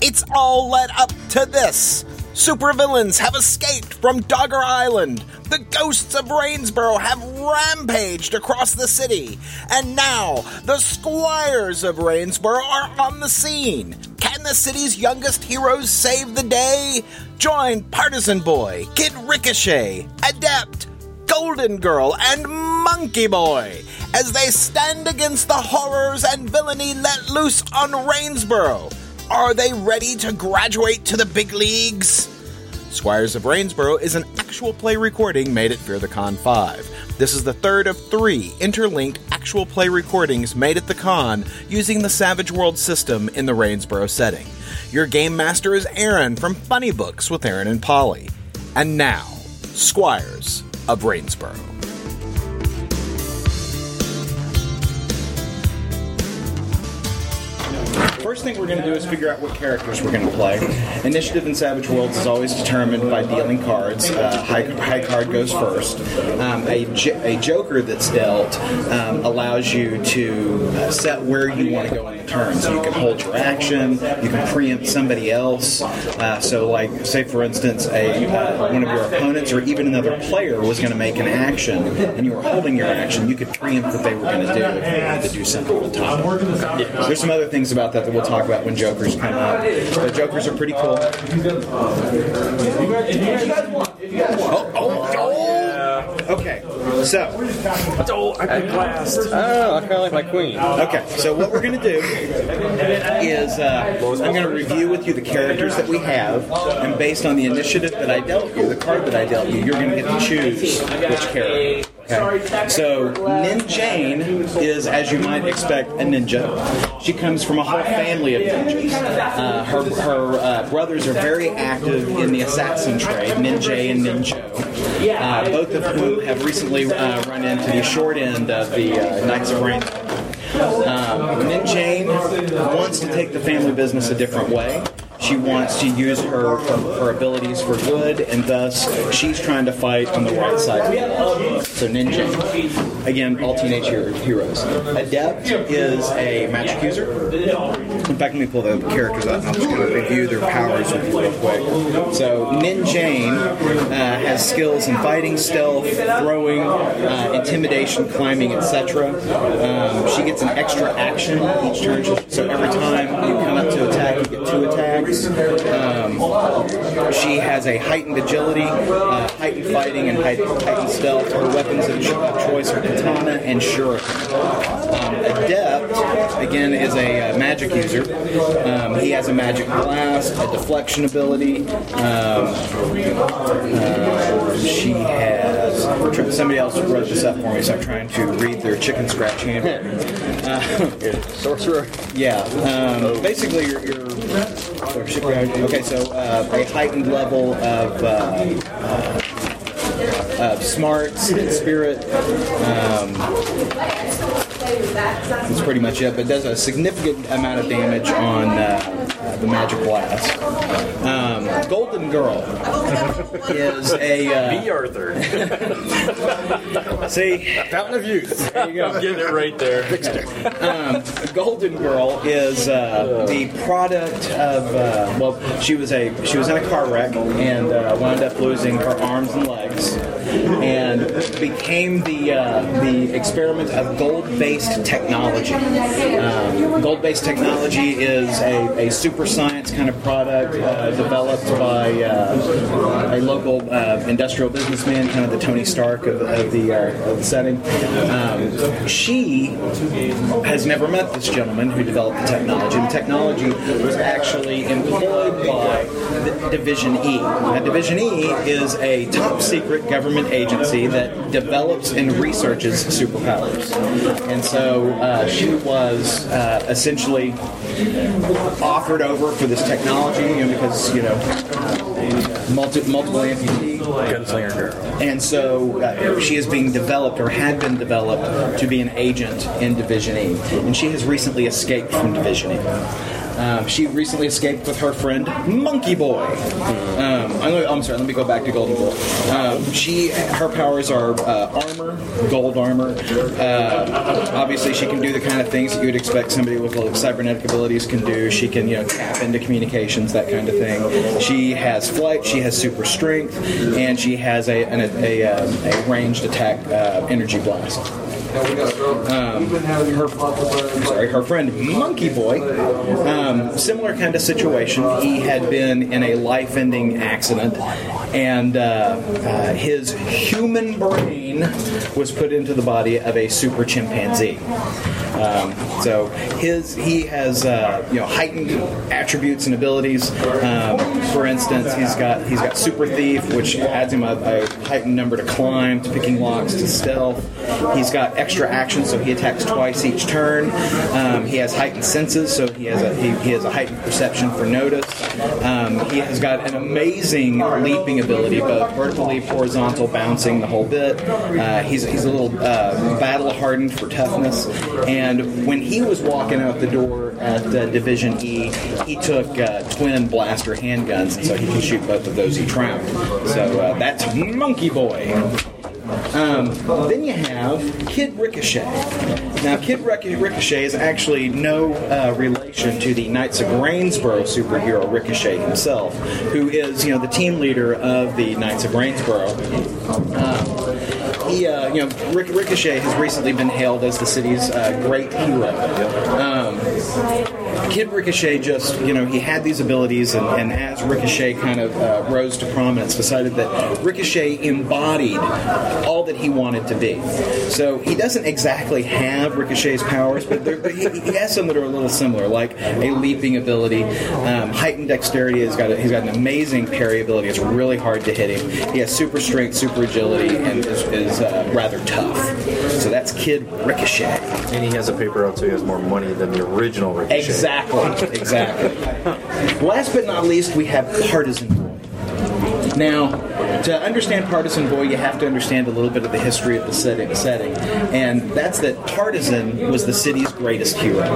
It's all led up to this. Supervillains have escaped from Dogger Island. The ghosts of Rainsboro have rampaged across the city. And now, the squires of Rainsboro are on the scene. Can the city's youngest heroes save the day? Join Partisan Boy, Kid Ricochet, Adept, Golden Girl, and Monkey Boy as they stand against the horrors and villainy let loose on Rainsboro. Are they ready to graduate to the big leagues? Squires of Rainsboro is an actual play recording made at FearTheCon 5. This is the third of three interlinked actual play recordings made at the con using the Savage World system in the Rainsboro setting. Your game master is Aaron from Funny Books with Aaron and Polly. And now, Squires of Rainsboro. First thing we're going to do is figure out what characters we're going to play. Initiative in Savage Worlds is always determined by dealing cards. Uh, high, high card goes first. Um, a, jo- a joker that's dealt um, allows you to uh, set where you want to go in the turn. So you can hold your action, you can preempt somebody else. Uh, so, like, say for instance, a uh, one of your opponents or even another player was going to make an action, and you were holding your action, you could preempt what they were going to do if you wanted to do something on top. of it. There's some other things about that that we'll talk about when Jokers come up. But Jokers are pretty cool. Oh, oh, oh. Okay, so Oh, I kind of like my queen. Okay, so what we're going to do is uh, I'm going to review with you the characters that we have, and based on the initiative that I dealt you, the card that I dealt you, you're going to get to choose which character. Okay. So, Nin Jane is, as you might expect, a ninja. She comes from a whole family of ninjas. Uh, her her uh, brothers are very active in the assassin trade, Ninja and Ninjo uh, both of whom have recently uh, run into the short end of the uh, Knights of Rain. Um, Min Jane wants to take the family business a different way. She wants to use her, her, her abilities for good, and thus she's trying to fight on the right side of the law. So, Ninja. Again, all teenage hero- heroes. Adept is a magic user. In fact, let me pull the characters up. I'm just going to review their powers with you real quick. So, Nin Jane uh, has skills in fighting, stealth, throwing, uh, intimidation, climbing, etc. Um, she gets an extra action each turn. So, every time you come up to attack, you get two attacks. Um, she has a heightened agility, uh, heightened fighting, and heightened, heightened stealth. Her weapons of cho- of choice are katana and shuriken. Um, adept, again, is a uh, magic user. Um, he has a magic blast, a deflection ability. Um, um, she has. Somebody else wrote this up for me, so I'm trying to read their chicken scratch handwriting. Sorcerer. Yeah. Um, basically, you're. you're okay, so uh, a heightened level of. Uh, uh, of smarts and spirit. Um, that's pretty much it, but does a significant amount of damage on uh, uh, the magic blast. Um, Golden Girl is a. Uh, Arthur. see, Fountain of Youth. there you go. Get it right there. Golden Girl is uh, the product of uh, well, she was a she was in a car wreck and uh, wound up losing her arms and legs, and became the uh, the experiment of gold based technology. Um, gold based technology is a, a super science kind of product uh, developed by uh, a local uh, industrial businessman, kind of the Tony Stark of, of the uh, of the setting. Um, she has never met this gentleman who developed the technology. The technology was actually employed by the Division E. Now, Division E is a top secret government agency that develops and researches superpowers. And so uh, she was uh, essentially offered over for this technology you know, because, you know, multi- multiple amputee. Gunslinger girl. And so uh, she is being developed, or had been developed, to be an agent in Division E. And she has recently escaped from Division E. Um, she recently escaped with her friend Monkey Boy. Um, I'm, gonna- I'm sorry. Let me go back to Golden Bull. Um, she her powers are uh, armor, gold armor. Uh, obviously, she can do the kind of things that you would expect somebody with like, cybernetic abilities can do. She can you know tap into communications, that kind of thing. She has flight. She has super strength, and she has a an, a, a, um, a ranged attack uh, energy blast. I'm sorry, her friend Monkey Boy. Um, similar kind of situation. He had been in a life-ending accident, and uh, uh, his human brain was put into the body of a super chimpanzee. Um, so his he has uh, you know heightened attributes and abilities. Um, for instance, he's got he's got super thief, which adds him a, a heightened number to climb, to picking locks, to stealth. He's got extra action, so he attacks twice each turn. Um, he has heightened senses, so he has a he, he has a heightened perception for notice. Um, he has got an amazing leaping ability, both vertical leap, horizontal, bouncing the whole bit. Uh, he's he's a little uh, battle hardened for toughness. And when he was walking out the door at uh, Division E, he took uh, twin blaster handguns, and so he can shoot both of those each round. So uh, that's Monkey Boy. Um, then you have Kid Ricochet. Now, Kid Ric- Ricochet is actually no uh, relation to the Knights of Rainsborough superhero Ricochet himself, who is, you know, the team leader of the Knights of Rainsborough. Um, he, uh, you know, Ric- Ricochet has recently been hailed as the city's uh, great hero. Kid Ricochet just, you know, he had these abilities, and, and as Ricochet kind of uh, rose to prominence, decided that Ricochet embodied all that he wanted to be. So he doesn't exactly have Ricochet's powers, but, there, but he, he has some that are a little similar, like a leaping ability, um, heightened dexterity. He's got a, he's got an amazing parry ability. It's really hard to hit him. He has super strength, super agility, and is, is uh, rather tough. So that's Kid Ricochet. And he has a paper out, so he has more money than the original Ricochet. Exactly, exactly. Last but not least, we have Partisan Boy. Now, to understand Partisan Boy, you have to understand a little bit of the history of the setting, setting. and that's that Partisan was the city's greatest hero.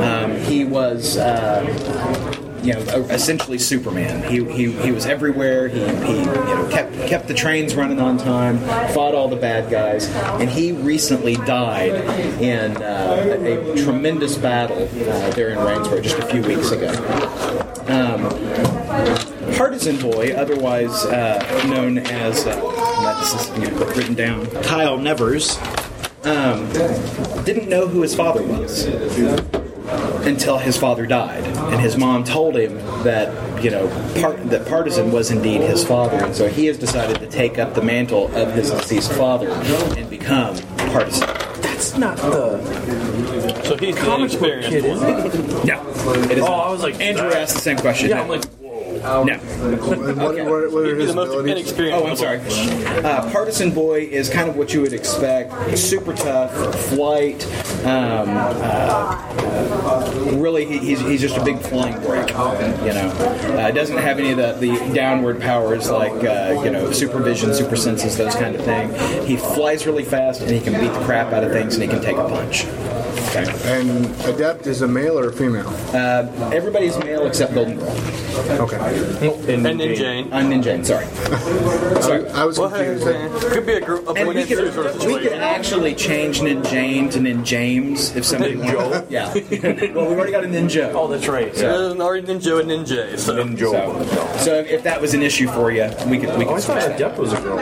Um, he was. Uh, you know, essentially Superman. He, he, he was everywhere. He, he you know, kept kept the trains running on time, fought all the bad guys, and he recently died in uh, a, a tremendous battle uh, there in Rainsborough just a few weeks ago. Um, Partisan Boy, otherwise uh, known as, uh, this is you know, written down, Kyle Nevers, um, didn't know who his father was until his father died, and his mom told him that you know part, that Partisan was indeed his father, and so he has decided to take up the mantle of his deceased father and become Partisan. That's not the So he's the comic book experienced kid, is one. it? No, it is. Oh, I was like, Andrew that- asked the same question. Yeah, I'm No. like, whoa. no. What, what, what are He's his the most abilities? inexperienced. Oh, I'm sorry. Uh, Partisan Boy is kind of what you would expect. Super tough, flight. Um, uh, really, he, he's, he's just a big flying brick. You know, uh, doesn't have any of the, the downward powers like uh, you know supervision, super senses, those kind of thing. He flies really fast, and he can beat the crap out of things, and he can take a punch. Okay. And adept is a male or a female? Everybody's male except Golden Girl. Okay. Oh, And then Jane. I'm Ninja. Sorry. I was confused. Could be a group And we appointed could, sort of we could situation. actually change Ninjane to Ninjames if somebody wanted. Yeah. well, we've already got a Ninja. Oh, that's right. Yeah, there's an already Ninja and Ninja. So. Ninja. So, so if that was an issue for you, we could we Oh, I thought could switch that. Adept was a girl.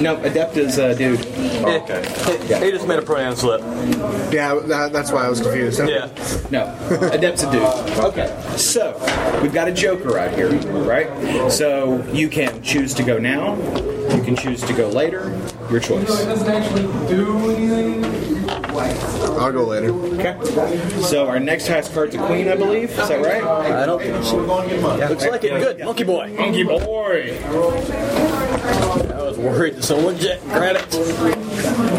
No, Adept is uh, dude. Eh, okay. eh, Yeah. He just made a pronoun slip. Yeah, that, that's why I was confused. Yeah. No, Adept's a dude. Okay. So we've got a Joker out here, right? So you can choose to go now. You can choose to go later. Your choice. I'll go later. Okay. So our next highest card's a queen, I believe. Is that right? I don't think so. Looks like it. Good. Monkey boy. Monkey boy. I was worried that someone jet credit.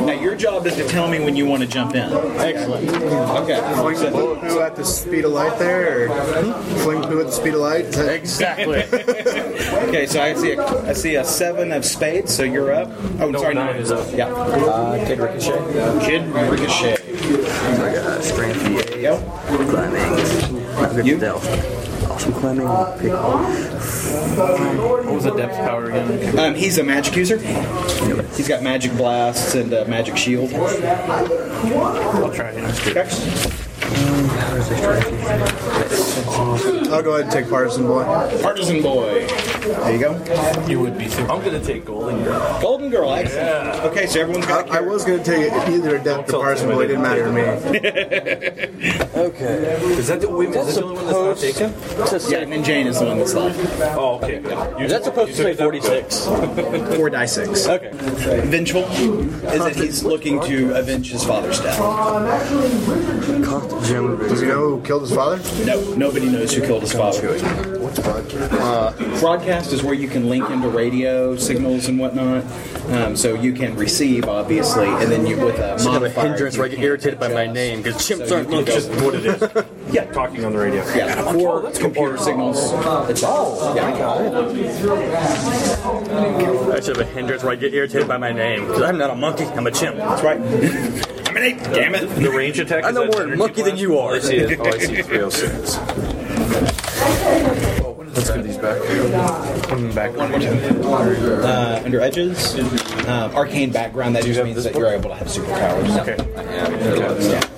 Now your job is to tell me when you want to jump in. Excellent. Okay. Fling poo at the speed of light there? Or fling poo at the speed of light? Is that- Exactly. Okay, so I see a, I see a seven of spades, so you're up. Oh, sorry, nine, is up. Yeah. Uh, Kid Ricochet. Kid Ricochet. uh, strength, There you go. climbing. Not good You? for stealth. Awesome climbing. Pick. What was the depth power again? Um, he's a magic user. He's got magic blasts and uh, magic shield. I'll try it. I'll go ahead and take Partisan Boy. Partisan boy. There you go. You would be too. I'm gonna take Golden Girl. Golden girl. Excellent. Okay, so everyone's I, got. I was going to take either Adept or Partisan Boy. It didn't matter to me. Okay. Is that the, wait, is that the only one that's not taken? To Yeah, say, and then Jane is the one that's left. Oh, okay. You that's supposed to say 46. Four die six. Okay. Vengeful is that he's looking to avenge his father's death. Cost gem. Does he know who killed his father? No, nobody knows who killed his father. Broadcast is where you can link into radio signals and whatnot. Um, so you can receive, obviously, and then you with a I'm a modifier. hindrance you where I get can irritated by my adjust. name because chimps So aren't Oh, you can just what it is. Yeah, Talking on the radio. Yeah, or computer signals. It's Oh, all. Yeah. I should have a hindrance where I get irritated by my name because I'm not a monkey, I'm a chimp. That's right. I'm an ape, damn it. The range attack. I know more monkey than you are. See it. Oh, I see 306. Let's get these back. back. Uh, under edges, um, arcane background, that just means that you're able to have superpowers. Okay.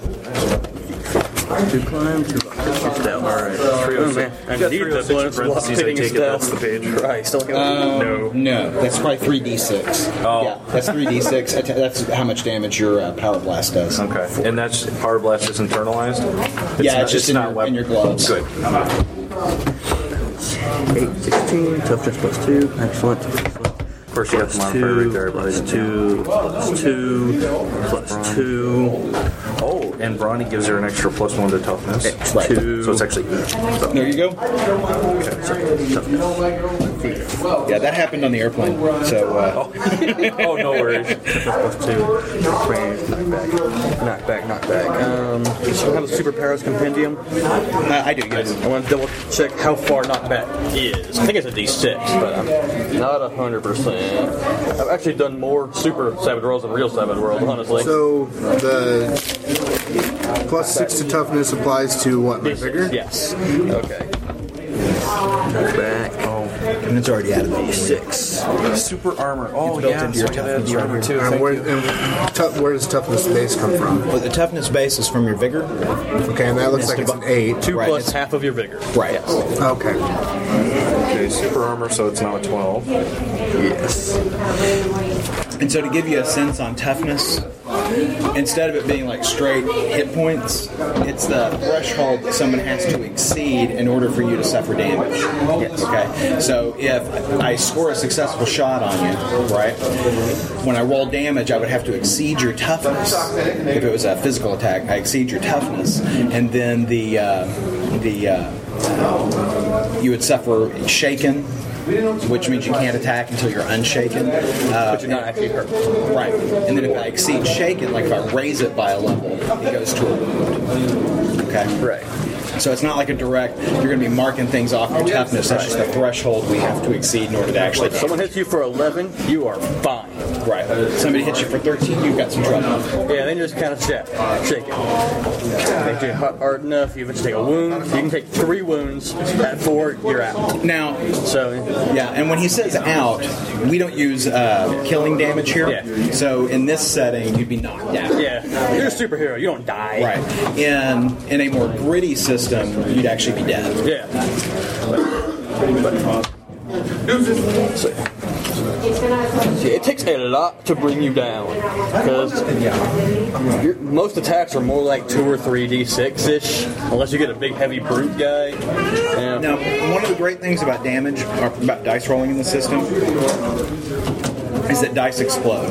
Two climb. Two stealth. All right. Oh man, I need the bonus lost hitting I take it, that's stealth. the page. Christ, don't no. Um, No, that's probably 3d6. Oh. Yeah, that's 3d6. Att- That's how much damage your uh, power blast does. Okay. And that's Power Blast just internalized? It's Yeah, not- it's just in your- web- in your gloves. Good. Eight, 16, toughness plus two, excellent. Of course, you have Modifier plus two, right there, plus but- two, plus two, plus two, Eh, Oh, and Brawny gives her an extra plus one to toughness. Right. two. So it's actually There you go. Yeah, that happened on the airplane. So, uh, Oh, no worries. plus two, range, knockback, knockback, knockback. Um, I don't have a superpowers compendium. uh, I do, yes. I want to double check how far knockback is. I think it's a D6, but um, I'm not a hundred percent. I've actually done more super Savage Worlds than real Savage Worlds, honestly. So the plus six to toughness applies to what? My vigor? yes. Okay. knockback. Oh. And it's already out of the Six. super armor. Oh, yeah. So I got to your armor too. And where, and tou- where does toughness base come from? Well, the toughness base is from your vigor. Okay, and that looks like it's an eight. Two Right, plus it's- half of your vigor. Right. Okay. Okay, super armor, so it's now a 12. And so to give you a sense on toughness, instead of it being like straight hit points, it's the threshold that someone has to exceed in order for you to suffer damage. Okay. So if I score a successful shot on you, right? When I roll damage, I would have to exceed your toughness. If it was a physical attack, I exceed your toughness, and then the uh, the uh, you would suffer shaken. Which means you can't attack until you're unshaken. Uh, But you're not actually hurt. Right. And then if I exceed shake it, like if I raise it by a level, it goes to a wound. Okay? Right. So it's not like a direct, you're going to be marking things off your toughness. That's just the threshold we have to exceed in order to actually. If someone hits you for 11, you are fine. Right. Somebody hits you for 13, you've got some trouble. Yeah, then you just kind of shake, shake it. If you hot hard enough, you even take a wound. You can take three wounds. At four, you're out. Now, So yeah, and when he says out, we don't use uh, killing damage here. Yeah. So in this setting, you'd be knocked out. yeah, you're a superhero. You don't die. Right. In in a more gritty system, you'd actually be dead. Yeah. See, it takes a lot to bring you down because most attacks are more like two or three d6 ish, unless you get a big heavy brute guy. And Now, one of the great things about damage, or about dice rolling in the system, is that dice explode.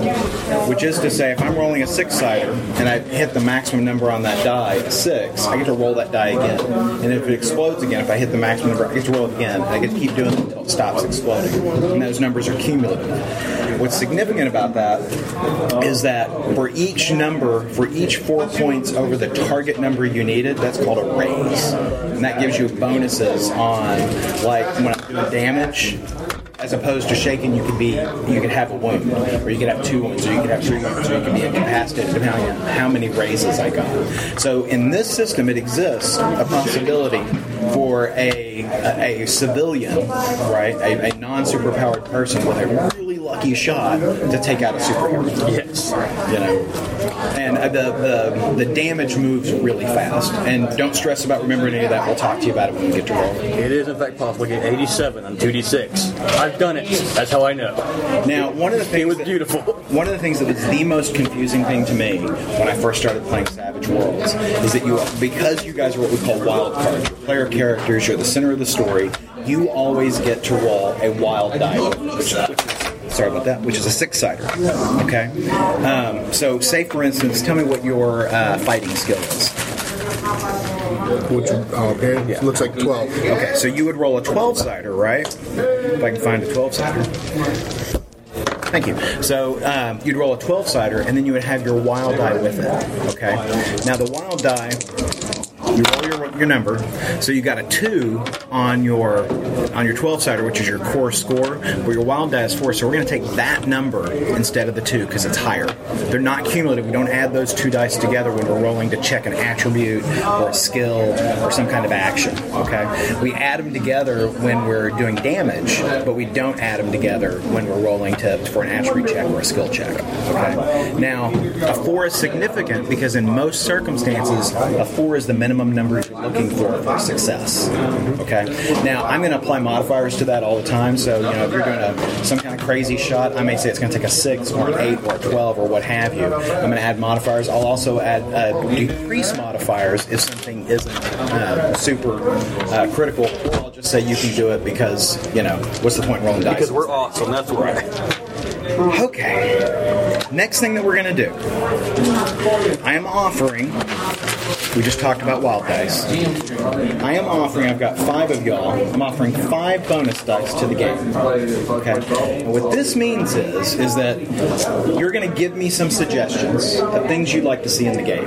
Which is to say, if I'm rolling a six sider and I hit the maximum number on that die, a six, I get to roll that die again. And if it explodes again, if I hit the maximum number, I get to roll it again. And I get to keep doing it until it stops exploding. And those numbers are cumulative. What's significant about that is that for each number, for each four points over the target number you needed, that's called a raise. And that gives you bonuses on, like, when I'm doing damage, As opposed to shaken, you could be you could have a wound, or you could have two wounds, or you could have three wounds, or you could be incapacitated, depending on how many raises I got. So in this system, it exists a possibility for a a, a civilian, right, a, a non superpowered person with a really lucky shot to take out a superhero. Yes, you know, and uh, the, the the damage moves really fast. And don't stress about remembering any of that. We'll talk to you about it when we get to roll. It is, in fact, possible to get 87 on 2d6. I've done it. That's how I know. Now, one of the things it was that- beautiful. One of the things that was the most confusing thing to me when I first started playing Savage Worlds is that you, because you guys are what we call wild cards, you're player characters, you're the center of the story, you always get to roll a wild die, which, which is, sorry about that, which is a six sider. Okay? Um, so, say for instance, tell me what your uh, fighting skill is. Which oh, okay, looks like twelve. Okay, so you would roll a 12 sider, right? If I can find a 12 sider. Thank you. So um, you'd roll a 12 sider, and then you would have your wild die with it. Okay. Now the wild die, you roll your, your number. So you got a two on your on your 12 sider, which is your core score, but your wild die is four. So we're going to take that number instead of the two because it's higher. They're not cumulative. We don't add those two dice together when we're rolling to check an attribute or a skill or some kind of action. Okay. We add them together when we're doing damage, but we don't add them together when we're rolling to, for an attribute check or a skill check. Okay. Now, a four is significant because in most circumstances, a four is the minimum number you're looking for for success. Okay. Now, I'm going to apply modifiers to that all the time. So, you know, if you're doing a, some kind of crazy shot, I may say it's going to take a six or an eight or a twelve or what have you. I'm going to add modifiers. I'll also add uh, decrease modifiers if something isn't uh, super uh, critical. Or I'll just say you can do it because you know what's the point rolling dice? Because we're awesome, that's right. Okay. Next thing that we're going to do, I am offering. We just talked about wild dice. I am offering. I've got five of y'all. I'm offering five bonus dice to the game. Okay. And what this means is, is that you're going to give me some suggestions of things you'd like to see in the game.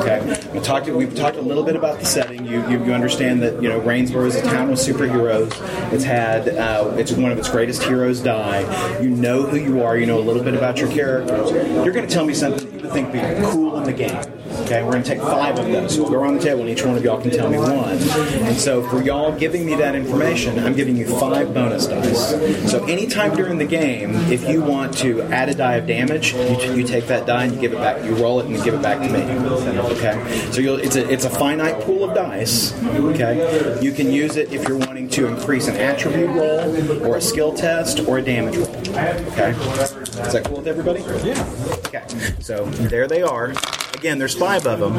Okay. We talked. We've talked a little bit about the setting. You you, you understand that you know Rainsboro is a town with superheroes. It's had uh, it's one of its greatest heroes die. You know who you are. You know a little bit about your characters. You're going to tell me something that you think would be cool in the game. Okay, we're going to take five of those. We'll go around the table, and each one of y'all can tell me one. And so, for y'all giving me that information, I'm giving you five bonus dice. So, anytime during the game, if you want to add a die of damage, you, t- you take that die and you give it back. You roll it and you give it back to me. Okay, so you'll, it's a it's a finite pool of dice. Okay, you can use it if you're wanting to increase an attribute roll, or a skill test, or a damage roll. Okay, is that cool with everybody? Yeah. Okay, so there they are. Again, there's five of them.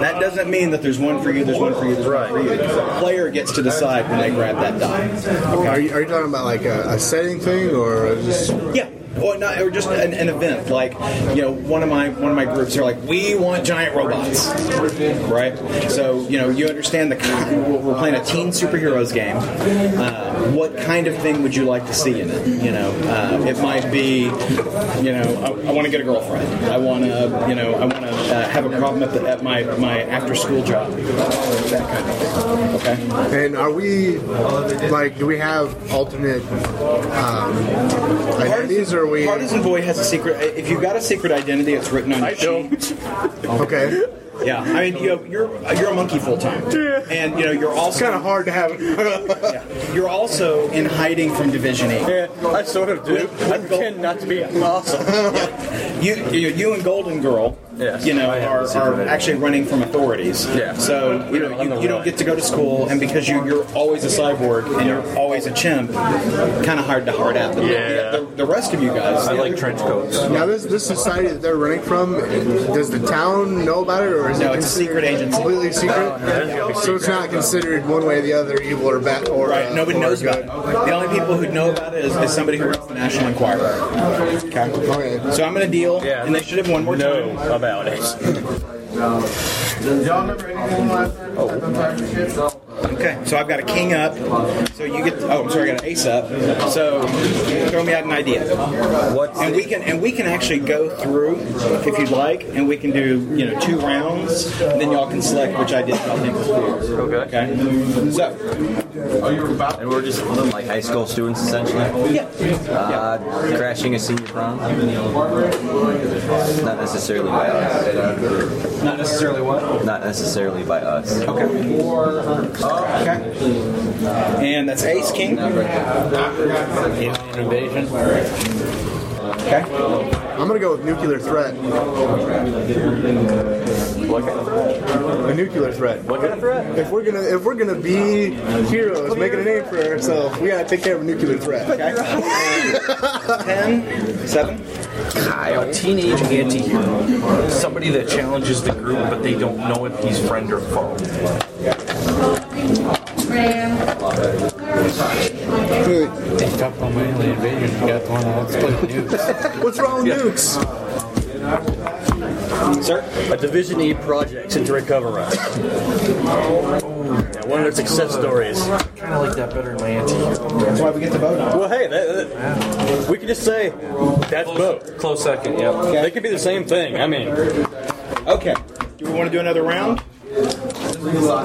That doesn't mean that there's one for you, there's one for you, there's one for you. The player gets to decide when they grab that die. Are you, are you talking about like a, a setting thing or just Yeah. Or, not, or just an, an event like you know one of my one of my groups are like we want giant robots right so you know you understand the kind- we're- we're playing a teen superheroes game uh, what kind of thing would you like to see in it you know uh, it might be you know I, I want to get a girlfriend I want to you know I want to uh, have a problem at, the, at my my after school job that kind of thing okay And are we like? Do we have alternate um, identities, or are we Partisan Boy has a secret. uh, If you've got a secret identity, it's written on your I sheet. okay? Yeah, I mean, you know, you're you're a monkey full time, and you know you're It's also kind of hard to have. you're also in hiding from Division Eight. Yeah, I sort of do. I pretend not to be awesome. You you, you and Golden Girl, Yes. you know, I have are, a secret are identity. actually running from authorities. Yeah. So you know you, on the you don't run. get to go to school, and because you you're always a cyborg and you're always a chimp, kind of hard to hard out. The, Yeah. The, the rest of you guys, I like trench coats. now, this this society that they're running from, does the town know about it, or is No, it it's a secret considered agency. completely secret? no. so it's not considered one way or the other, evil or bad, or Right, uh, nobody or knows about good. it. The only people who know about it is, is somebody who runs the National Enquirer. Okay. Okay. So I'm going to deal, Yeah. and they should have one more No time. about it. Y'all remember anything last night? Oh. Okay, so I've got a king up. So you get. Oh, I'm sorry, I got an ace up. So throw me out an idea. What? And we can and we can actually go through if you'd like, and we can do you know two rounds, and then y'all can select which idea y'all think is cool. Okay. Okay. So And we're just like high school students essentially. Yeah. Uh, Crashing a senior prom. Not necessarily by us. Not necessarily what? Not necessarily by us. Okay. and that's ace king. Alien invasion. Okay. I'm gonna go with nuclear threat. What kind of A nuclear threat. what kind of threat? If we're gonna if we're gonna be heroes, making a name for ourselves, we gotta take care of a nuclear threat. Ten. Seven. A teenage anti-hero. Somebody that challenges the group, but they don't know if he's friend or foe. They talked on my alien invasion. You got the one that's playing news. What's wrong with nukes? Sir. A Division E project since recover run. Yeah, one of their success stories. kind of like that better than my anti-hero. That's why we get the vote. on. Well, hey, that, that- we can just say that's both. Close second, yeah. They could be the same thing. I mean, Okay. Do we want to do another round?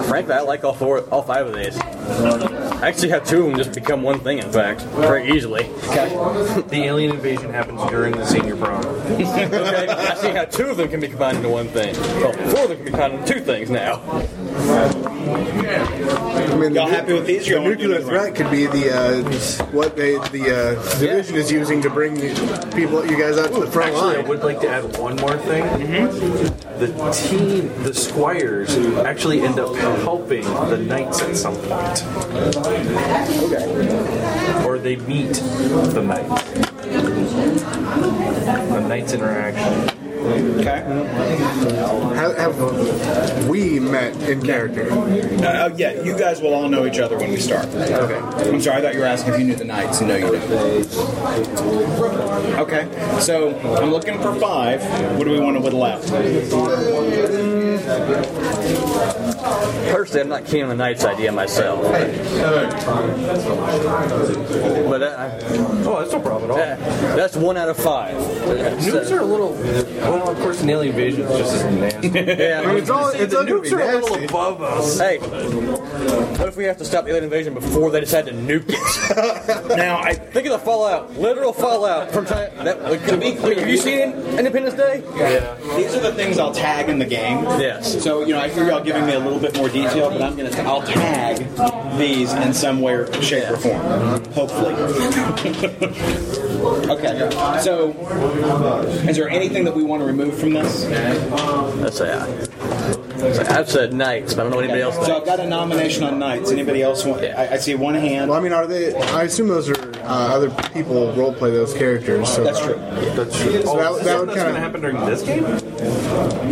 frankly, I like all four, all five of these. I actually have two of them just become one thing. In fact, very easily. The alien invasion happens during the senior prom. Okay, I see how two of them can be combined into one thing. Well, four of them can be combined into two things now. I mean, Y'all happy with these? or The y'all wanna do nuclear another round? threat could be the uh, what they, the uh, division is using to bring you- people, you guys out to the front Actually, I line. would like to add one more thing. The team, the squires, actually end up helping the knights at some point. Or they meet the knights. The knights interaction. Okay. Have, have we met in character? Uh, oh, yeah, you guys will all know each other when we start. Okay. I'm sorry, I thought you were asking if you knew the knights. No, you didn't. Okay, so I'm looking for five. What do we want to whittle out? Personally, I'm not keen on the Knights idea myself. But uh, Oh, that's no problem at all. uh, that's one out of five. Nukes are a little. Well, of course, an alien invasion is just as nasty. Yeah, I I mean, mean, it's all it's all gonna be Nukes are a little nasty. above us. hey, what if we have to stop the alien invasion before they decide to nuke it? Now, I Think of the fallout, literal fallout from time. That, like, could be, have you seen Independence Day? these are the things I'll tag in the game. Yes. So you know, I hear y'all giving me a little bit more detail, but I'm gonna I'll tag these in some way, or shape, or form, hopefully. okay. So, is there anything that we want to remove from this? That's it. I've said Knights, but I don't know what anybody else So I've thinks. got a nomination on knights. Anybody else want? I, I see one hand. Well, I mean, are they? I assume those are uh, other people role play those characters. So That's true. So Oh, that, is this that something would that's going kind to of happen during this game? Or is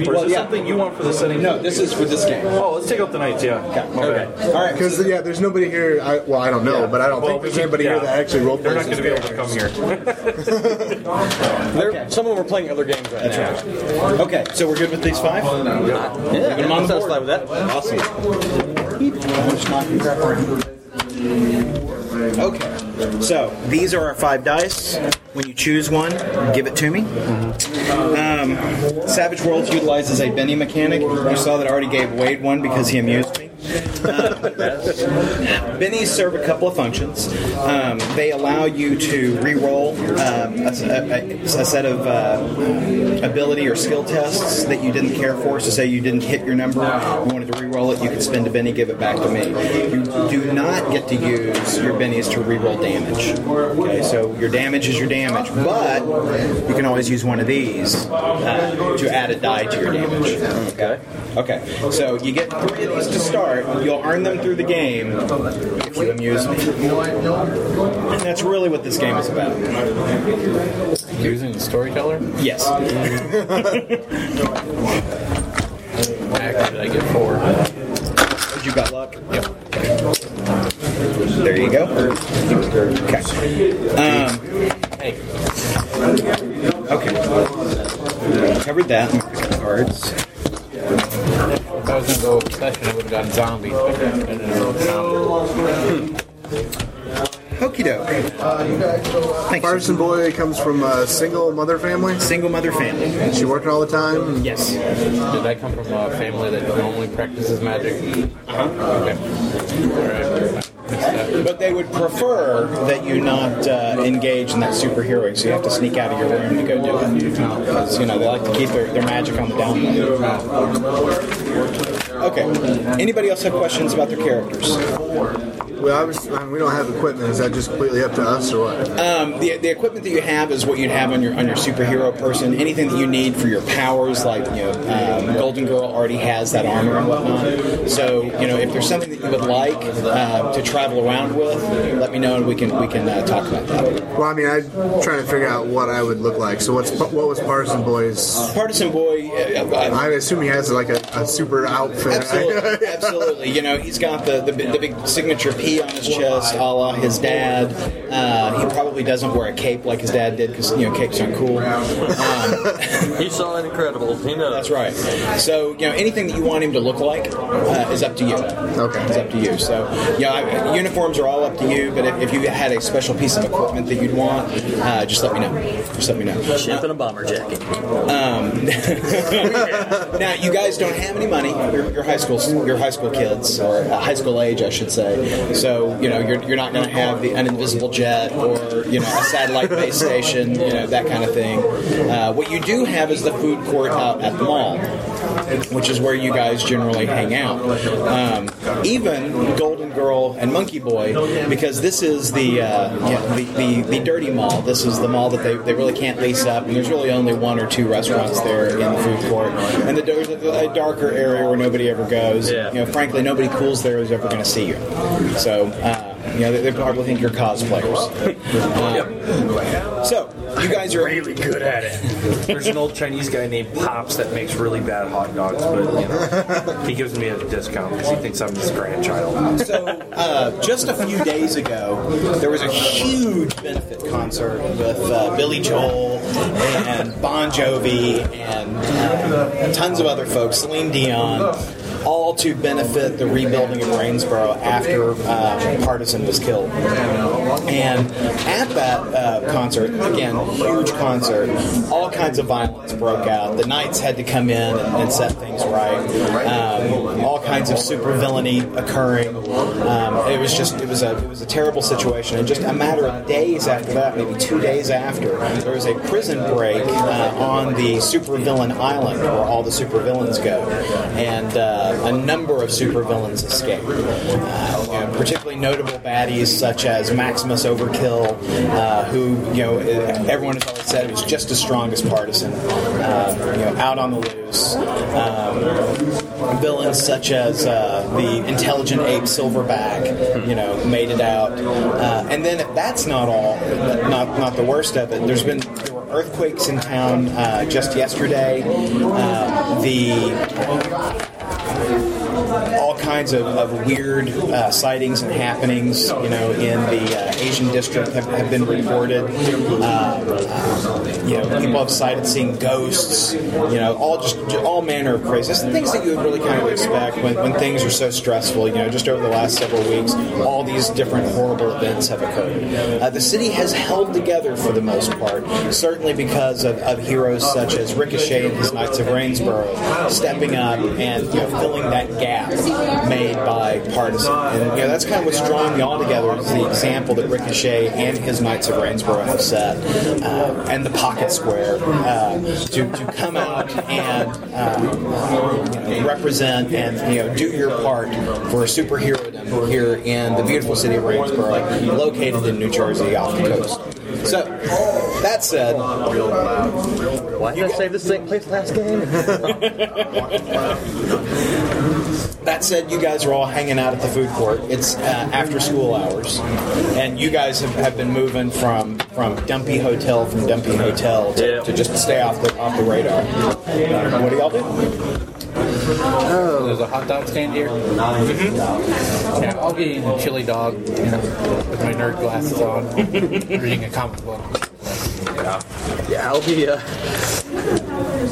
Well, this yeah. something you want for the setting? No, this is for this game. Oh, let's take out the knights, yeah. My bad. Okay. All right. Because yeah, there's nobody here. I, well, I don't know, but I don't Well, think there's we- anybody here yeah. that actually role They're plays. not going to be able to come here. They're- Some of them are playing other games right now. Okay. So we're good with these five. Yeah, I'm on I'm satisfied with that. Awesome. Okay, so these are our five dice. When you choose one, give it to me. Um, Savage Worlds utilizes a Benny mechanic. You saw that I already gave Wade one because he amused me. Bennies serve a couple of functions. Um, they allow you to re-roll um, a, a- a set of uh, ability or skill tests that you didn't care for. So, say you didn't hit your number, you wanted to re-roll it, you could spend a Benny, give it back to me. You do not get to use your Bennies to re-roll damage. Okay, so your damage is your damage, but you can always use one of these uh, to add a die to your damage. Okay. Okay. So you get three of these to start. You'll earn them through the game if you amuse me. And that's really what this game is about. Using the storyteller? Yes. Actually, I get four. You got luck. Yep. There you go. Okay. Um, Hey, okay. Covered that. Cards. I was going to go obsession, I would have gotten zombies. But I didn't know zombies. Okie doke. Parson Boy comes from a single mother family. Single mother family. And she worked all the Mm, time. Yes. Did I come from a family that normally practices magic? Okay. All right. But they would prefer that you not uh, engage in that superheroing, so you have to sneak out of your room to go do it. Because, you know, they like to keep their, their magic on the down low. Okay. Anybody else have questions about their characters? We obviously I mean, we don't have equipment. Is that just completely up to us or what? Um, the, the equipment that you have is what you'd have on your on your superhero person. Anything that you need for your powers, like you know, um, Golden Girl already has that armor and whatnot. So you know, if there's something that you would like uh, to travel around with, let me know and we can we can uh, talk about that. Well, I mean, I'm trying to figure out what I would look like. So what's what was Partisan Boy's? Partisan Boy. Uh, I, I assume he has like a, a super outfit. Absolutely, absolutely. You know, he's got the the, bi- the big signature P on his chest, a la his dad. Uh, he probably doesn't wear a cape like his dad did because you know capes aren't cool. Um, he saw Incredibles. He knows. That's right. So you know anything that you want him to look like uh, is up to you. Okay, it's up to you. So yeah, I, uniforms are all up to you. But if, if you had a special piece of equipment that you'd want, uh, just let me know. Just let me know. Ship and a bomber jacket. Um, now you guys don't have any money. You're, you're high school. You're high school kids or high school age, I should say. So you know you're, you're not going to have the an invisible jet or you know a satellite base station, you know that kind of thing. Uh, what you do have is the food court out at the mall, which is where you guys generally hang out. Um, even Golden Girl and Monkey Boy, because this is the, uh, yeah, the, the the dirty mall. This is the mall that they, they really can't lease up, and there's really only one or two restaurants there in the food court. And the, there's a, a darker area where nobody ever goes. Yeah. You know, frankly, nobody cools there is ever going to see you. So. Uh, you know, they, they probably think you're cosplayers. Um, so, you guys are really good at it. There's an old Chinese guy named Pops that makes really bad hot dogs, but you know, he gives me a discount because he thinks I'm his grandchild. So, uh, just a few days ago, there was a huge benefit concert with uh, Billy Joel and Bon Jovi and uh, tons of other folks, Celine Dion all to benefit the rebuilding of Rainsboro after uh, Partisan was killed. And at that uh, concert, again, huge concert, all kinds of violence broke out. The Knights had to come in and, and set things right. Um, all kinds of supervillainy occurring. Um, it was just it was a it was a terrible situation. And just a matter of days after that, maybe two days after, there was a prison break uh, on the supervillain island where all the supervillains go, and. Uh, a number of supervillains escaped. Uh, you know, particularly notable baddies such as Maximus Overkill, uh, who you know uh, everyone has always said was just as strong as partisan. Uh, you know, out on the loose. Um, villains such as uh, the intelligent ape Silverback, you know, made it out. Uh, and then if that's not all, not not the worst of it. There's been there were earthquakes in town uh, just yesterday. Uh, the all kinds of, of weird uh, sightings and happenings, you know, in the uh, Asian district have, have been reported. Uh, you know, people have cited seeing ghosts. You know, all just all manner of crazy. It's the things that you would really kind of expect when, when things are so stressful. You know, just over the last several weeks, all these different horrible events have occurred. Uh, the city has held together for the most part, certainly because of, of heroes such as Ricochet and his Knights of Rainsboro stepping up and you know, filling that gap made by partisan. And you know, that's kind of what's drawing you all together is the example that Ricochet and his Knights of Rainsboro have set, uh, and the Pocket Square uh, to, to come out and uh, you know, represent and you know do your part for superherodom here in the beautiful city of Rainsboro, located in New Jersey off the coast. So that said, why did I say this thing place last game? That said, you guys are all hanging out at the food court. It's uh, after school hours, and you guys have, have been moving from from dumpy hotel from dumpy hotel to, to just stay off the off the radar. Uh, what do y'all do? There's a hot dog stand here. Yeah, I'll be eating a chili dog, you know, with my nerd glasses on, reading a comic book. Yeah, I'll be. Uh,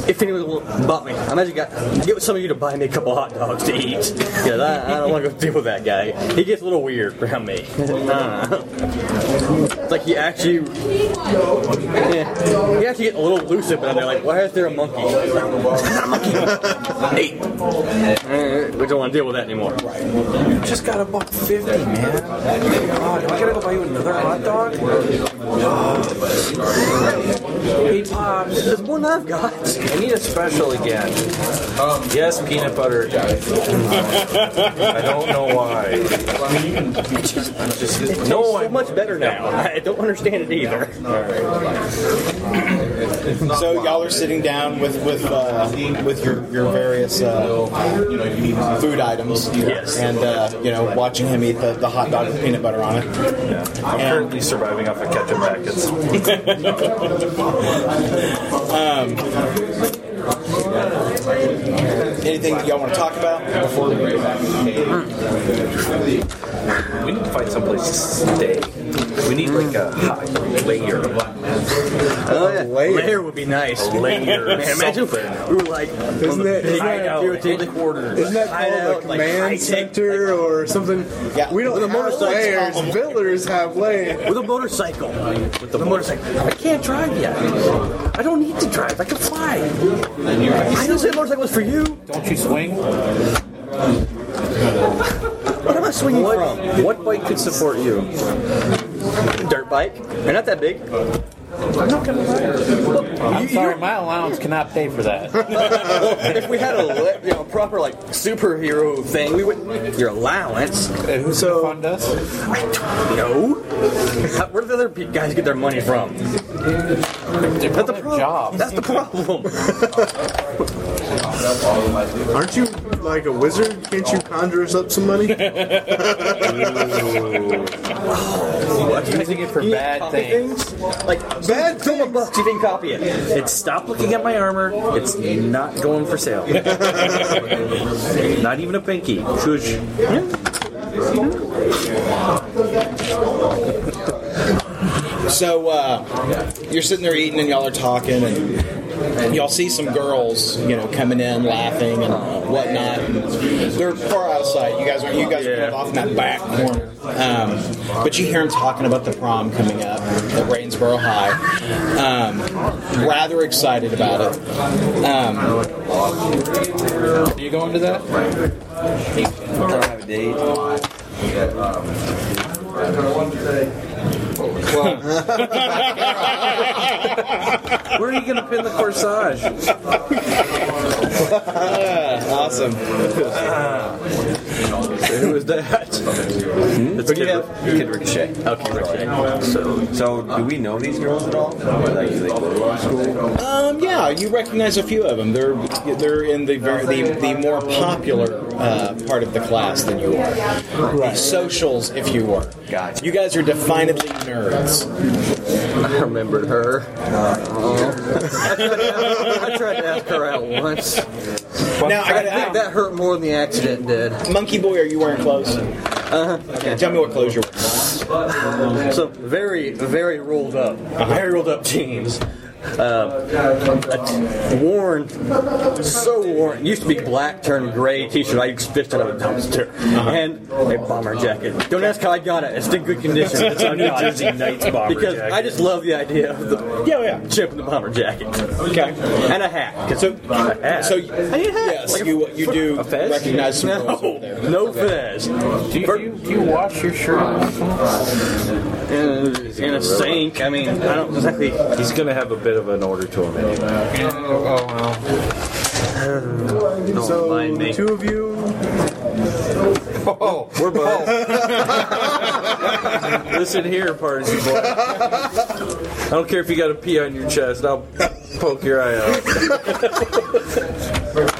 if anyone will bought me, I'm actually got get some of you to buy me a couple hot dogs to eat because I, I don't want to go deal with that guy. He gets a little weird around me. I don't know. It's like he actually, yeah, he actually get a little elusive, and they're like, why is there a monkey? Eight. Uh, we don't want to deal with that anymore. You just got a buck fifty, man. God, do I gotta go buy you another hot dog? Hey, Pops. There's one I've got. I need a special again. yes, peanut butter. Um, I don't know why. It no, so much better now. I don't understand it either. So y'all are sitting down with with uh, with your your various uh, you know food items, Yes. and uh, you know watching him eat the, the hot dog with peanut butter on it. I'm currently surviving off of ketchup packets. Um, anything that y'all want to talk about before we go back? We need to find someplace to stay. We need like a high layer. Oh, yeah. layer. would be nice. A layer of Man, imagine if we were like, isn't that, big isn't that- hideout, quarters. Isn't that called a command center or something? um, Yeah. We don't With a have motorcycle. layers. Villers have layers. With a motorcycle. With the motorcycle. I can't drive yet. I don't need to drive. I can fly. I didn't say the motorcycle was for you. Don't you swing? What am I swinging What- from? What bike could support you? Dirt bike. They're not that big. I'm not gonna ride. I'm sorry, my allowance cannot pay for that. if we had a le- you know, proper like superhero thing, we would your allowance. Who's so, fund us? No. How- Where do the other pe- guys get their money from? That's the problem. jobs. That's the problem. Aren't you like a wizard? Can't you conjure us up some money? Using it for You bad copy things. Like bad film a bucks, you didn't copy it. It's stop looking at my armor. It's not going for sale. not even a pinky. Shush. So uh, you're sitting there eating, and y'all are talking, and y'all see some girls, you know, coming in laughing and whatnot. And they're far out of sight. You guys are you guys are pulled off in that back corner. Um, but you hear them talking about the prom coming up at Rainsboro High. Um, rather excited about it. Um, Are you going to that? Where are you going to pin the corsage? awesome. Who is that? Hmm? It's Kid, Kid Ricochet. Okay, right. So, so do we know these girls at all? Like, do they go to school? Um, yeah, you recognize a few of them. They're they're in the very, the, the more popular uh, part of the class than you are. The socials, if you were. Gotcha. You guys are definably nerds. I remembered her. Uh-huh. I tried to ask her out once. Now I I gotta think ask, that hurt more than the accident did. Monkey Boy, are you wearing clothes? Uh-huh. Okay, tell me what clothes you're wearing. So very, very rolled up, very rolled up jeans. Uh, a t- worn, so worn. Used to be black, turned gray T-shirt. I just fished it out of a dumpster, Uh-huh. and a bomber jacket. Don't ask how I got it. It's in good condition. It's how I New got it. Jersey Knights bomber because jacket. I just love the idea of the Yeah, yeah. chip in the bomber jacket Okay. and a hat. 'Cause- So, a hat. so I need a hat. yes, Like a- you you do a fez? recognize some girls over there. No, no fez. Do you, do you, do you wash your shirt? Uh, In, in a sink. I mean, I don't exactly. He's going to have a bit of an order to him anyway. Don't mind so me. two of you. We're both. Listen here, partisan boy. I don't care if you got a pee on your chest. I'll poke your eye out.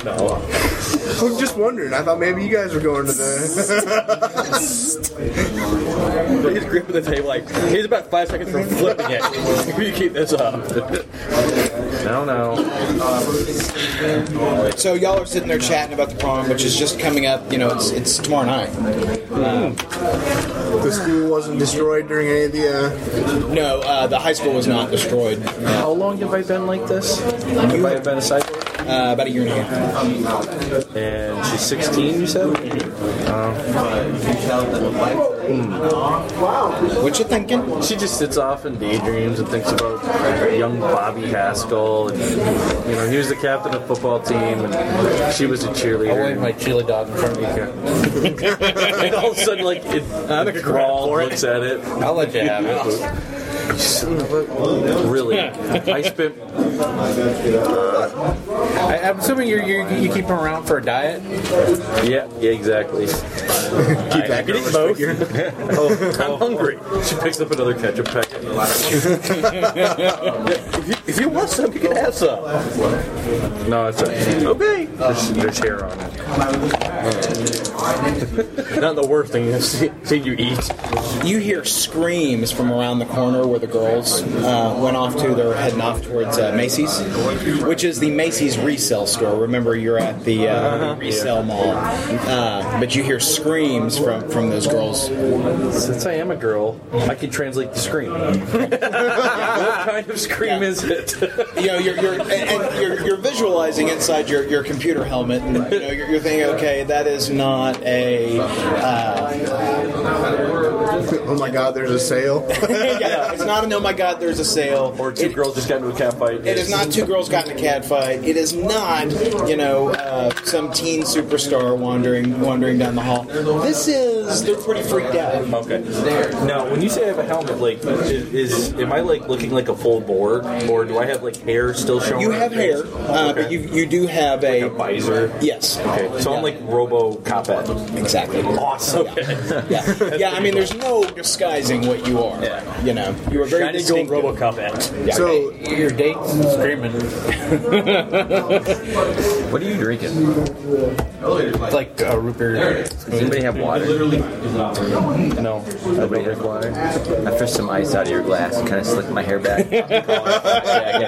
I'm just wondering. I thought maybe you guys were going to the. He's gripping the table like he's about five seconds from flipping it. Will you keep this up? No, no. So y'all are sitting there chatting about the prom, which is just coming up. You know, it's it's tomorrow night. the school wasn't destroyed during any of the. No, uh, the high school was not destroyed. How long have I been like this? Have I been a cyborg? Uh, about a year and a half. And she's 16, you said? Uh, What you thinking? She just sits off and daydreams and thinks about young Bobby Haskell. And, you know, he was the captain of football team, and she was a cheerleader. I waved my chili dog in front of you. and all of a sudden, like, it, it crawled, looks at it. I'll let you have it. You son of a- Really? I spent. I, I'm assuming you're, you you keep them around for a diet. Yeah, yeah, exactly. Keep that eating both. oh, I'm hungry. She picks up another ketchup packet. if, you, if you want some, you can have some. No, it's a, okay. There's, there's hair on it. Not the worst thing I've seen, seen you eat. You hear screams from around the corner where the girls uh, went off to. They're heading off towards uh, Macy's, which is the Macy's resale store. Remember, you're at the uh, resale mall. Uh, but you hear screams from, from those girls. Since I am a girl, I can translate the scream. what kind of scream is it? you know, you're, you're, and, and you're, you're visualizing inside your, your computer helmet, and you know, you're, you're thinking, okay, that is not a. Uh, oh my God, there's a sale. yeah, it's not an oh my God, there's a sale. Or two girls just got into a cat fight. It is not two girls got in a cat fight. It is not, you know, uh, some teen superstar wandering wandering down the hall. This is they're pretty freaked out. Okay. Now, when you say I have a helmet, like, is, is am I like looking like a full board, or do I have like hair still showing? You have hair, uh, but you you do have a, visor. Yes. Okay. So I'm like Robo Copette. Exactly. Awesome. Yeah, yeah. I mean, there's no disguising what you are. You know, you are very Shiny gold distinct. RoboCop ad. Yeah. So- Your date's screaming. What are you drinking? It's like a root beer. Does anybody have water? No. Nobody has water? I fished some ice out of your glass and kind of slicked my hair back. Yeah, I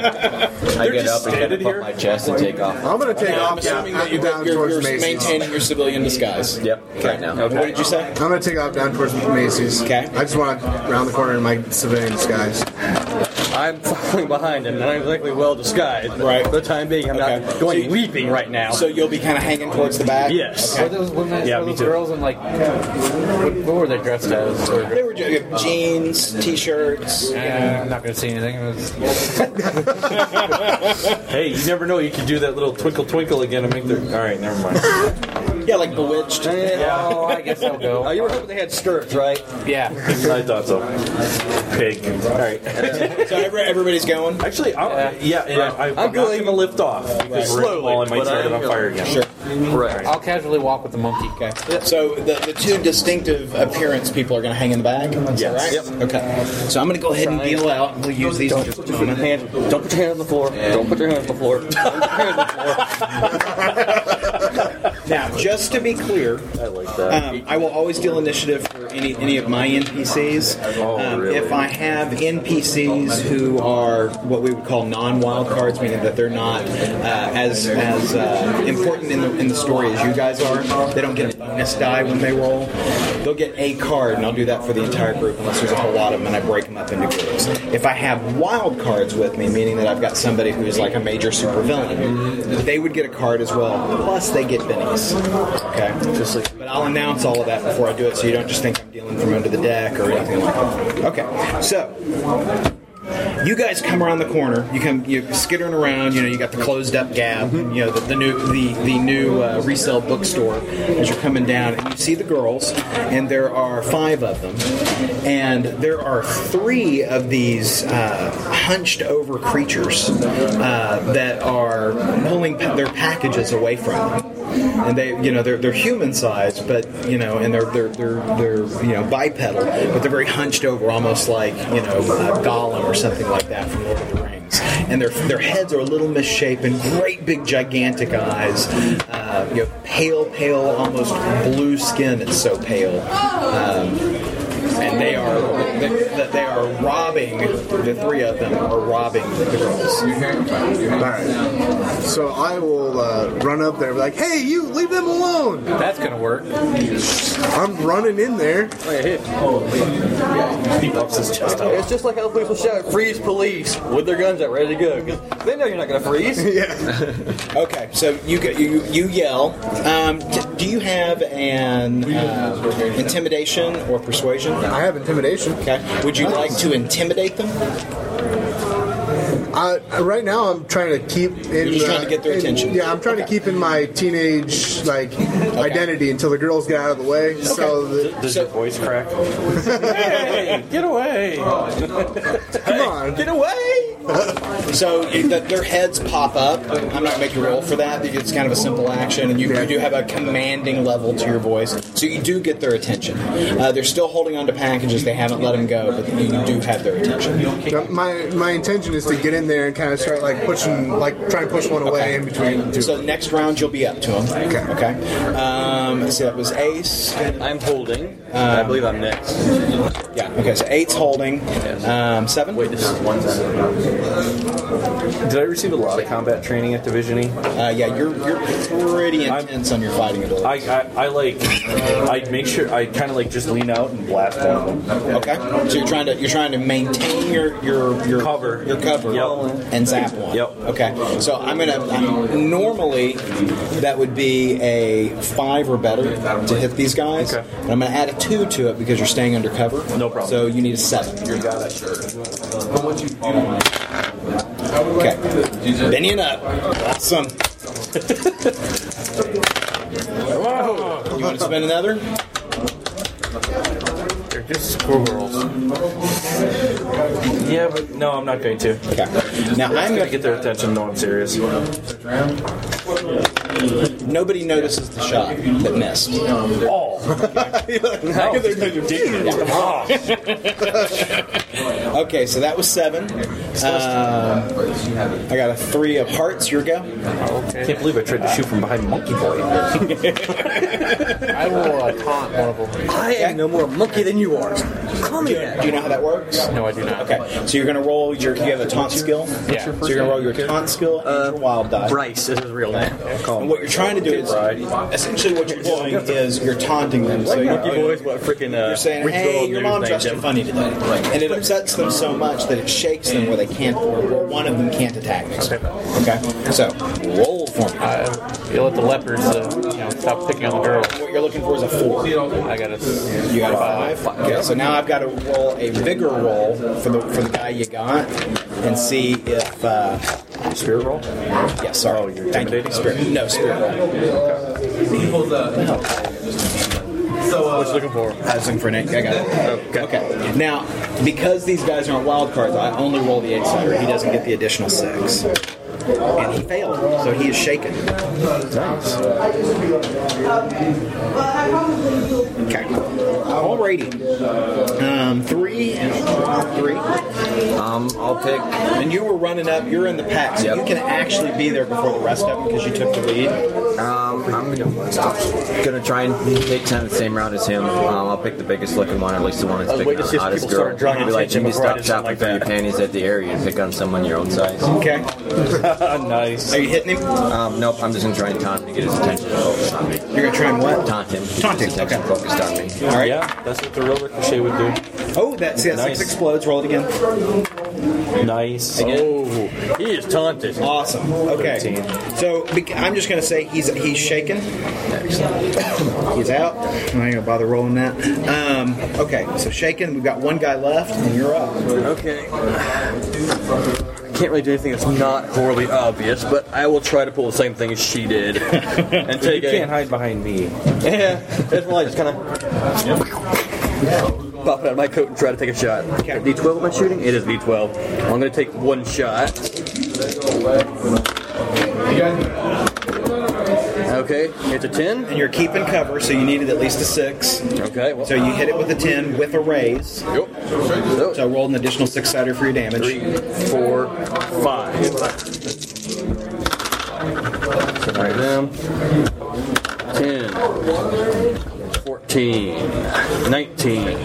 get, I get up and kind of pump my chest and take off. I'm gonna take I'm off. Yeah, assuming that I'm you're, down you're, towards you're Macy's. maintaining your civilian disguise. Yep, right now. What did you say? I'm gonna take off down towards Macy's. Okay. I just want to round the corner in my civilian disguise. I'm following behind him, and I'm likely well disguised. but Right. For the time being, I'm Okay. not going leaping right now. So you'll be kind of hanging towards the back. yes. Were those women, Yeah, were me those too. girls in like what, what were they dressed as? Or- They were doing jeans, t-shirts. Yeah, I'm not gonna say anything. It was- Hey, you never know. You could do that little twinkle twinkle again and make their. All right, never mind. Yeah, like bewitched. Oh, I guess I'll Oh, go. you were hoping they had skirts, right? Yeah. I thought so. Pig. All right. So every, everybody's going. Actually, I'm, yeah, and I, I'm, I'm not going- going to lift off because Right. slowly, and might But start I it on am fire going. again. Sure. Right. I'll casually walk with the monkey. Okay. So the, the two distinctive appearance people are going to hang in the back. Is that Yes. Right? Okay. So I'm going to go ahead and deal out, and we'll use these in just a moment. Don't put your hand on the floor. Don't put your hand on the floor. Don't put your hand on the floor. Now, just to be clear, I like that. Um, I will always deal initiative for any any of my NPCs. Oh, Um, If I have NPCs who are what we would call non-wild cards, meaning that they're not uh, as as uh, important in the, in the story as you guys are, they don't get a bonus die when they roll. They'll get a card, and I'll do that for the entire group unless there's a whole lot of them, and I break them up into groups. If I have wild cards with me, meaning that I've got somebody who's like a major supervillain, they would get a card as well. Plus, they get bennies. Okay, just like but I'll announce all of that before I do it, so you don't just think I'm dealing from under the deck or anything like that. Okay, so you guys come around the corner. You come, you skittering around. You know, you got the closed up Gap. You know, the, the new the the new uh, resale bookstore. As you're coming down, and you see the girls, and there are five of them, and there are three of these uh, hunched over creatures uh, that are pulling pa- their packages away from them and they you know they're, they're human sized but you know and they're they're they're, they're you know bipedal but they're very hunched over almost like you know uh, Gollum or something like that from Lord of the Rings and their their heads are a little misshapen great big gigantic eyes uh, you know pale pale almost blue skin it's so pale Um, and they are that they are robbing the three of them are robbing the girls. All right. So I will uh, run up there, and be like, "Hey, you! Leave them alone!" That's gonna work. I'm running in there. Oh, He pops his chest out. It's just like how police will shout, "Freeze, police!" with their guns out, ready to go. 'cause they know you're not gonna freeze. yeah. Okay, so you get you you yell. Um, d- do you have an uh, intimidation or persuasion? I have intimidation. Okay. Would you like to intimidate them? I, right now, I'm trying to keep in. You're just trying uh, to get their in- attention. Yeah, I'm trying to keep in my teenage like identity until the girls get out of the way. So the, Does your voice crack? Hey, get away! come on. Get away! so it, the, their heads pop up. I'm not making you roll for that. It's kind of a simple action, and you, you do have a commanding level to your voice, so you do get their attention. Uh, they're still holding on to packages. They haven't let them go, but you do have their attention. My my intention is to get in there and kind of start like pushing, like try to push one away in between. Two. So next round you'll be up to them. Okay. Okay. Um, let's see, that was Ace. I'm holding. Um, I believe I'm next. Yeah. Okay. So eight's holding. Um, seven. Wait, this is one. Did I receive a lot of combat training at Division E? Uh, yeah, you're you're pretty intense on your fighting ability. I, I, I like I make sure I kind of like just lean out and blast one of them. Okay. So you're trying to you're trying to maintain your your your Cover. your cover Yep. and zap one. Yep. Okay. So I'm gonna I'm, normally that would be a five or better to hit these guys. Okay. And I'm gonna add a two to it because you're staying undercover. No problem. So you need a seven. You got it. Okay. Binion up. Awesome. You want to spend another? They're just squirrels. Yeah, but no, I'm not going to. Okay. Now I'm gonna get their attention. No, I'm serious. Nobody notices the shot that missed. Oh. okay, so that was seven. Um, I got a three of hearts. Your go. Can't believe I tried to shoot from behind Monkey Boy. I will uh, taunt one of them. I am no more monkey than you are. Come here. Do you know how that works? No, I do not. Okay, so you're gonna roll your. You have a taunt skill. Yeah. So you're gonna roll your taunt skill and your wild die. Bryce is his real name. Call And what you're trying to do is essentially what you're doing is you're taunting them. So you're Monkey Boy's what freaking uh, You're saying, Rich hey, Gold your dude mom named dressed you him." funny today. And it upsets them so much that it shakes them where they can't, or one of them can't attack next time. Okay? So, roll for me. Uh, you let the leopards, uh, you know, stop picking on the girls. What you're looking for is a four. You I got a got a five. Okay, so now I've got to roll a bigger roll for the for the guy you got and see if. Uh, Spirit roll. yeah, sorry. Oh, you're Thank you. Spirit. No, spirit roll. uh, What you looking for? I was looking for an eight. I got it. Okay. Now, because these guys aren't wild cards, I only roll the eight sider. He doesn't get the additional six. And he failed, so he is shaken. Okay. Alrighty. Um, three and three. Um, I'll pick. And you were running up. You're in the pack, so Yep. you can actually be there before the rest of them because you took the lead. Um, I'm gonna try and take time the same round as him. Um, I'll pick the biggest looking one, or at least the one that's was big waiting to on see if the hottest people girl. started drawing Be like, attention you need to before I stop did something shopping for like your that." panties at the area and pick on someone your own size. Okay. nice. Are you hitting him? Um, nope, I'm just gonna try and taunt him to get his attention focused on me. You're gonna try and what? Taunt him. to Taunt get him, His attention focused on me. All right. Yeah, that's what the real ricochet would do. Oh, that see, that six Nice. explodes. Roll it again. Nice. Oh, he is taunted. Awesome. Okay. 13. So bec- I'm just going to say he's he's shaken. he's out. I ain't going to bother rolling that. Um, okay. So shaken. We've got one guy left, and you're up. Okay. I can't really do anything that's not horribly obvious, but I will try to pull the same thing as she did and You take a- can't hide behind me. Yeah, that's why I just kind of pop it out of my coat and try to take a shot. D12 am I shooting? It is D12. I'm going to take one shot. Okay, it's a 10. And you're keeping cover, so you needed at least a six. Okay, well, So you hit it with a ten with a raise. yep. So I rolled an additional six sider for your damage. four, five. Right them. Ten. Fourteen. Nineteen.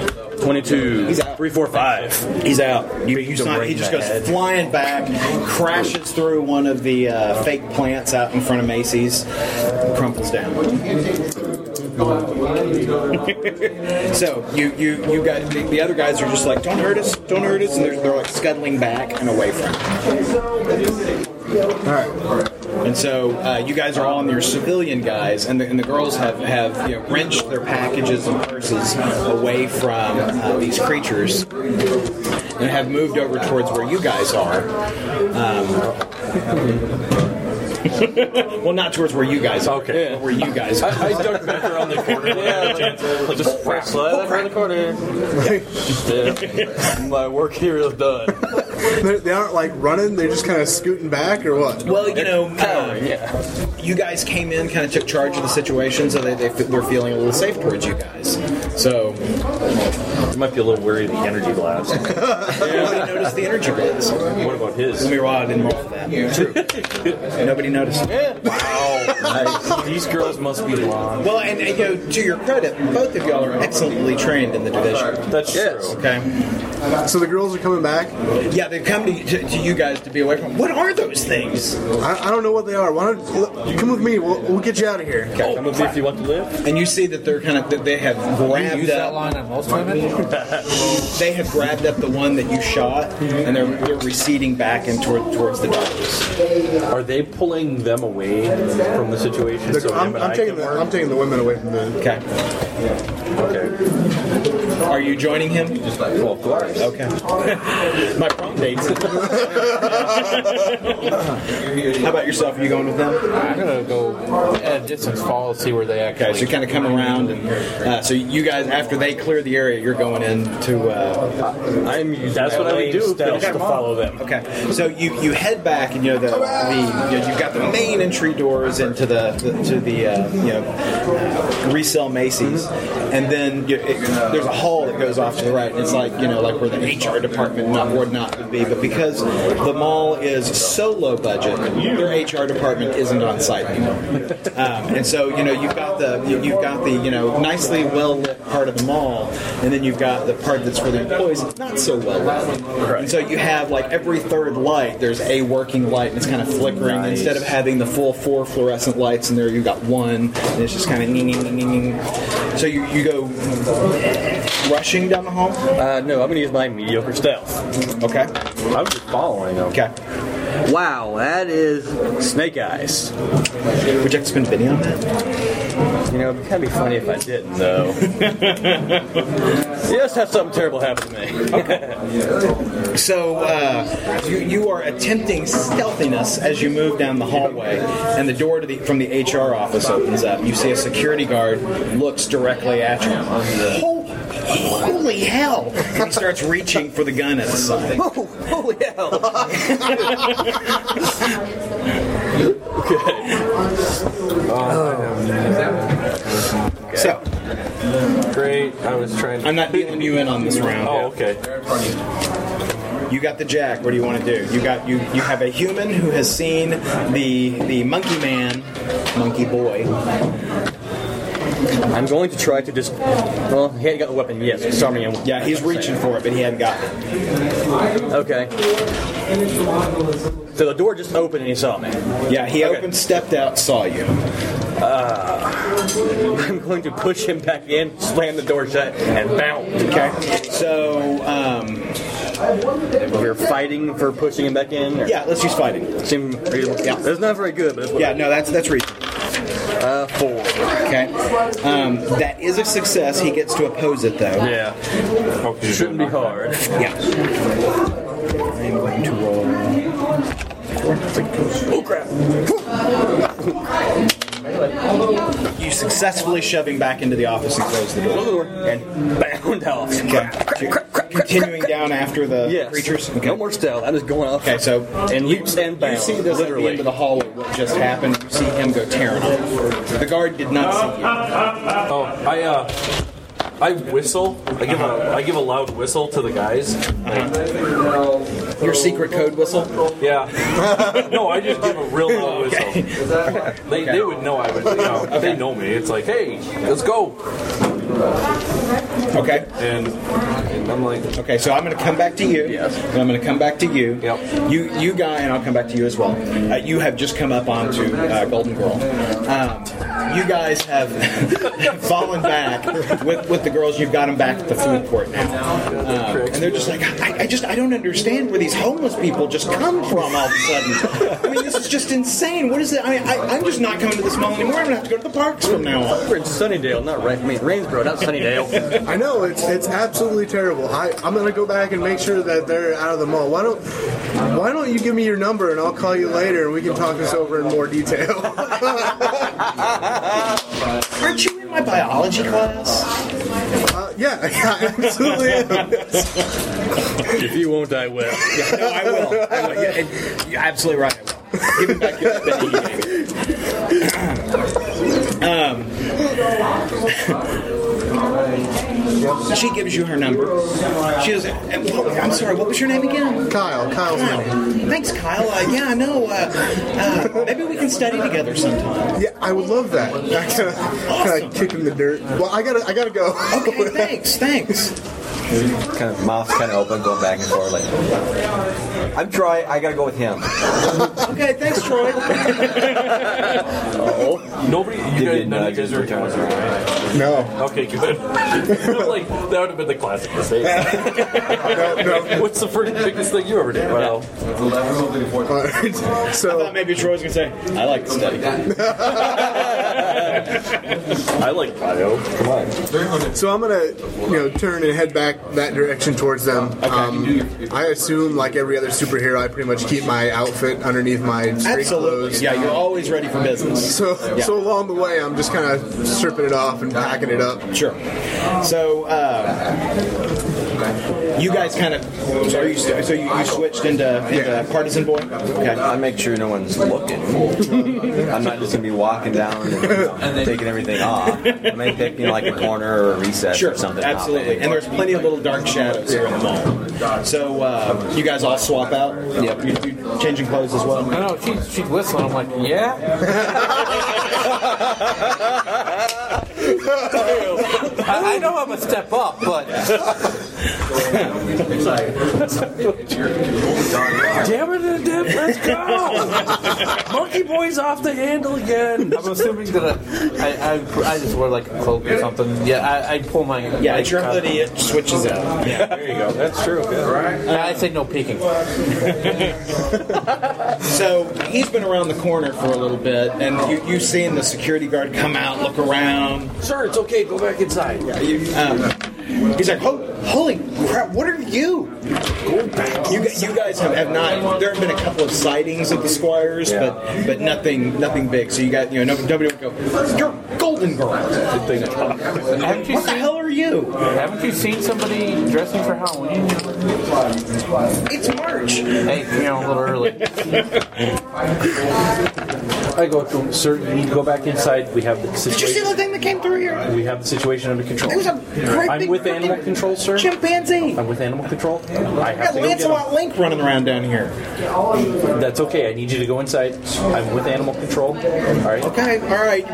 22. He's out. Three, four, five. He's out. You, you the saw it. he ring just to goes head. flying back, crashes through one of the uh, fake plants out in front of Macy's, crumples down. so you you you got the, the other guys are just like, don't hurt us, don't hurt us, and they're, they're like scuttling back and away from. All right. And so uh, you guys are all in your civilian guys, and the, and the girls have have you know, wrenched their packages and purses away from uh, these creatures, and have moved over towards where you guys are. Um, well, not towards where you guys are. Okay. But where you guys are. I, I ducked back around the corner. yeah, just slide around the corner. Yeah. My work here is done. They're- they aren't like running; they're just kind of scooting back or what? Well, you know, uh, you guys came in, kind of took charge of the situation, so they, they f- they're feeling a little safe towards you guys. So You might be a little worried of the energy blast. nobody noticed the energy blast. What about his? We were all didn't roll for that. True. nobody noticed. Wow. Nice. These girls must be long. Well, and, and, you know, to your credit, both of y'all are excellently trained in the division. That's true. Okay. So the girls are coming back. Yeah, they've come to, to, to you guys to be away from. What are those things? I, I don't know what they are. Why don't l- come with me? We'll, we'll get you out of here. Okay, Come with me if you want to live. And you see that they're kind of that they have grabbed use that up. line on most women? They have grabbed up the one that you shot, and they're, they're receding back and toward, towards the doctors. Are they pulling them away from the situation? The- so him I'm, and I'm I taking can the work? I'm taking the women away from the. Okay. Okay. Are you joining him? Just like, well, of course. Okay. My prom dates. How about yourself? Are you going with them? I'm gonna go at a distance, follow, see where they actually. Okay, so you kind of come around, and uh, so you guys, after they clear the area, you're going in to. Uh, I'm using That's what I would do. Finish to follow them. okay, so you, you head back, and you know the, the you know, you've got the main entry doors into the, the to the uh, you know uh, resell Macy's, and then you, it, there's a hall that goes off to the right, and it's like you know like where the HR department not would not would be, but because the mall is so low budget, their HR department isn't on site anymore. Um, and so you know you've got the you- you've got the you know nicely well lit part of the mall, and then you've got the part that's for the employees. It's not so well lit. And so you have like every third light, there's a working light, and it's kind of flickering. And Instead of having the full four fluorescent lights in there, you've got one, and it's just kind of ning, ning, ning, ning, ning. So you, you go rushing down the hall. Uh, no, I'm gonna use my mediocre stealth. Okay. I'm just following them. Okay. Wow, that is snake eyes. Would you like to spend penny on that? You know, it'd kind of be funny if I didn't, though. yes, have something terrible happen to me. So uh, you, you are attempting stealthiness as you move down the hallway, and the door to the, from the HR office opens up. You see a security guard looks directly at you. Ho- Holy hell! And he starts reaching for the gun at the side. Holy hell! So Oh, Great. I was trying to. I'm not dealing you in on this round. Oh, okay. You got the jack. What do you want to do? You got you. You have a human who has seen the the monkey man, monkey boy. I'm going to try to just. Well, he ain't got the weapon yet, so disarm him. Yeah, he's reaching for it, but he hadn't got it. Okay. So the door just opened and he saw me. Yeah, he Okay. opened, stepped out, saw you. I'm going to push him back in, slam the door shut, and bounce. Okay. So um, We're fighting for pushing him back in. or- yeah, let's use fighting. Seem reasonable. Yeah. That's not very good, but it's Yeah, no, that's that's reaching. Uh, four. Okay. Um, that is a success. He gets to oppose it though. Yeah. Shouldn't be hard. Yeah. I'm going to roll. Oh crap! You successfully shove him back into the office and close the door. And bound off. Okay. So you're Continuing down after the Yes. creatures. Okay. No more stealth. I'm just going off. Okay, so And leaps and you bounds. see this at the literally. end of the hallway. What just happened? You see him go tearing off. The guard did not see you. Oh, I uh, I whistle. I give a I give a loud whistle to the guys. Your secret code whistle? Yeah. no, I just give a real loud whistle. They, they would know I would. You know, They know me. It's like, hey, let's go. Okay. And, and I'm like, Okay, so I'm going to come back to you. Yes. And I'm going to come back to you. Yep. You, you guy, and I'll come back to you as well. Uh, you have just come up onto uh, Golden Girl. Um, you guys have fallen back with, with the girls. You've got them back at the food court now, Um, and they're just like, I, I just I don't understand where these homeless people just come from all of a sudden. I mean, this is just insane. What is it? I, I I'm just not coming to this mall anymore. I'm gonna have to go to the parks from now on. We're in Sunnydale, not Ra- I mean, Rainsboro, not Sunnydale. I know it's it's absolutely terrible. I I'm gonna go back and make sure that they're out of the mall. Why don't Why don't you give me your number and I'll call you later and we can talk this over in more detail. Aren't you in my biology class? Uh, yeah, I absolutely am. if you won't, I will. Yeah, no, Oh, I will. I will. Yeah, and you're absolutely right. I will. Give it back your that you gave me. um, she gives you her number. She goes, "And what- I'm sorry, what was your name again? Kyle, Kyle's name. Thanks, Kyle. Uh, yeah, I know. Uh, uh, maybe we can study together sometime. Yeah, I would love that. Kind of kick in the dirt. Well, I gotta I gotta go. Okay, thanks, thanks. Kind of mouth kind of open, going back and forth. Like, I'm Troy. I gotta go with him. Okay, thanks, Troy. nobody, you guys, Did none not of you guys get are Italian, right? No, Okay, good. like, that would have been the classic mistake. What's the first biggest thing you ever did? Well, All right. So Maybe Troy's gonna say, I like to study. I like bio. Come on. so I'm gonna you know turn and head back that direction towards them. Um, I assume like every other superhero, I pretty much keep my outfit underneath my street Absolutely. clothes. Yeah, you're always ready for business. So, so along the way, I'm just kind of stripping it off and packing it up. Sure. So uh, you guys kind of so you so you, you switched into, into partisan boy. Okay. I make sure no one's looking. I'm not just gonna be walking down and taking everything off. I may pick you know, like a corner or a recess Sure. or something. Absolutely. And there's plenty of little dark shadows here in the mall. So uh, you guys all swap out. Yep. You, you changing clothes as well. No, no, she's, she's whistling. I'm like, yeah. I, I know I'm a step up, but. Damn it, it did. Let's go. Monkey Boy's off the handle again. I'm assuming that I, I, I, I just wear like a cloak or something. Yeah, I, I pull my. Yeah, it's your hoodie. It switches out. Yeah. There you go. That's true. Right? I say no peeking. So he's been around the corner for a little bit, and you, you've seen the security guard come out, look around. Sir, it's okay. Go back inside. Um, he's like, "Ho- holy crap, what are you? You, gu- you guys have, have not. There have been a couple of sightings of the squires, but but nothing nothing big. So you got you know no- nobody would go. You're Golden Girl. Haven't you What the seen hell are you? Haven't you seen somebody dressing for Halloween? It's March. Hey, you know, a little early. I go to him, sir. You need to go back inside. We have the Did you see situation. the thing that came through here? We have the situation under control. There's a great I'm big with freaking animal control, sir. Chimpanzee. I'm with animal control. I have to go got get him. Lancelot Link running around down here. That's okay. I need you to go inside. I'm with animal control. All right. Okay, all right.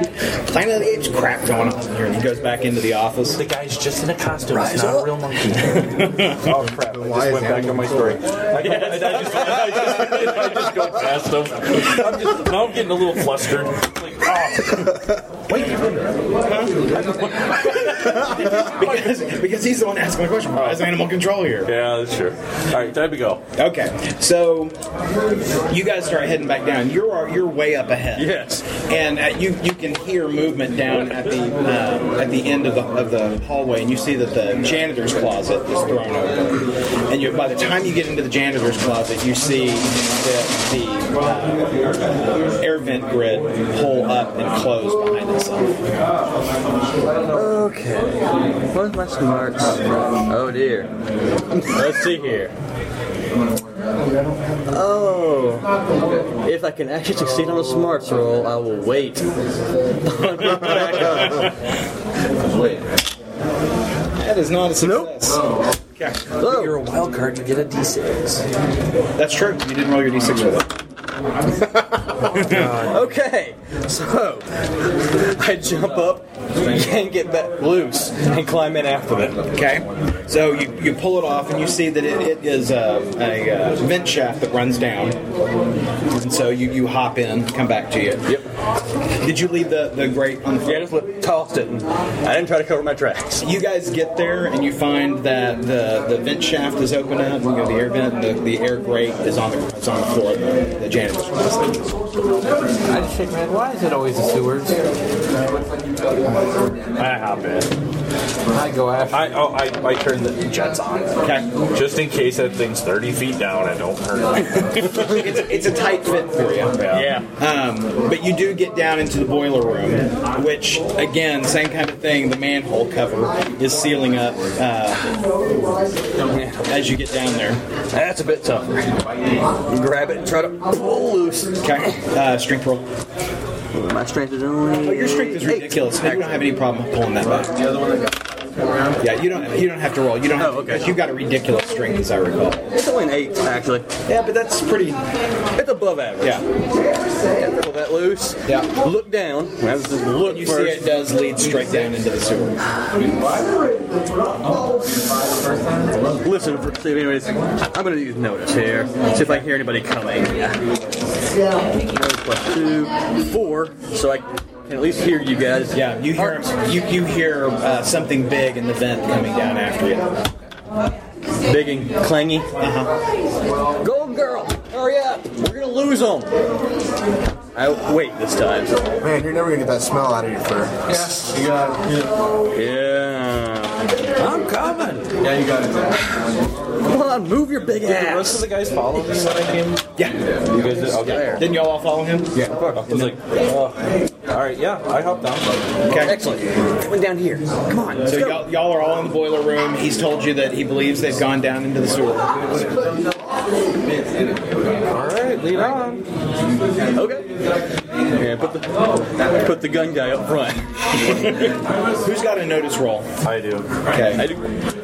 Planet of the Apes crap going on here, and he goes back into the office. The guy's just in a costume. it's not a real monkey. oh crap! I Why just is went back animal on my story. I, go, I, just, I, just, I just go past him. I'm just, now I'm getting a little flustered. Like, oh, Because, because he's the one asking the question. Why is animal control here? yeah, that's true. All right, time to go. Okay, so you guys start heading back down. You're you're way up ahead. Yes. and uh, you you can hear movement down at the um, at the end of the of the hallway, and you see that the janitor's closet is thrown open. And you, by the time you get into the janitor's closet, you see that the uh, air vent grid pull up and close behind itself. Okay. Where's my smarts? Oh dear. Let's see here. Oh. If I can actually succeed on a smarts roll, I will wait. That is not a success. Hello. a wild card to get a D6. That's true. You didn't roll your d6 with it. okay, so I jump up, can't get back loose, and climb in after them. Okay. So you, you pull it off, and you see that it, it is uh, a uh, vent shaft that runs down. And so you, you hop in, come back to you. Yep. Did you leave the, the grate on the floor? Yeah, just tossed it. I didn't try to cover my tracks. You guys get there, and you find that the, the vent shaft is open up. You know, the air vent, the, the air grate is on the, it's on the floor. The, the janitor's office. I just think, man, why is it always the sewers? I hop in. I go after. I oh I, I turn the jets on. Okay. Just in case that thing's thirty feet down, I don't hurt. it's, it's a tight fit for you. Yeah. Um, but you do get down into the boiler room, which, again, same kind of thing. The manhole cover is sealing up uh, as you get down there. That's a bit tougher. Grab it and try to pull loose. Okay. Uh, strength roll. My strength is only. Oh, your strength is ridiculous. You don't have any problem pulling that back. The other one Yeah, you don't. You don't have to roll. You don't. Have to, You got a ridiculous strength, as I recall. It's only an eight, actually. Yeah, but that's pretty. It's above average. Yeah. Pull that loose. Yeah. Look down. I was just look You see, first. it does lead straight down into the sewer. Listen, for, see if anybody's. I'm gonna use notice here. See if I can hear anybody coming. Notice plus two, four. So I can at least hear you guys. Yeah, you hear you you hear uh, something big in the vent coming down after you. Big and clangy. Uh-huh. Golden girl, hurry up! We're gonna lose them. I wait this time. Man, you're never gonna get that smell out of your fur. Yeah. You got Yeah. I'm coming. Yeah, you got it. Come on, move your big The ass. rest of the guys follow me when I came. Yeah. You guys did. Didn't y'all all follow him? Yeah. I was like, uh, all right, yeah, I hopped down. Okay. Excellent. Coming down here. Come on. So y'all, y'all are all in the boiler room. He's told you that he believes they've gone down into the sewer. All right, lead on. Okay. Yeah, put the put the gun guy up front. Who's got a notice roll? I do. Okay. I do.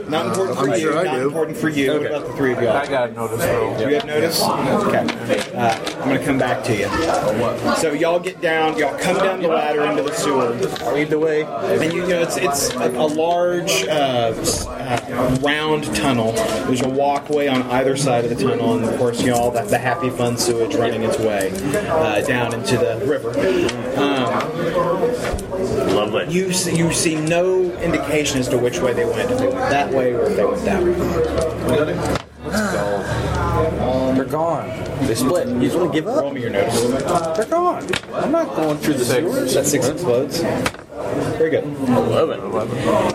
Not important for Uh, I'm you. sure I not do. important for you. What Okay. about the three of y'all? I got a notice roll. You have notice? Okay. Uh, I'm going to come back to you. So y'all get down, y'all come down the ladder into the sewer. Lead the way. And you know, it's it's a, a large, uh, s- uh, round tunnel. There's a walkway on either side of the tunnel, and of course, you know, all that the happy fun sewage running its way uh, down into the river. Um, Lovely. you see, you see no indication as to which way they went. If they went that way or if they went that way. They're gone. They split. You just want to give up? Roll me your notice. They're gone. I'm not going through the sewers. That six explodes. Very good. Eleven.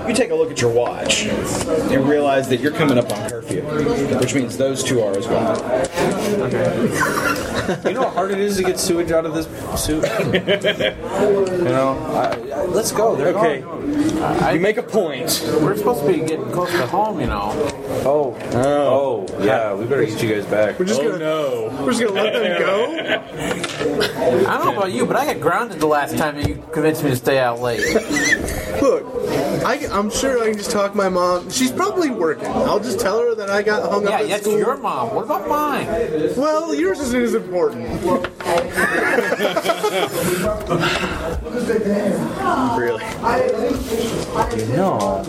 You take a look at your watch and realize that you're coming up on curfew, which means those two are as well. You know how hard it is to get sewage out of this suit. you know, I, I, let's go. They're Okay. gone. You make a point. We're supposed to be getting close to home, you know. Oh, oh, yeah. We better get you guys back. We're just gonna. We're just gonna let them go. I don't know about you, but I got grounded the last time you convinced me to stay out late. Look, I, I'm sure I can just talk my mom. She's probably working. I'll just tell her that I got hung Yeah, up at that's school. your mom. What about mine? Well, yours isn't as important. Really? No. All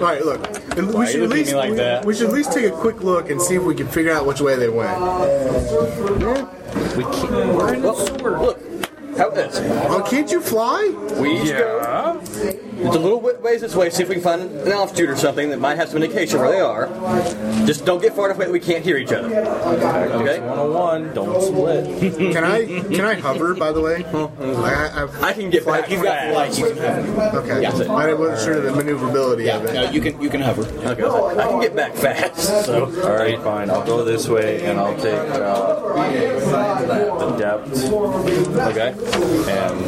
right, look. and we you looking should at at least me like we, that? we should at least take a quick look and see if we can figure out which way they went. We can't. We're in the sewer. Look. How about this? Oh, can't you fly? We each go. It's a little bit ways this way. See if we can find an altitude or something that might have some indication where they are. Just don't get far enough away that we can't hear each other. Okay. 101, don't split. Can I can I hover? By the way, I, I, I can get back. You've got the light. fast. You can hover. okay. I wasn't sure of the maneuverability Yeah. of it. No, you can you can hover. Okay, I was like, I can get back fast. So All right, fine. I'll go this way, and I'll take uh, the depth, okay. and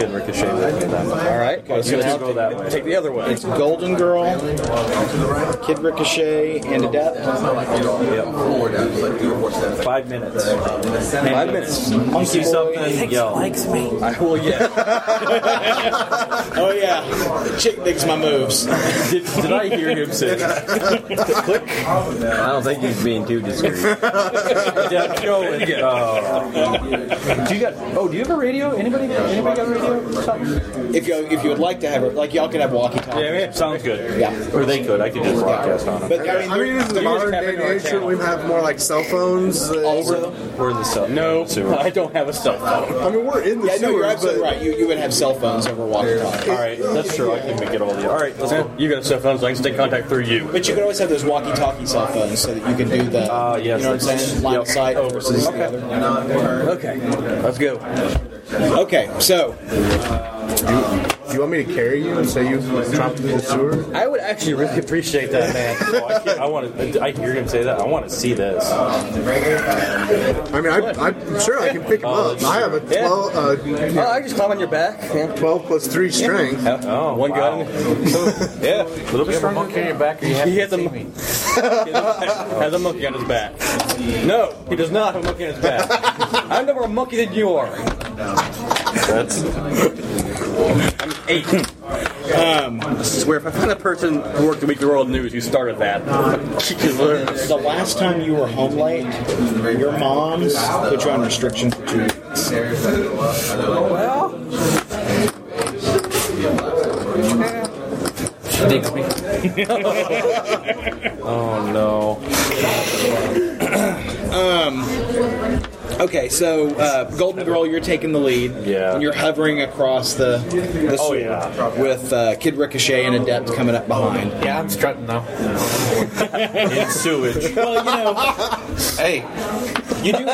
can ricochet with me then. All right. so Now you go that way. Take the other way. It's Golden Girl, Kid Ricochet, and Adept. Five minutes. Five minutes. You see something? Yell. I will. Yeah. Oh yeah, yeah, chick digs my moves. did, did I hear him say? I don't think he's being too discreet. uh, do you got? Oh, do you have a radio? Anybody? Anybody got a radio? Something? If you if you would like to have it, like y'all could have walkie talkies. Yeah, sounds good. Yeah, or they could. I could just broadcast on them. But I mean, I mean, in the modern day and age, shouldn't we have more like cell phones. uh, so- We're in the cell. No, I don't have a cell phone. I mean, we're in the yeah, no, sewer, you're absolutely but right. You, you would have cell phones over walkie talkies. All right, that's true. I can make it all the. All right, let's go. You got a cell phone, so I can stay in contact through you. But you could always have those walkie talkie cell phones so that you can do the, Ah, you yes, know what I'm that's- saying, line of yep. sight Over. versus Okay. the other. Okay, let's go. Okay, so Do you want me to carry you and say you dropped in the sewer? I would actually really appreciate that, man. Oh, I, can't- I want to. I hear him say that. I want to see this. Oh, I mean, I, I'm sure I can pick them up. I have a Yeah. 12, uh, Oh, I just climb on your back. Yeah. 12 plus 3 strength. Oh, one gun. yeah, a little bit stronger. on your back, or you He has a, mon- has a monkey on his back. No, he does not have a monkey on his back. I'm no more a monkey than you are. That's Eight. Swear, if Um, I find a person who worked the Weekly World News who started that, kick his lip. the last time you were home late, your mom's put you on restriction for two weeks. Well, Oh no. Um, Okay, so uh, Golden Girl, you're taking the lead. Yeah. And you're hovering across the, the Oh, sewer yeah. with uh, Kid Ricochet and Adept coming up behind. yeah, I'm strutting though. In sewage. Well, you know, Hey, you do.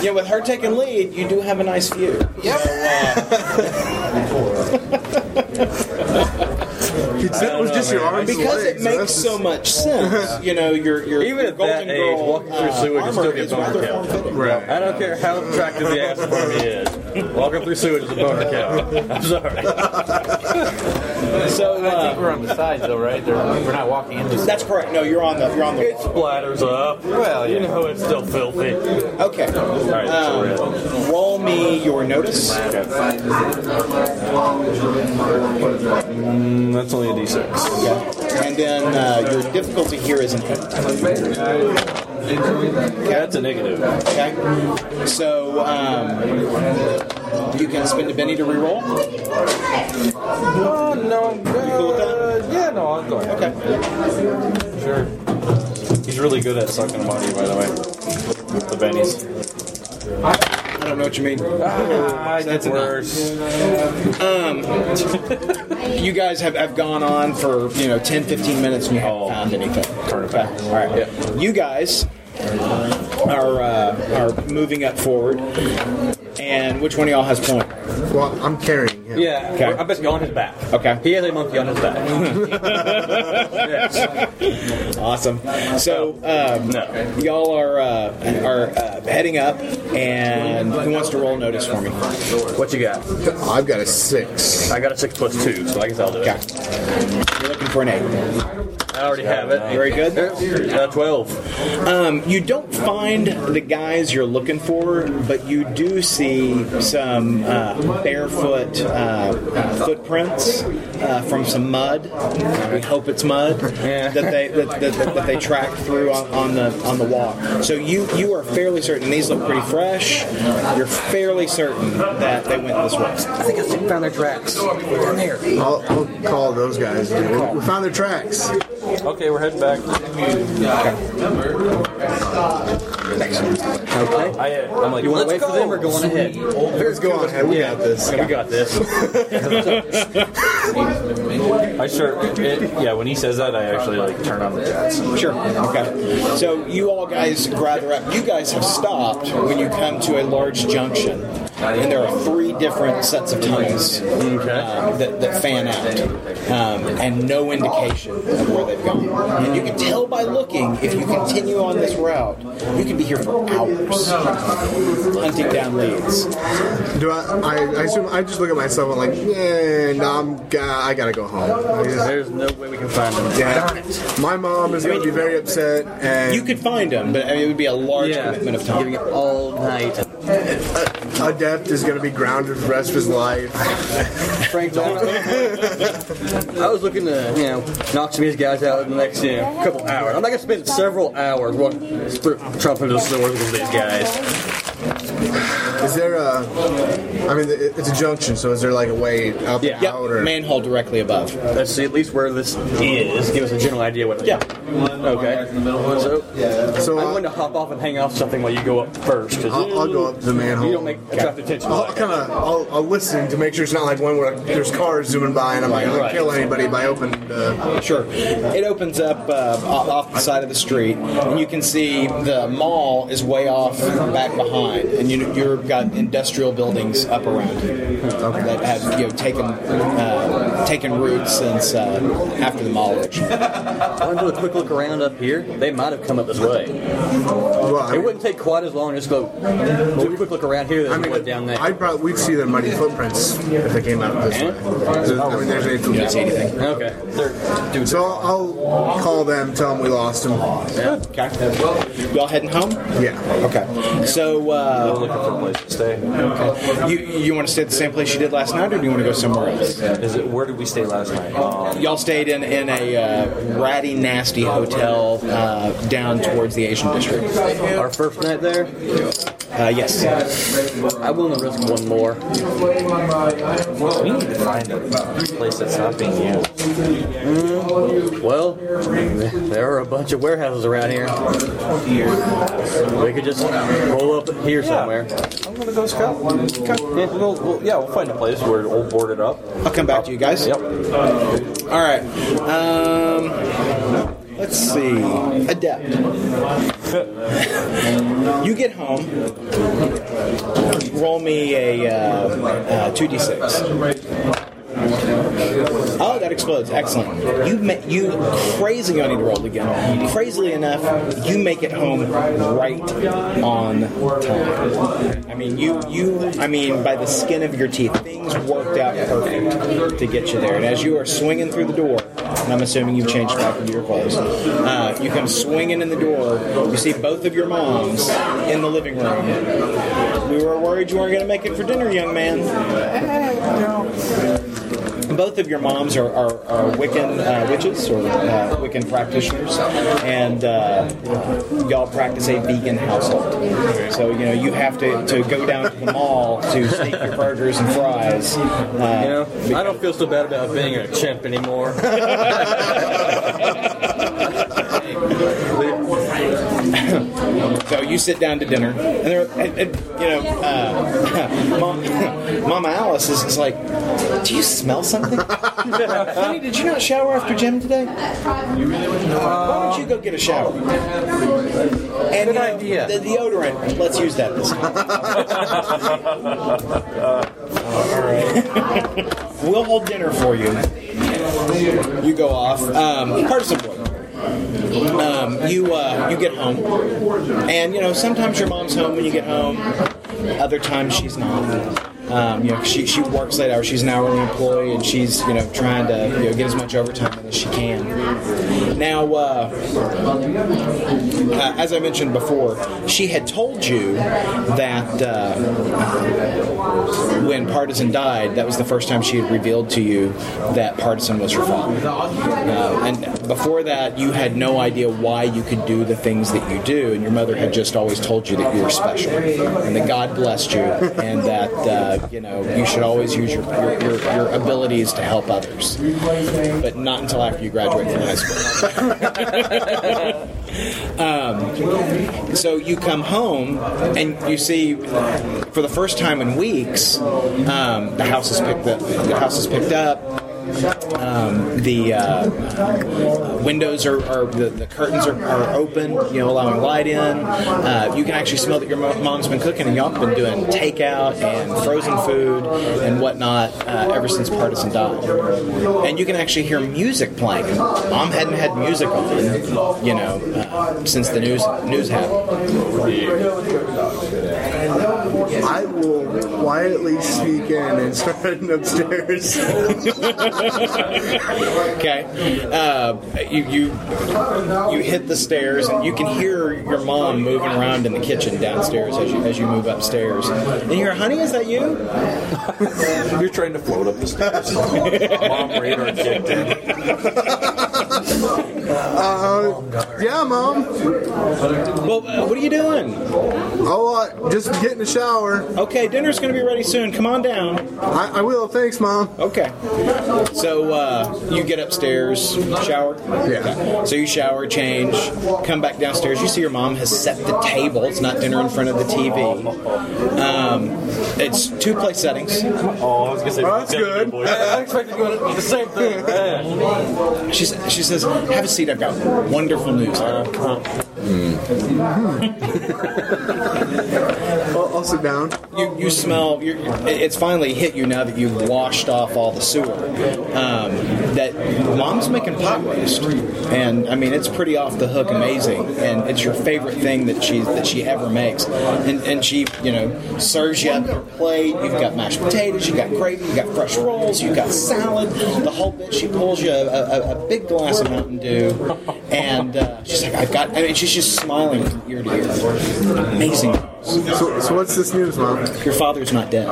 You know, with her taking lead, you do have a nice view. That was just your arms and because it legs. makes That's- so much sense. You know, your your Even your at that Golden age, Girl walking through uh, sewage is still armor is gets rather overkill. form-fitting. I don't care how attractive the ass part is. Walking through sewage is a boner count. I'm sorry. So I think uh, we're on the sides though, right? They're, we're not walking into. that's correct. No, you're on the you're on the It splatters up. Well, you know it's still filthy. Okay. right, that's Um, roll me your notice. Mm, that's only a d6. And then uh, your difficulty here is an eight. That's a negative. Okay. So um, you can spend a penny to reroll. Oh no, uh, yeah, no, I'm going. Okay. Sure. He's really good at sucking them out of you, by the way. The bennies. I don't know what you mean. Ah, that's worse. You guys have, have gone on for, you know, 10, 15 minutes and you haven't Oh. found anything. Okay. All right. You guys are, uh, are moving up forward. And which one of y'all has point? Well, I'm carrying him. Yeah, Okay. I'm basically on his back. Okay. He has a monkey on his back. Awesome. So, um, No. y'all are uh, are uh, heading up, and who wants to roll notice for me? What you got? I've got a 6. I got a six plus two, so I guess I'll do it. Okay. You're looking for an eight. I already have it. Very good. Uh, Twelve. Um, you don't find the guys you're looking for, but you do see some uh, barefoot uh, footprints uh, from some mud. We hope it's mud that they that, that, that, that they track through on, on the on the walk. So you you are fairly certain these look pretty fresh. You're fairly certain that they went this way. I think I found their tracks. Down there. I'll, I'll call those guys. dude. We- We found their tracks. Okay, we're heading back. Okay. I, uh, I'm like, You Let's want to wait for go. them or going ahead? Let's go on ahead. We got this. We got this. I sure. It, yeah, when he says that, I actually like turn on the jets. Sure. Okay. So you all guys gather up. You guys have stopped when you come to a large junction, and there are three different sets of tunnels uh, that, that fan out, um, and no indication of where they've gone. And you can tell by looking. If you continue on this route, you can be here for hours hunting down leads. Do I, I, I assume I just look at myself and like, yeah, nah, I'm, ga- I gotta go home. I just- There's no way we can find them. yeah. My mom is gonna be very upset, and You could find them, but I mean, it would be a large Yeah. commitment of Giving time. it all night. adept is going to be grounded for the rest of his life. Frank, I was looking to, you know, knock some of these guys out in the next, you know, couple hours. I'm not gonna spend several hours walk, sp- chopping the swords with these guys. Is there a? I mean, it- it's a junction, so is there like a way up and out or manhole directly above. Let's see at least where this E is. Give us a general idea what. Yeah. Okay. So, so I'm going to hop off and hang off something while you go up 1st I'll- I'll go up to the manhole. You don't make attract attention. I'll kind of I'll, I'll listen to make sure it's not like one where there's cars zooming by and I'm like I'm gonna Right. kill anybody by opening. Uh, Sure. It opens up uh, off off the side of the street, and you can see the mall is way off back behind, and you, you've got industrial buildings up around you that have you know, taken uh, taken root since uh, after the mall. I'm gonna do a quick look around up here. They might have come up this way. it wouldn't take quite as long to just go do a quick look around here. I mean, down there. I'd probably we'd see their muddy footprints if they came out this way. So, I mean, there's anything. You don't see anything. Okay. So I'll, I'll call them, tell them we lost them. Okay. Y'all heading home? Yeah. Okay. So uh, looking for a place to stay. Okay. You you want to stay at the same place you did last night, or do you want to go somewhere else? Is it where did we stay last night? Uh, Y'all stayed in in a uh, ratty nasty hotel uh, down towards the Asian district. Our first night there. Uh, yes. I will not risk one more. We need to find a place that's not being used. Well, there are a bunch of warehouses around here. We could just roll up here somewhere. I'm gonna go scout. Okay. Yeah, we'll, we'll, yeah, we'll find a place where we'll board it up. I'll come back to you guys. Yep. All right. Um, let's see. Adept. you get home. Roll me a uh, uh, 2d6. Oh, that explodes! Excellent. You ma- you crazy. I need to roll it again. Crazily enough, you make it home right on time. I mean, you you. I mean, by the skin of your teeth, things worked out perfect to get you there. And as you are swinging through the door, and I'm assuming you've changed back into your clothes, uh, you come swinging in the door. You see both of your moms in the living room. We were worried you weren't going to make it for dinner, young man. Both of your moms are, are, are Wiccan uh, witches or uh, Wiccan practitioners, and uh, y'all practice a vegan household. So you know you have to, to go down to the mall to sneak your burgers and fries. Uh, You know, I don't feel so bad about being a chimp anymore. so you sit down to dinner, and there, and, and, you know, uh, Mom, Mama Alice is, is like, "Do you smell something? Honey, did you not shower after gym today? Why don't you go get a shower?" And you know, the deodorant. Let's use that this time. All right. we'll hold dinner for you. You go off. Um, partisan boy um, you uh, you get home, and you know sometimes your mom's home when you get home. Other times she's not. Um, you know, she, she works late hours. She's an hourly employee, and she's you know trying to you know, get as much overtime as she can. Now, uh, uh, as I mentioned before, she had told you that uh, when Partisan died, that was the first time she had revealed to you that Partisan was your father. Uh, and before that, you had no idea why you could do the things that you do, and your mother had just always told you that you were special and that God blessed you, and that uh, you know you should always use your your, your your abilities to help others. But not until after you graduate from high school. Um, so you come home and you see, for the first time in weeks, um, the house is picked up. The house is picked up. Um, the uh, windows are, are the, the curtains are, are open, you know, allowing light in. Uh, you can actually smell that your mo- mom's been cooking, and y'all have been doing takeout and frozen food and whatnot uh, ever since Partisan died. And you can actually hear music playing. And Mom hadn't had music on, you know, uh, since the news news happened. I will quietly sneak in and start heading upstairs. okay. Uh, you, you you hit the stairs, and you can hear your mom moving around in the kitchen downstairs as you as you move upstairs. And you're, honey, is that you? You're trying to float up the stairs. Mom radar kicked in. Uh, yeah, mom. Well, uh, what are you doing? Oh, uh, just getting a shower. Okay, dinner's gonna be ready soon. Come on down. I, I will. Thanks, mom. Okay. So uh, you get upstairs, shower. Yeah. So you shower, change, come back downstairs. You see your mom has set the table. It's not dinner in front of the TV. Um, it's two place settings. Oh, I was gonna say that's good. I expected you to do the same thing. She sa- she says, "Have a seat. I've got wonderful news." I'll, I'll sit down. You, you smell. You're, it's finally hit you now that you've washed off all the sewer. Um, that mom's making pot roast, and I mean it's pretty off the hook, amazing, and it's your favorite thing that she that she ever makes. And and she you know serves you up your plate. You've got mashed potatoes. You've got gravy. You've got fresh rolls. You've got salad. The whole bit. She pulls you a, a, a big glass of Mountain Dew, and uh, she's like, "I've got." I mean, she's just smiling from ear to ear. Amazing. So, so what's this news, mom? Your father's not dead.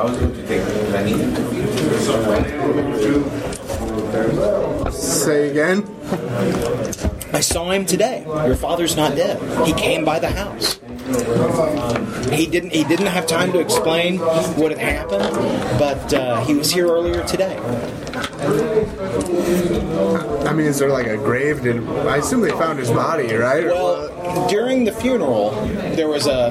Say again. I saw him today. Your father's not dead. He came by the house. He didn't. He didn't have time to explain what had happened, but uh, he was here earlier today. I mean, is there like a grave? Did I assume they found his body, right? Well, during the funeral, there was a,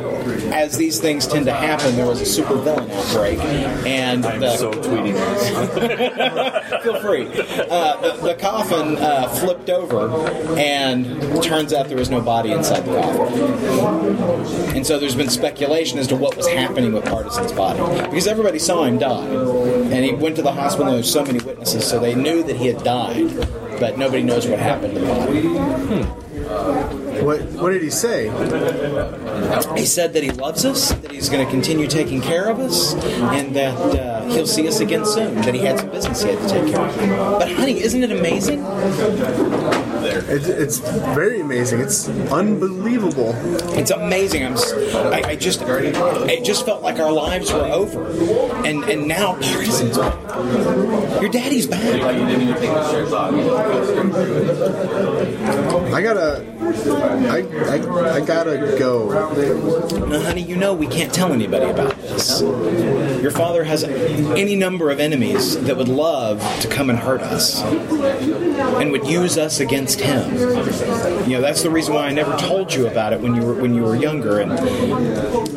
as these things tend to happen, there was a supervillain outbreak, and I'm so tweeting this. feel free. Uh, the, the coffin uh, flipped over, and turns out there was no body inside the coffin, and so there's been speculation as to what was happening with Partisan's body because everybody saw him die, and he went to the hospital, and there's so many witnesses, so they knew that he had died, but nobody knows what happened to the body. What What did he say? He said that he loves us, that he's going to continue taking care of us, and that uh, he'll see us again soon. That he had some business he had to take care of. But honey, isn't it amazing? It, it's very amazing. It's unbelievable. It's amazing. I'm. s- I, I just. It just felt like our lives were over, and and now Parkinson's. back. Your daddy's back. I gotta. I, I, I gotta go. No, honey, you know we can't tell anybody about this. Your father has any number of enemies that would love to come and hurt us and would use us against him. You know, that's the reason why I never told you about it when you were when you were younger and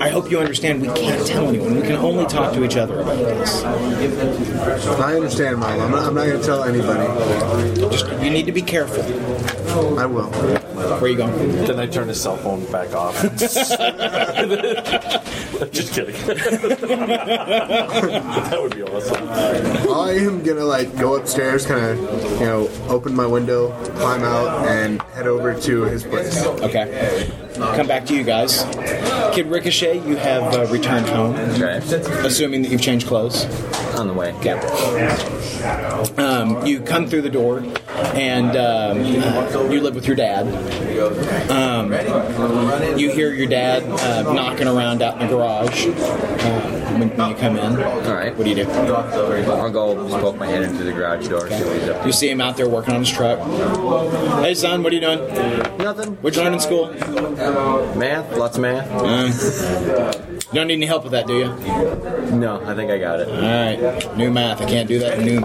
I hope you understand we can't tell anyone. We can only talk to each other about this. I understand, Mom. I'm not, I'm not gonna tell anybody. Just you need to be careful. I will. Where you going? Then I turn his cell phone back off. Just kidding. that would be awesome. I am gonna like go upstairs, kind of, you know, open my window, climb out, and head over to his place. Okay. Come back to you guys. Kid Ricochet, you have uh, returned home. Assuming that you've changed clothes. On the way. Okay. Um, you come through the door, and um, uh, you live with your dad. Um, you hear your dad uh, knocking around out in the garage uh, when, when you come in. All right. What do you do? I'll go just poke my head into the garage door. You see him out there working on his truck. Hey, son, what are you doing? Nothing. What'd you learn in school? Math. Lots of math. you don't need any help with that, do you? No, I think I got it. All right. New math. I can't do that in new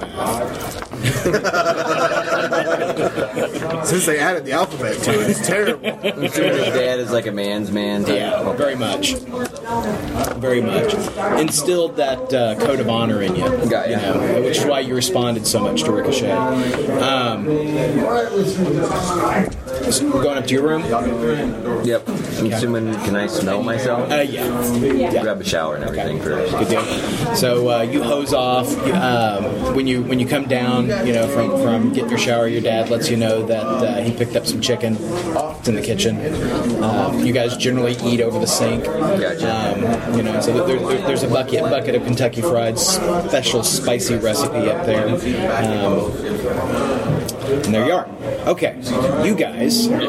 math. Since they added the alphabet to it, it's terrible. His dad is like a man's man. Type. Yeah, very much. Very much. Instilled that uh, code of honor in you. Got you. know, which is why you responded so much to Ricochet. Um, We're going up to your room? Uh, Yep. I'm assuming, can I smell myself? Uh, yeah. Yeah. Grab a shower and everything first. Good deal. So uh, you hose off you- um, when you when you come down. You know from from getting your shower. Your dad lets you know that uh, he picked up some chicken. It's in the kitchen. Um, you guys generally eat over the sink. Gotcha. Um, you know, so there, there, there's a bucket bucket of Kentucky Fried special spicy recipe up there. Um, and there you are. Okay, you guys, um,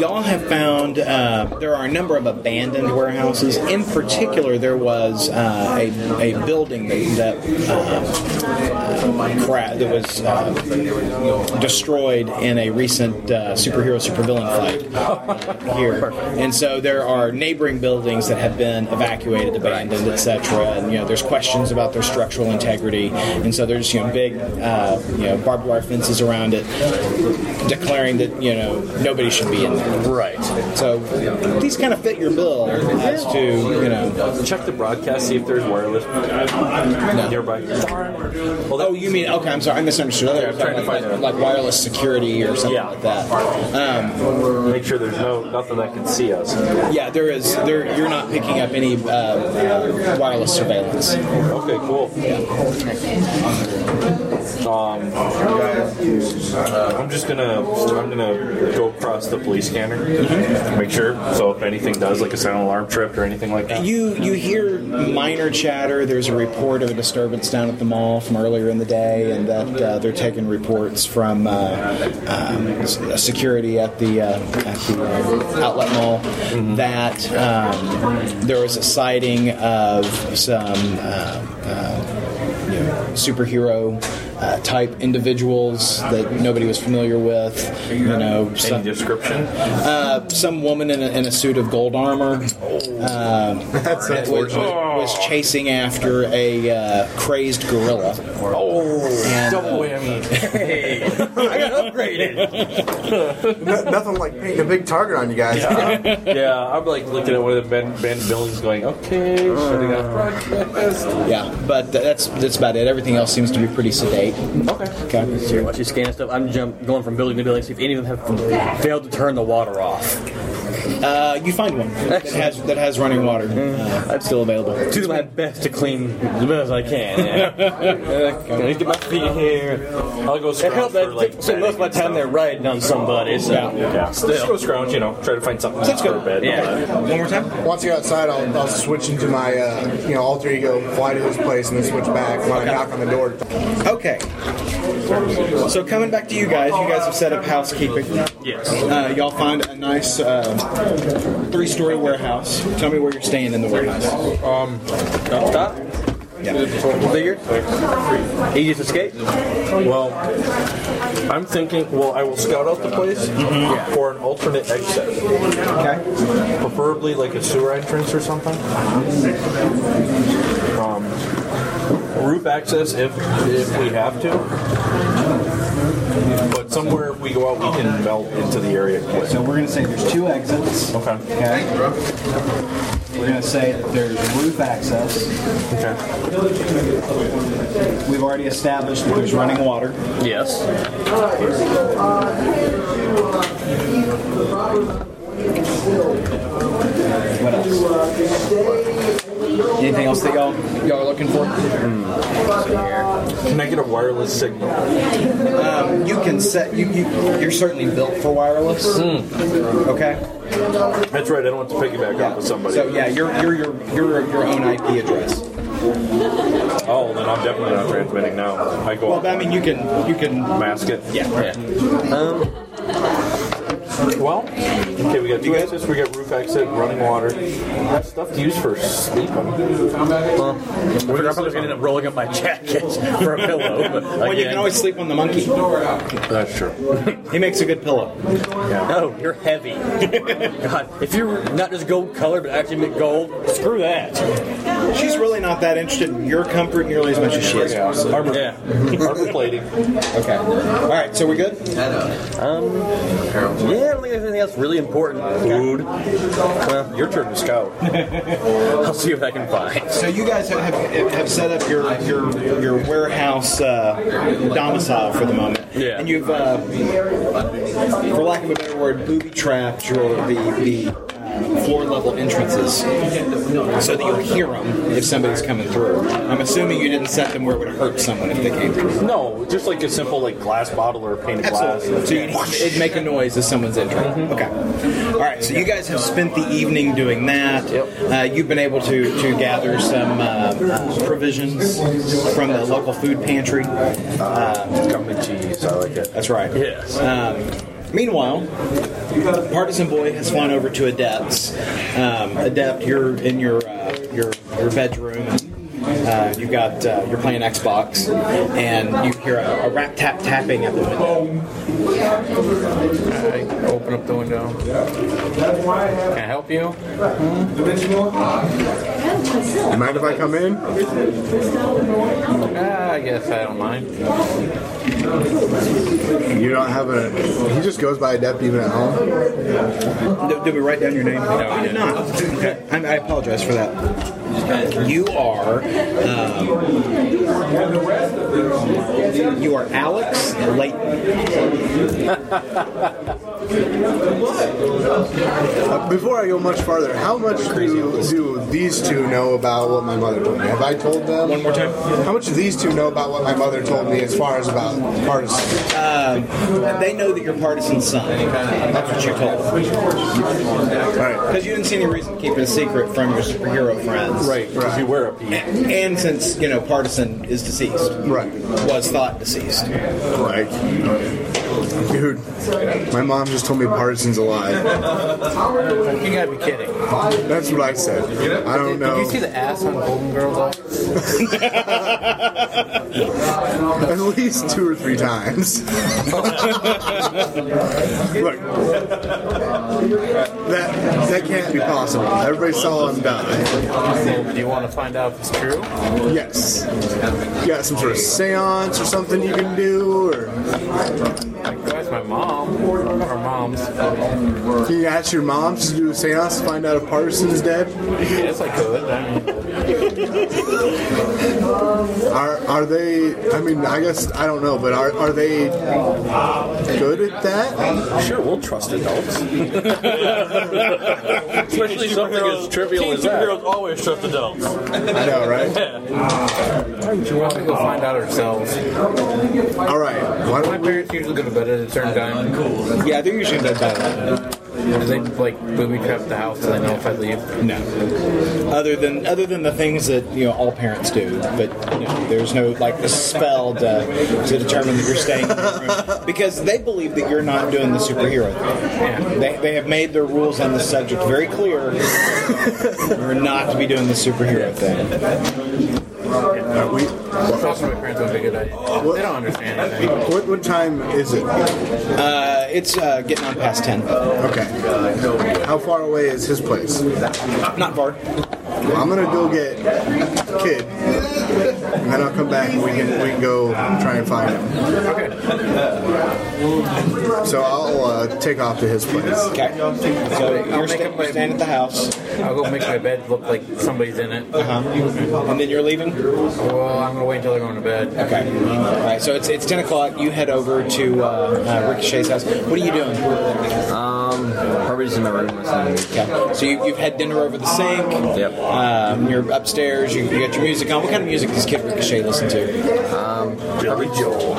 y'all have found uh, there are a number of abandoned warehouses. In particular, there was uh, a, a building that, that uh, uh, cra- that was uh, destroyed in a recent uh, superhero supervillain fight uh, here, and so there are neighboring buildings that have been evacuated, abandoned, etc. And you know, there's questions about their structural integrity, and so there's you know big uh, you know barbed wire fences around it, declaring that you know nobody should be in there. Right. So these kind of fit your bill as to you know. Check the broadcast, see if there's wireless nearby. oh, you mean okay? I'm sorry, I misunderstood. I thought you were talking like, like wireless security or something like that. Oh. Um, Make sure there's no nothing that can see us. yeah, there is. There, you're not picking up any uh, uh, wireless surveillance. Okay, cool. Um, uh, I'm just gonna I'm gonna go across the police scanner, Mm-hmm. make sure. So if anything does, like a sound alarm tripped or anything like that, You you hear minor chatter. There's a report of a disturbance down at the mall from earlier in the day, and that uh, they're taking reports from uh, um, s- uh, security at the uh, at the uh, outlet mall that um, there was a sighting of some. Uh, uh, you know, superhero uh, type individuals that nobody was familiar with. You know, some description. Uh, some woman in a, in a suit of gold armor. Um, that was, was, was chasing after a uh, crazed gorilla. Oh, Double whammy. Hey, I got upgraded. nothing like painting a big target on you guys. Yeah. yeah, I'm like looking at one of the band, band buildings, going, okay, shutting off broadcast. Yeah, but th- that's that's about it. Everything else seems to be pretty sedate. Okay. Okay. Watch you scan stuff. I'm jump, going from building to building, see if any of them have failed to turn the water off. Uh, you find one that has that has running water. Uh, that's still available. Do my best to clean as best I can. Yeah. uh, can I get my feet here? I'll go scrounge help, for like. So most of my time they're riding on somebody. So Yeah. yeah. Still. Just go scrounge, you know, try to find something for a bed. One more time. Once you're outside, I'll, I'll switch into my uh, you know alter ego, fly to his place, and then switch back when I knock on the door. Okay. So coming back to you guys, you guys have set up housekeeping. Yes. Uh, y'all find a nice uh, three-story warehouse. Tell me where you're staying in the warehouse. Um, up top. Yeah. Bigger. Easiest escape. Well, I'm thinking. Well, I will scout out the place Mm-hmm. for an alternate exit. Okay. Preferably like a sewer entrance or something. Um, roof access if if we have to. But somewhere if we go out, we can melt into the area. Quick. So we're going to say there's two exits. Okay. Okay. We're going to say that there's roof access. Okay. We've already established that there's running water. Yes. What else? Anything else that y'all y'all are looking for? Can I get a wireless signal? Um, you can set. You, you you're certainly built for wireless. Okay. That's right. I don't want to piggyback off of somebody. So yeah, you're you're your your your own IP address. Oh, then I'm definitely not transmitting now. I go. Well, I mean, you can you can mask it. Yeah. Um, well, okay, we got two exits. We got roof exit, running water. That's stuff to use for sleeping. We're probably gonna end up rolling up my jacket for a pillow. But Well, you can always sleep on the monkey. That's true. he makes a good pillow. No, you're heavy. God, if you're not just gold colored but actually make gold, screw that. She's really not that interested in your comfort nearly as much as she is. Armor. Yeah. Armor plating. Okay. All right. So we're good. Um. Yeah. I don't think there's anything else really important. Food. Well, your turn to scout. I'll see if I can find. So you guys have, have, have set up your your, your warehouse uh, domicile for the moment, Yeah. and you've, uh, for lack of a better word, booby trapped your the the. Floor level entrances, so that you'll hear them if somebody's coming through. I'm assuming you didn't set them where it would hurt someone if they came through. No, just like a simple like glass bottle or a painted glass. Absolutely. So you, it'd make a noise as someone's entering. Okay. All right. So you guys have spent the evening doing that. Uh, you've been able to to gather some uh, uh, provisions from the local food pantry. Uh, Gum and cheese. I like it. That's right. Yes. Um, meanwhile, Partisan Boy has flown over to Adept's. Um, Adept, you're in your uh, your your bedroom. Uh, you got uh, you're playing Xbox, and you hear a, a rap tap tapping at the window. I open up the window. Can I help you? Mind if I come in? Ah, I guess I don't mind. You don't have a. He just goes by adept even at home. Did, did we write down your name? No, we did not. Okay. I'm, I apologize for that. You are um, you are Alex Leighton. Uh, before I go much farther, how much do, do these two know about what my mother told me? Have I told them? One more time. How much do these two know about what my mother told me as far as about partisan? Um, they know that you're partisan son. That's what you told them. Because you didn't see any reason to keep it a secret from your superhero friends. Right, because you were a P. And, and since, you know, partisan is deceased. Right. Was thought deceased. Like, dude, my mom just told me partisan's alive. You gotta be kidding. That's what I said. I don't Did you know. see the ass on Golden Girls? At least two or three times. Look, that that can't be possible. Everybody saw him die. Do you want to find out if it's true? Yes. You got some sort of seance or something you can do, or That's my mom. Or mom's. can you ask your mom to do a seance to find out if Parsons dead? Yes, I could. I mean, Are are they? I mean, I guess I don't know, but are are they good at that? Sure, we'll trust adults. Especially something as trivial as that. Girls always trust adults. I know, right? she wants to go find out herself. All right. Why don't my parents usually go to bed at a certain time? Yeah, they're usually bed by then. Do they like booby trap the house? Do they know if I leave? No. Other than other than the things that you know all parents do, but you know, there's no like a spell to, to determine that you're staying in the room because they believe that you're not doing the superhero thing. They, they have made their rules on the subject very clear. You're not to be doing the superhero thing. Uh, Are we? Talking to my parents would be a good idea. They don't understand anything. What what time is it? Uh, it's uh, getting on past ten. Okay. How far away is his place? Not far. I'm gonna go get kid, and then I'll come back and we can we can go try and find him. Okay. So I'll uh, take off to his place. Okay. So you're sta- you're staying at the house. I'll go make my bed look like somebody's in it. Uh-huh. And then you're leaving? Well, I'm gonna wait until they're going to bed. Okay. All right. So it's it's ten o'clock. You head over to uh, uh, Ricochet's house. What are you doing? Um, Harvey's in my room listening. Okay. So you, you've had dinner over the sink. Yep. Um, you're upstairs. You, you got your music on. What kind of music does Kid Ricochet listen to? Um, Billy Joel.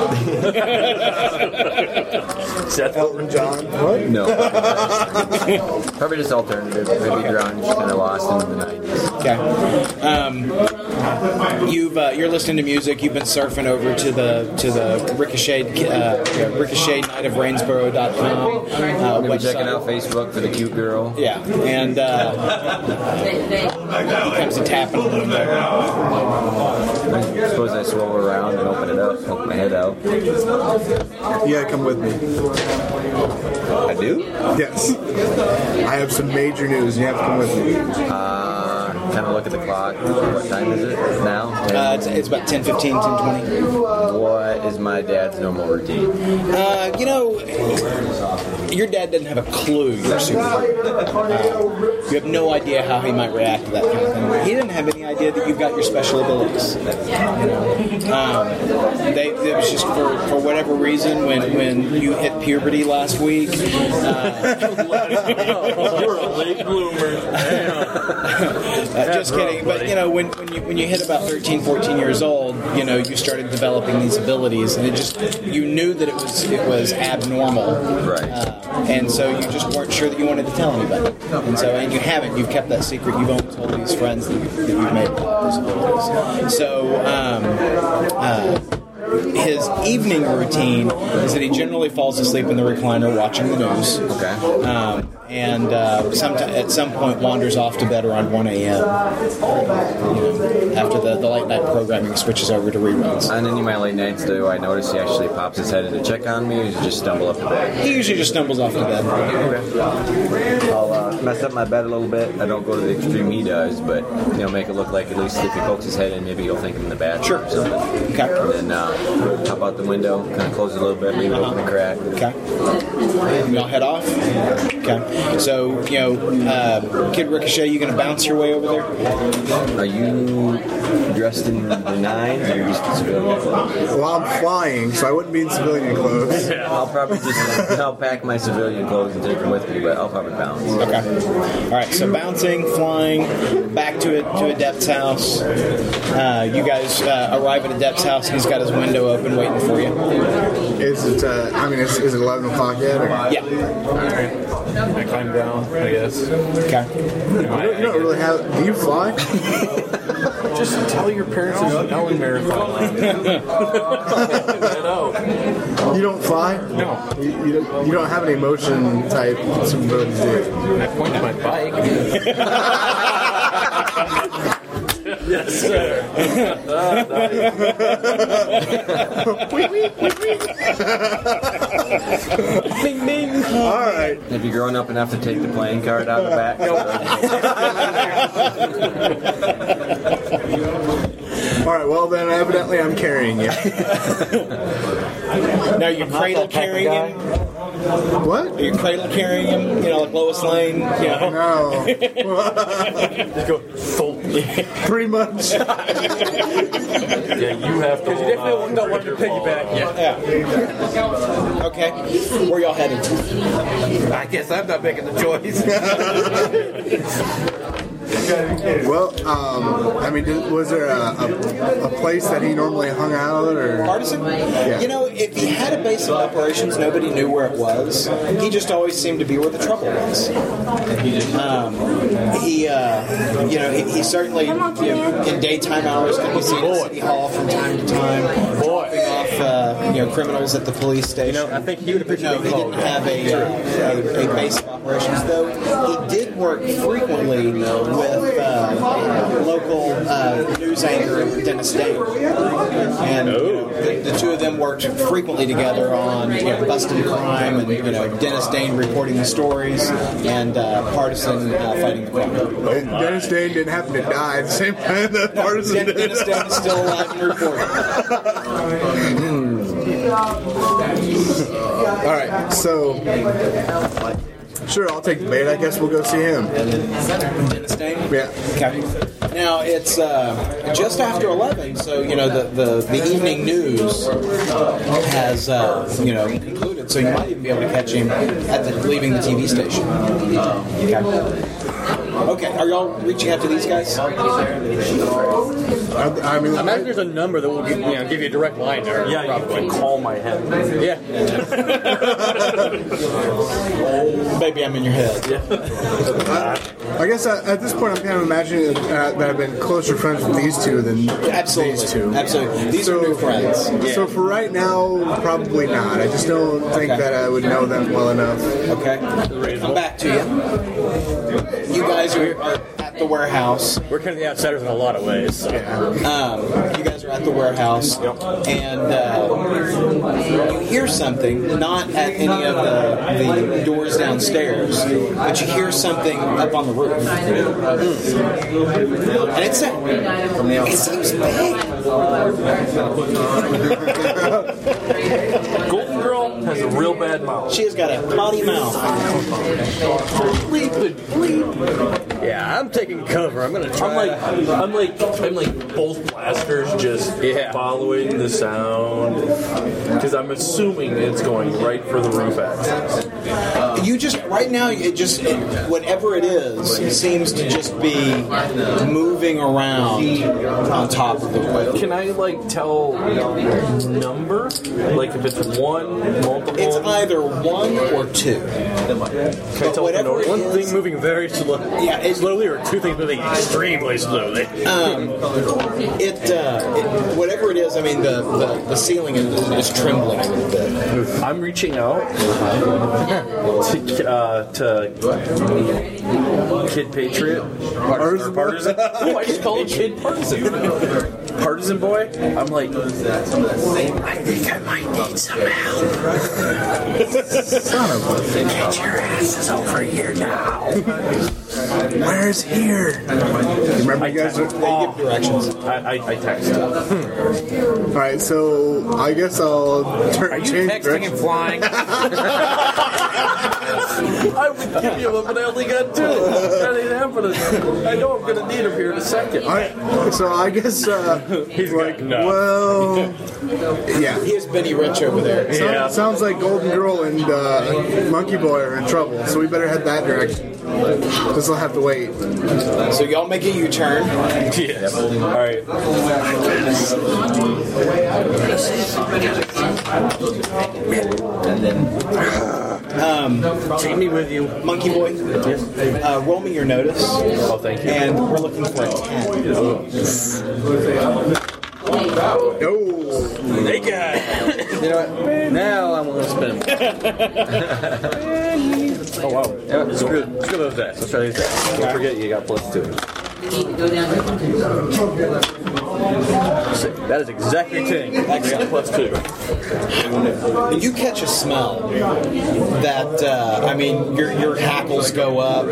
Seth Elton John. What? No. Probably just alternative. Maybe grunge, kind of lost in the 90s. Okay. Um, you've uh, you're listening to music. You've been surfing over to the to the Ricochet uh, Ricochet Night of Rainsboro.com uh, I'm gonna be website. checking out Facebook for the cute girl. Yeah, and uh, he comes to tapping a little bit. I suppose I swirl around and open it up, poke my head out. Yeah, come with me. I do? Yes. I have some major news. You have to come with me. Uh, kind of look at the clock. What time is it now? Uh, it's, it's about 10, 15, 10, 20. What is my dad's normal routine? Uh, you know, your dad doesn't have a clue you're a superhero. Uh, you have no idea how he might react to that kind of thing. He didn't have any idea that you've got your special abilities. Um, they, it was just for, for whatever reason when, when you hit puberty last week. Uh, You're a late bloomer. Uh, just kidding. But you know, when, when you when you hit about 13, 14 years old, you know, you started developing these abilities, and it just you knew that it was it was abnormal, right? Uh, and so you just weren't sure that you wanted to tell anybody, and so and you haven't. You've kept that secret. You've only told these friends that you've, that you've made those abilities. So. Um, uh, his evening routine is that he generally falls asleep in the recliner watching the news. Okay. Um, and uh, someti- at some point wanders off to bed around 1 a.m. you know, after the, the late night programming switches over to reruns. On any of my late nights, do I notice he actually pops his head in to check on me, or does he just stumble up to bed? He usually just stumbles off to bed. I'll uh, mess up my bed a little bit. I don't go to the extreme he does, but you know, make it look like at least if he pokes his head in, maybe he'll think I'm in the bathroom sure. or something. Okay. And then uh, hop out the window, kind of close it a little bit, leave it open a crack. Uh-huh. Okay. Y'all head off. Okay. So, you know, uh, Kid Ricochet, you going to bounce your way over there? Are you dressed in the nines or just civilian clothes? Well, I'm flying, so I wouldn't be in civilian clothes. I'll probably just I'll pack my civilian clothes and take them with me, but I'll probably bounce. Okay. All right. So bouncing, flying, back to a to Adept's house. Uh, you guys uh, arrive at Adept's house. He's got his window open, waiting for you. Is it? Uh, I mean, is, is it 11 o'clock yet? Or? Yeah. I climb down, I guess. Okay. You don't, you don't really have. Do you fly? Just tell your parents there's an Ellen marathon. I know. You don't fly? No. You, you, don't, you don't have an emotion type ability. do you? I point to my bike. yes, sir. Bing, bing. All right. Have you grown up enough to take the playing card out of the back? All right. Well, then evidently I'm carrying you. Now you're cradle carrying him. What? You're cradle carrying him. You know, like Lois Lane. You know. No. Pretty much. Yeah, you have to. Because you definitely don't want to piggyback yet. Yeah. Okay. Where y'all headed? I guess I'm not making the choice. Well, um, I mean, did, was there a, a, a place that he normally hung out at, or Artisan? You know, if he had a base of operations, nobody knew where it was. He just always seemed to be where the trouble was. Um, he, uh, you know, he, he certainly, you know, in daytime hours, could be seen at City Hall from time to time, dropping off, uh, you know, criminals at the police station. I think he would have No, been he didn't called. have a, uh, a, a base of operations, though he did work frequently with uh, local uh, news anchor Dennis Day. And you know, the, the two of them worked frequently together on you know, busting crime and you know Dennis Dane reporting the stories and uh, Partisan uh, fighting the crime. and Dennis Dane didn't happen to die at the same time that Partisan Den- did. Dennis Dane is still alive and reporting. All right. So, sure, I'll take the bait. I guess we'll go see him. Dennis Dane? Yeah. Okay. Now it's uh, just after eleven, so you know the the, the evening news has uh, you know concluded. So you might even be able to catch him at the leaving the TV station. Okay. Okay. Are y'all reaching out to these guys? I, I mean, I imagine there's a number that will give, you know, give you a direct line there. Yeah, you probably. can call my head. Yeah. Maybe I'm in your head. I guess at, at this point, I'm kind of imagining uh, that I've been closer friends with these two than Absolutely. these two. Absolutely. These So- are new friends. So for right now, probably not. I just don't think Okay. that I would know them well enough. Okay. I'm back to you. You guys are, are at the warehouse. We're kind of the outsiders in a lot of ways. So. Um, you guys are at the warehouse, and uh, you hear something, not at any of the, the doors downstairs, but you hear something up on the roof. And it's a, it seems big. Golden Girl has a real bad mouth. She has got a potty mouth. Yeah, I'm taking cover. I'm gonna try. I'm like, I'm like, I'm like both blasters just following the sound because I'm assuming it's going right for the roof access. You just right now it just it, whatever it is it seems to just be moving around on top of the wood. Can I like tell number? Like if it's one, multiple. It's either one or two. Can I tell whatever the it number? is- Thing moving very slow, Yeah, it- slowly, or two things moving extremely slowly. Um, it, uh, it whatever it is. I mean, the, the, the ceiling is, is trembling a little bit. I'm reaching out to, uh, to Kid Patriot. Partisan. partisan. Oh, I just call him Kid Partisan. Partisan boy. I'm like, I think I might need some help. Son of a Get your asses over here now. Where's here? Remember, you guys. They give directions. I, I, I text. All right, so I guess I'll turn. Are you change texting direction. and flying? I would give you one, but I only got two. That ain't happening. I know I'm gonna need him here in a second. All right, so I guess uh, he's like, well, yeah. Here's Benny Rich over there. Sounds, sounds like Golden Girl and uh, Monkey Boy are in trouble, so we better head that direction. Because they'll have to wait. So y'all make a U-turn. Yes. All right. Um, Take me with you, Monkey Boy. Uh, roll me your notice. Oh, thank you. And we're looking for a ten. You know what? Now I'm gonna spin. Oh wow! screw, screw those dice. Let's try these dice. Don't forget you got plus two. That is exactly ten. I got plus two. And you catch a smell that uh, I mean, your your hackles go up.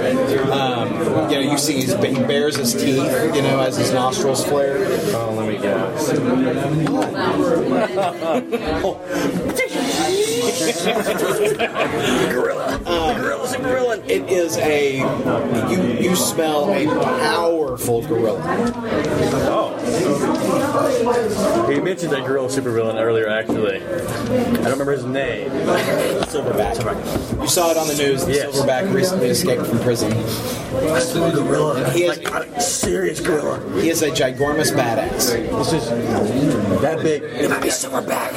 Um, you know, you see he's, he bares his teeth. You know, as his nostrils flare. Oh, let me guess. Gorilla's a gorilla. It is a you you smell a powerful gorilla. He mentioned that gorilla supervillain earlier, actually. I don't remember his name. Silverback. You saw it on the news. The silverback recently escaped from prison. gorilla. He is a serious gorilla. He is a ginormous badass. This is that big. It might be silverback.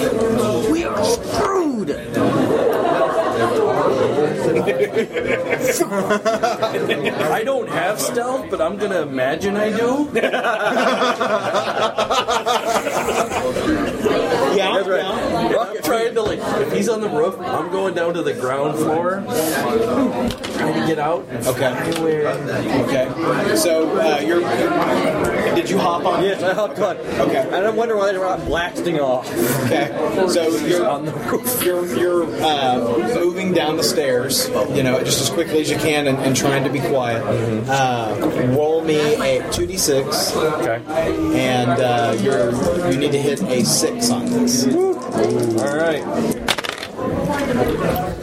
We are screwed. I don't have stealth, but I'm gonna imagine I do. yeah, that's right. I'm trying to like, if he's on the roof, I'm going down to the ground floor, trying to get out. Okay. Okay. So uh, you're. Did you hop on? Yes, I hopped on. Okay. And I'm wondering why they're not blasting off. Okay. So you're on the roof. You're you're uh, moving down the stairs. You know, just as quickly as you can, and, and trying to be quiet. Mm-hmm. Uh, roll me a two d six. Okay. And uh, you're you need to hit a six on this. All right.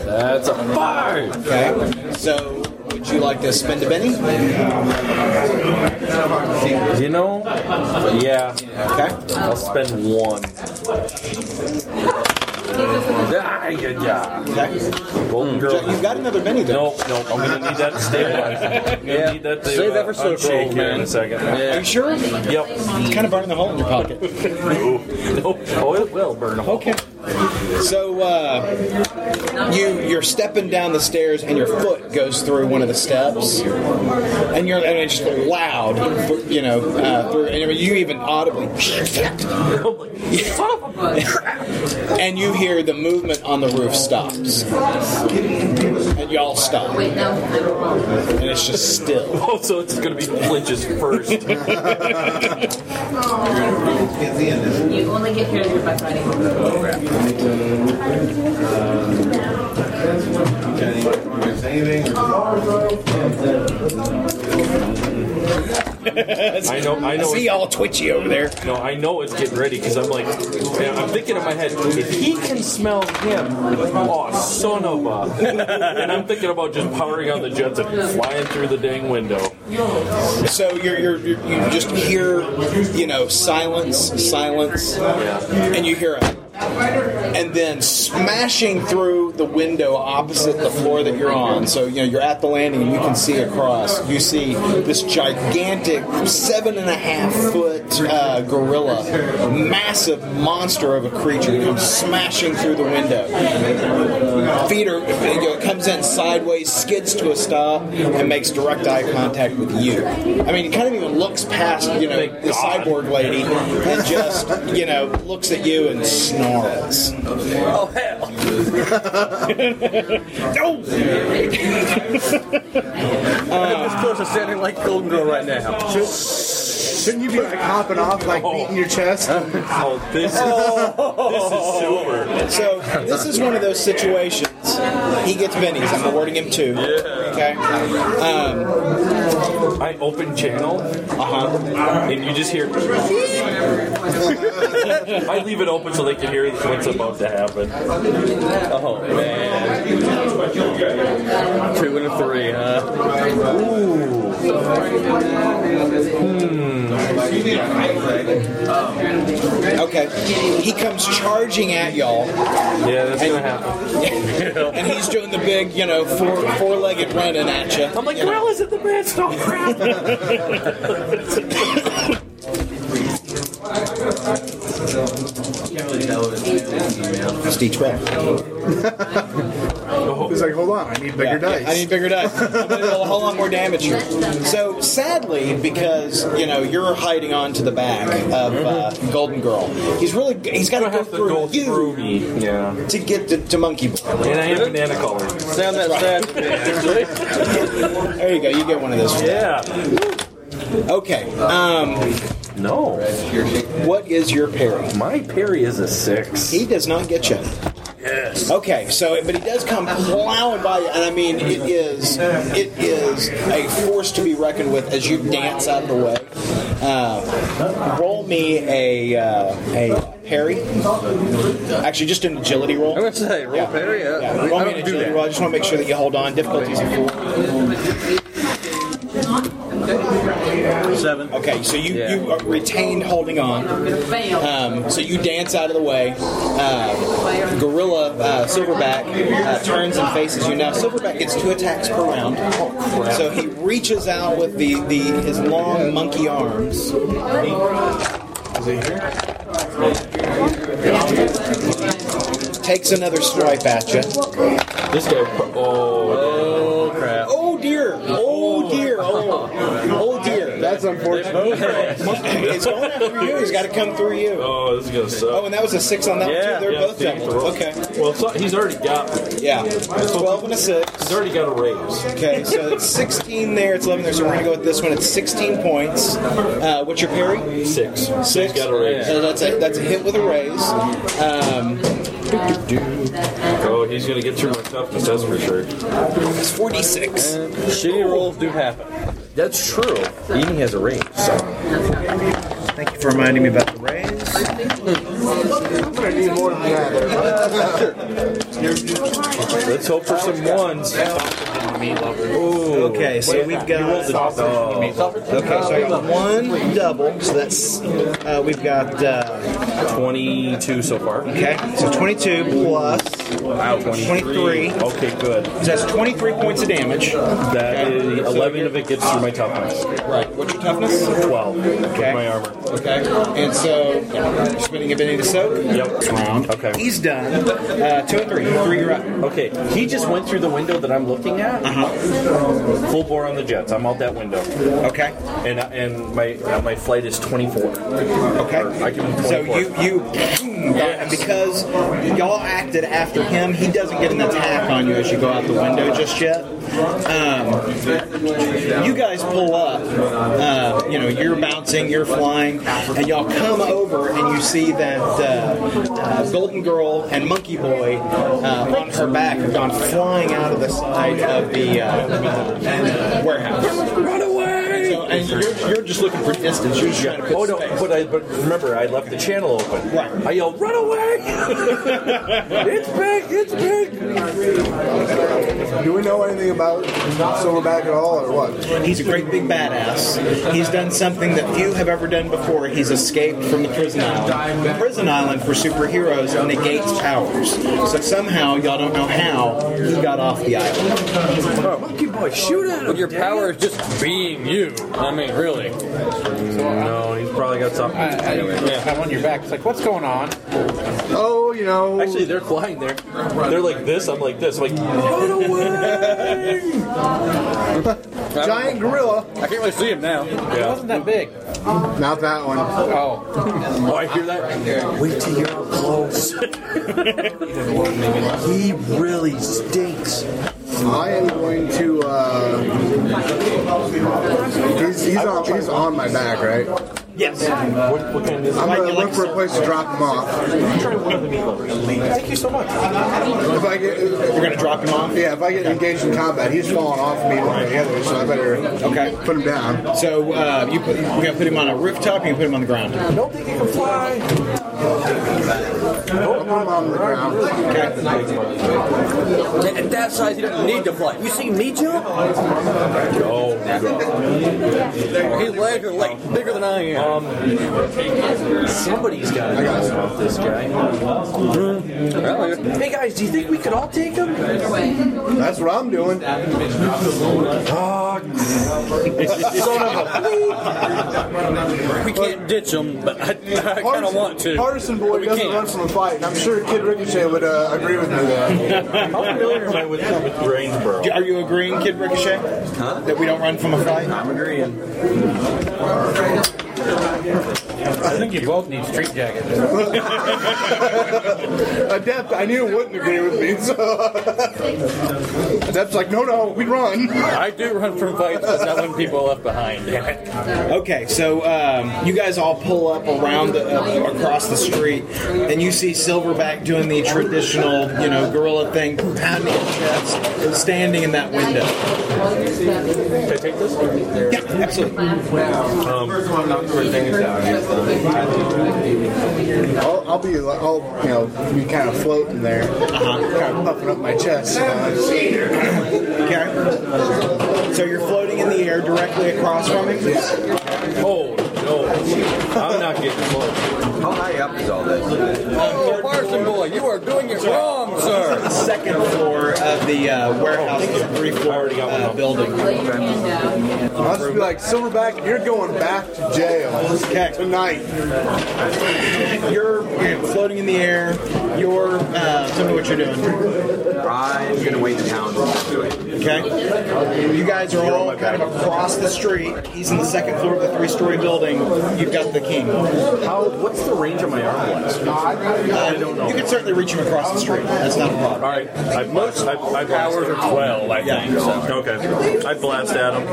That's a five. Okay. So would you like to spend a penny? You know? Yeah. Okay. I'll spend one. Ah, yeah, yeah. Okay. Golden Hmm. girl. You've got another penny though. Nope, nope. I'm gonna need that to stabilize. I'm gonna Yeah. need that to Save that for uh, slow unroll shake, here in man. a second. Are you sure? Yep. It's kind of burning a hole in your pocket. No, oh, it will burn a hole. Okay. So uh, you you're stepping down the stairs, and your foot goes through one of the steps, and you're and it's just loud, you know, uh, through, and you even audibly, and you hear the movement on the roof stops, and y'all stop, and it's just still. Oh, so it's gonna be flinches first. You only get here by Friday. I know. I know. See all twitchy over there. No, I know it's getting ready because I'm like, man, I'm thinking in my head, if he can smell him, oh son of a, and I'm thinking about just powering on the jets and flying through the dang window. So you're, you're, you're you just hear you know silence, silence, and you hear a, and then smashing through the window opposite the floor that you're on. So you know you're at the landing and you can see across. You see this gigantic seven and a half foot uh, gorilla, massive monster of a creature comes smashing through the window. Feet are you know, it comes in sideways, skids to a stop, and makes direct eye contact with you. I mean, it kind of even looks past you know the cyborg lady and just you know looks at you and snarls. Oh hell! this person standing like Golden Girl right now. Shouldn't you be like hopping off, like beating your chest? oh, this is, this is super. So this is one of those situations. He gets minis. I'm awarding him two. Okay. Um, I open channel. uh-huh, And you just hear. I leave it open so they can hear what's about to happen. Oh man. Two and a three, huh? Okay. He comes charging at y'all. Yeah, that's gonna happen. and he's doing the big, you know, four four legged running at you. I'm like, gorillas at the branch. Don't crap. Just each back. He's like, hold on, Oh. I need bigger dice. I need bigger dice. I'm going to deal a whole lot more damage here. So sadly, because you know you're hiding onto the back of uh, Golden Girl, he's really he's got to go through you Yeah. to get to, to Monkey Boy. And I am banana color. Sound that sad. there you go. You get one of those. Yeah. Okay. Um, no. What is your parry? My parry is a six. He does not get you. Yes. Okay, so but he does come plowing by, you, and I mean it is it is a force to be reckoned with as you dance out of the way. Uh, roll me a uh, a parry. Actually, just an agility roll. I'm gonna say roll parry. Yeah. Yeah, roll me an agility roll. I just want to make sure that you hold on. Difficulties of four. Seven. Okay, so you you are retained holding on. Um, so you dance out of the way. Uh, gorilla uh, Silverback uh, turns and faces you. Now Silverback gets two attacks per round. So he reaches out with the, the his long monkey arms. Takes another stripe at you. This guy. Oh, crap. Oh dear. Oh dear. Oh, oh dear. That's unfortunate. it's going after you. He's got to come through you. Oh, this is gonna suck. Oh, and that was a six on that Yeah, one too. They're yeah, both see, doubles. Okay. Well, so he's already got. Yeah. Twelve and a six. He's already got a raise. Okay, so it's 16 there, it's 11 there, so we're going to go with this one. It's 16 points. Uh, what's your parry? Six. Six. got a raise. So that's a, that's a hit with a raise. Um, Oh, he's gonna get through my toughness. That's for sure. it's 46. Shitty rolls do happen. That's true. Even he has a range. So. Thank you for reminding me about the raise. I'm gonna need more than that. there. Let's hope for some ones. Ooh. Okay, so we've got. Oh. Okay, so I got one double, so that's. Uh, we've got. Uh, 22 so far. okay, so 22 plus. Wow, 23. Okay, good. So that's 23 points of damage. That is 11 of it gets through my toughness. Right. What's your toughness? 12 with Okay. my armor. Okay. And so, yeah, spinning a penny to soak. Yep. Um, Round. Okay. He's done. Uh, two and three. Three, you're up. Okay, he just went through the window that I'm looking at. Uh-huh. Full bore on the jets. I'm out that window, Okay. and and my uh, my flight is 24. Okay. I give him 24. So you you boom, and because y'all acted after him, he doesn't get an attack on you as you go out the window just yet. Um, you guys pull up. Uh, you know, you're bouncing, you're flying, and y'all come over and you see that uh, uh, Golden Girl and Monkey Boy uh, on her back have gone flying out of the side of the uh, uh, warehouse. Run away! So, and you're, you're just looking for distance. You're just trying to put Oh no! But I but remember, I left the channel open. Right. I yelled, "Run away!" it's big. It's big. Do we know anything about Silverback at all, or what? He's a great big badass. He's done something that few have ever done before. He's escaped from the prison island. The prison island for superheroes negates powers. So somehow, y'all don't know how, he got off the island. Oh. Monkey boy, shoot at him. Your power is just being you. I mean, really. No, he's probably got something. I, am on your back. It's like, what's going on? Oh, you know. Actually, they're flying there. They're like this. I'm like this. I'm like Giant gorilla. I can't really see him now. It wasn't that big. Not that one. Oh. Oh, I hear that. Wait till you're up close. he really stinks. I am going to. Uh, he's, he's, on, he's on my back, right? Yes. What, what kind is I'm going to look for a place to drop him off. Try one of the meat lovers. Thank you so much. If I get, We're going to drop him off. yeah, if I get engaged in combat, he's falling off me one way or the other, so I better Okay. put him down. So uh, you put, we're going to put him on a rooftop. You put him on the ground. I don't think he can fly. I'll put him on the ground. At that size, you don't need to fly. You see me jump? Oh His legs are like bigger than I am. Um, Somebody's got to know about this guy. Hey guys, do you think we could all take him? That's what I'm doing. we can't ditch him, but I, I kind of want to. Partisan boy We doesn't can't. run from a fight, and I'm sure Kid Ricochet would uh, agree with me there. How familiar am I with, with Rainsboro? Are you agreeing, Kid Ricochet? Huh? That we don't run from a fight? I'm agreeing. I think you both need street jackets. Adept, I knew wouldn't agree with me, so. Adept's like, no, no, we run. I do run from fights, but not when people are left behind. Okay, so um, you guys all pull up around the, uh, across the street, and you see Silverback doing the traditional, you know, gorilla thing, pounding his chest, standing in that window. Can I take this? Yeah, absolutely. Um, I'll, I'll be, like- I'll, you know, be kind of floating there, kind of puffing up my chest. you know. Okay. So you're floating in the air directly across from him. Oh no! I'm not getting close. How high up is all this? Oh, Parson boy, you are doing it wrong, sir. The second floor of the uh, warehouse, is a three-floor uh, building. I'll just be like, Silverback, you're going back to jail Okay. tonight. You're, you're floating in the air. You're uh, tell me what you're doing. I'm gonna wait in town. Okay. You guys are all kind of across the street. He's in the second floor of the three-story building. You've got the king. How? What's the range of my arm blast? I don't know. Um, You can certainly reach him across the street. That's not a problem. All right, I blast. I, I blast. Powers are 12, I think. so. Okay, I blast at him.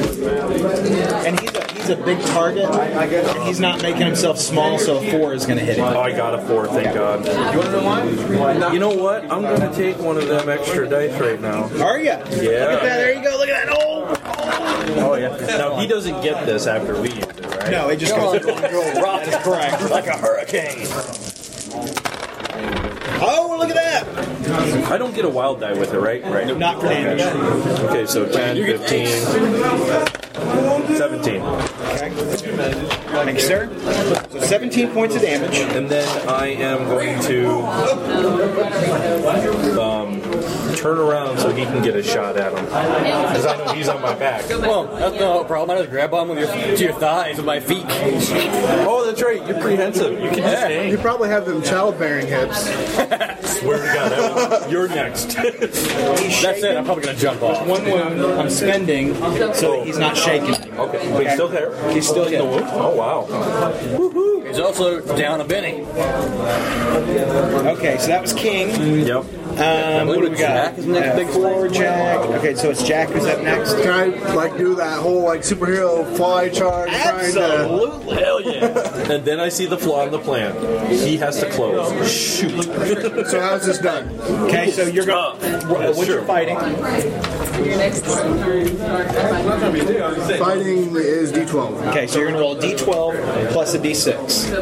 And he's a, he's a big target. And he's not making himself small, so a four is going to hit him. Oh, I got a four. Thank God. You want to know why? You know what? I'm gonna take one of them extra dice right now. Are you? Yeah. Look at that. There you go. Look at that. Oh. Oh yeah. Now he doesn't get this after we use it, right? No, it just goes. Rock is correct. Like a hurricane. Oh, look at that. I don't get a wild die with it, right? Right. Not for damage. Okay, so 10, 15, 17. Thank you, sir. So 17 points of damage. And then I am going to um, turn around so he can get a shot at him. Because I know he's on my back. Well, that's no problem. I just grab on with your, to your thighs with my feet. Oh, that's right. You're prehensive. You can just You hang. probably have them childbearing hips. Swear to God, I will- you're next. That's it. I'm probably gonna jump off. One wound I'm spending so that he's not shaking. Okay, but he's still there. He's still in the wound. Oh, wow. He's also down a Benny. Okay, so that was King. Yep. Um, what do we got? Jack is next, Uh, big four Jack. Okay, so it's Jack who's up next. Can I like do that whole like superhero fly charge? Absolutely. Hell yeah. and then I see the flaw in the plan. He has to close. Shoot. so how's this done? Okay, so you're going. What's your fighting? Fighting is D12. Okay, so you're going to roll a D12 plus a D6.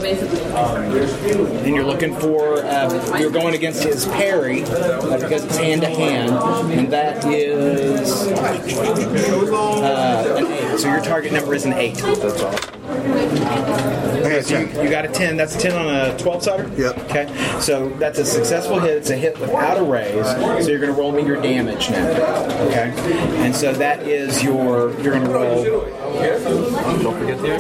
And you're looking for, uh, you're going against his parry uh, because it's hand to hand, and that is uh, an 8. So your target number is an 8. That's all. Okay, so you, you got a 10. That's a 10 on a 12 sider? Yep. Okay, so that's a successful hit. It's a hit without a raise, so you're going to roll me your damage now. Okay, and so that is your, you're going to roll. Don't forget the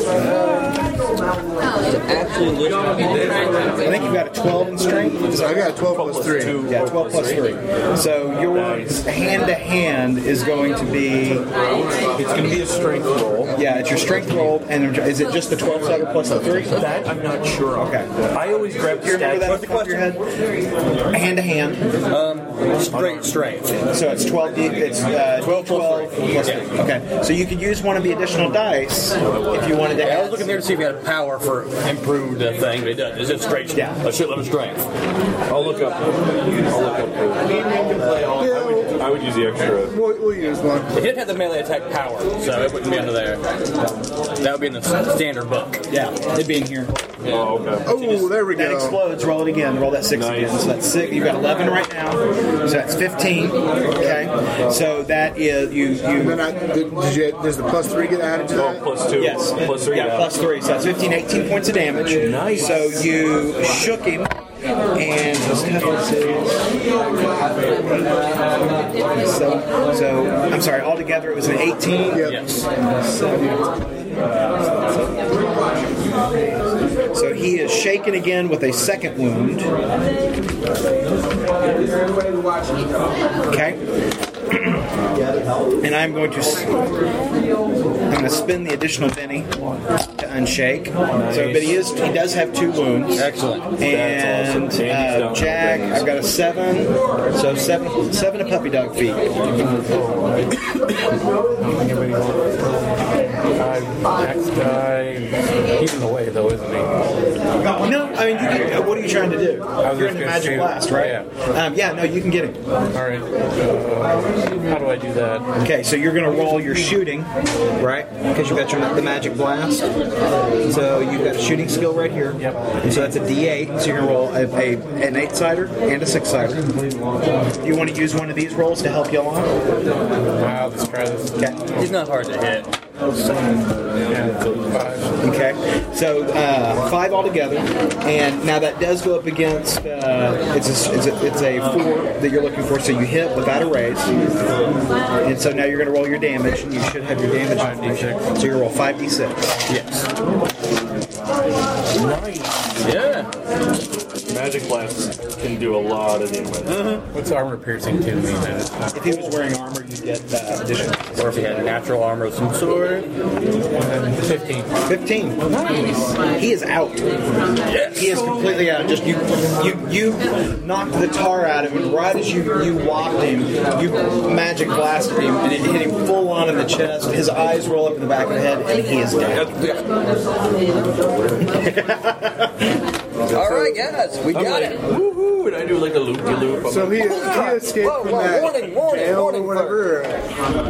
I think you got a 12 in strength. I got 12 plus 3. Yeah, 12 plus 3. So your hand to hand is going to be. It's going to be a strength roll. Yeah, it's your strength roll, and is it just the 12 sided plus the 3? That I'm not sure. Okay. I always grab Do you remember that off the top of your head? Hand to hand. Um, straight, straight. So it's 12 d It's uh, 12 plus 3. Okay. So you could use one of the additional dice if you wanted to I add was looking there to see if he had power for improved uh, thing, but it doesn't. It's just straight. Yeah. A shitload of strength. I'll look up. I'll look up. I would, I would use the extra. We'll, we'll use one. It did have the melee attack power, so it wouldn't be under there. That would be in the standard book. Yeah, it'd be in here. Oh, okay. Oh, there we That go. explodes. Roll it again. Roll that six again. So that's six. You've got eleven right now. So that's fifteen. Okay. So that is you. You. And then I, did, did you, does the plus 3 get added to that? Plus two. Yes. Plus three. Yeah, plus three. So that's 15, 18 points of damage. Nice. So you shook him. And so, so I'm sorry. Altogether, it was an 18. Yes. So he is shaken again with a second wound. Okay. and I'm going to s- I'm going to spin the additional Benny to unshake. So, but he is he does have two wounds. Excellent. And That's awesome. Andy's uh, done. Jack, I've got a seven. So seven seven to puppy dog feet. Next guy. He's in the way, though, isn't he? No, I mean, you can, what are you trying to do? was You're just in the gonna magic say- blast, right? yeah. Um, yeah, no, you can get him. All right. Uh, how do I do that? Okay, so you're going to roll your shooting, right? Because you've got your, the magic blast. So you've got a shooting skill right here. Yep. And so that's a D8. So you're going to roll a, a, an eight sider and a six sider. You want to use one of these rolls to help you along? Wow, let's try this. Okay. He's not hard to hit. Yeah, five. Okay. So uh, five altogether, and now that does go up against uh, it's a, it's a it's a four that you're looking for. So you hit without a raise, and so now you're going to roll your damage, and you should have your damage. Five d6. So you roll five d six. Yes. Yeah. Magic blast can do a lot of damage. What's armor piercing to me? That it's not If he was wearing armor, you get uh, additional Or if he had natural armor of some sort. 15. fifteen. He is out. He is completely out. Just you, you, you knocked the tar out of him. Right as you you whopped him, you magic blasted him, and it hit him full on in the chest. His eyes roll up in the back of the head, and he is dead. All right, guys, we I'm got like, it. woohoo, and I do like a loop de loop. So he, he escaped Whoa, from whoa, that warning, warning, jail warning or whatever.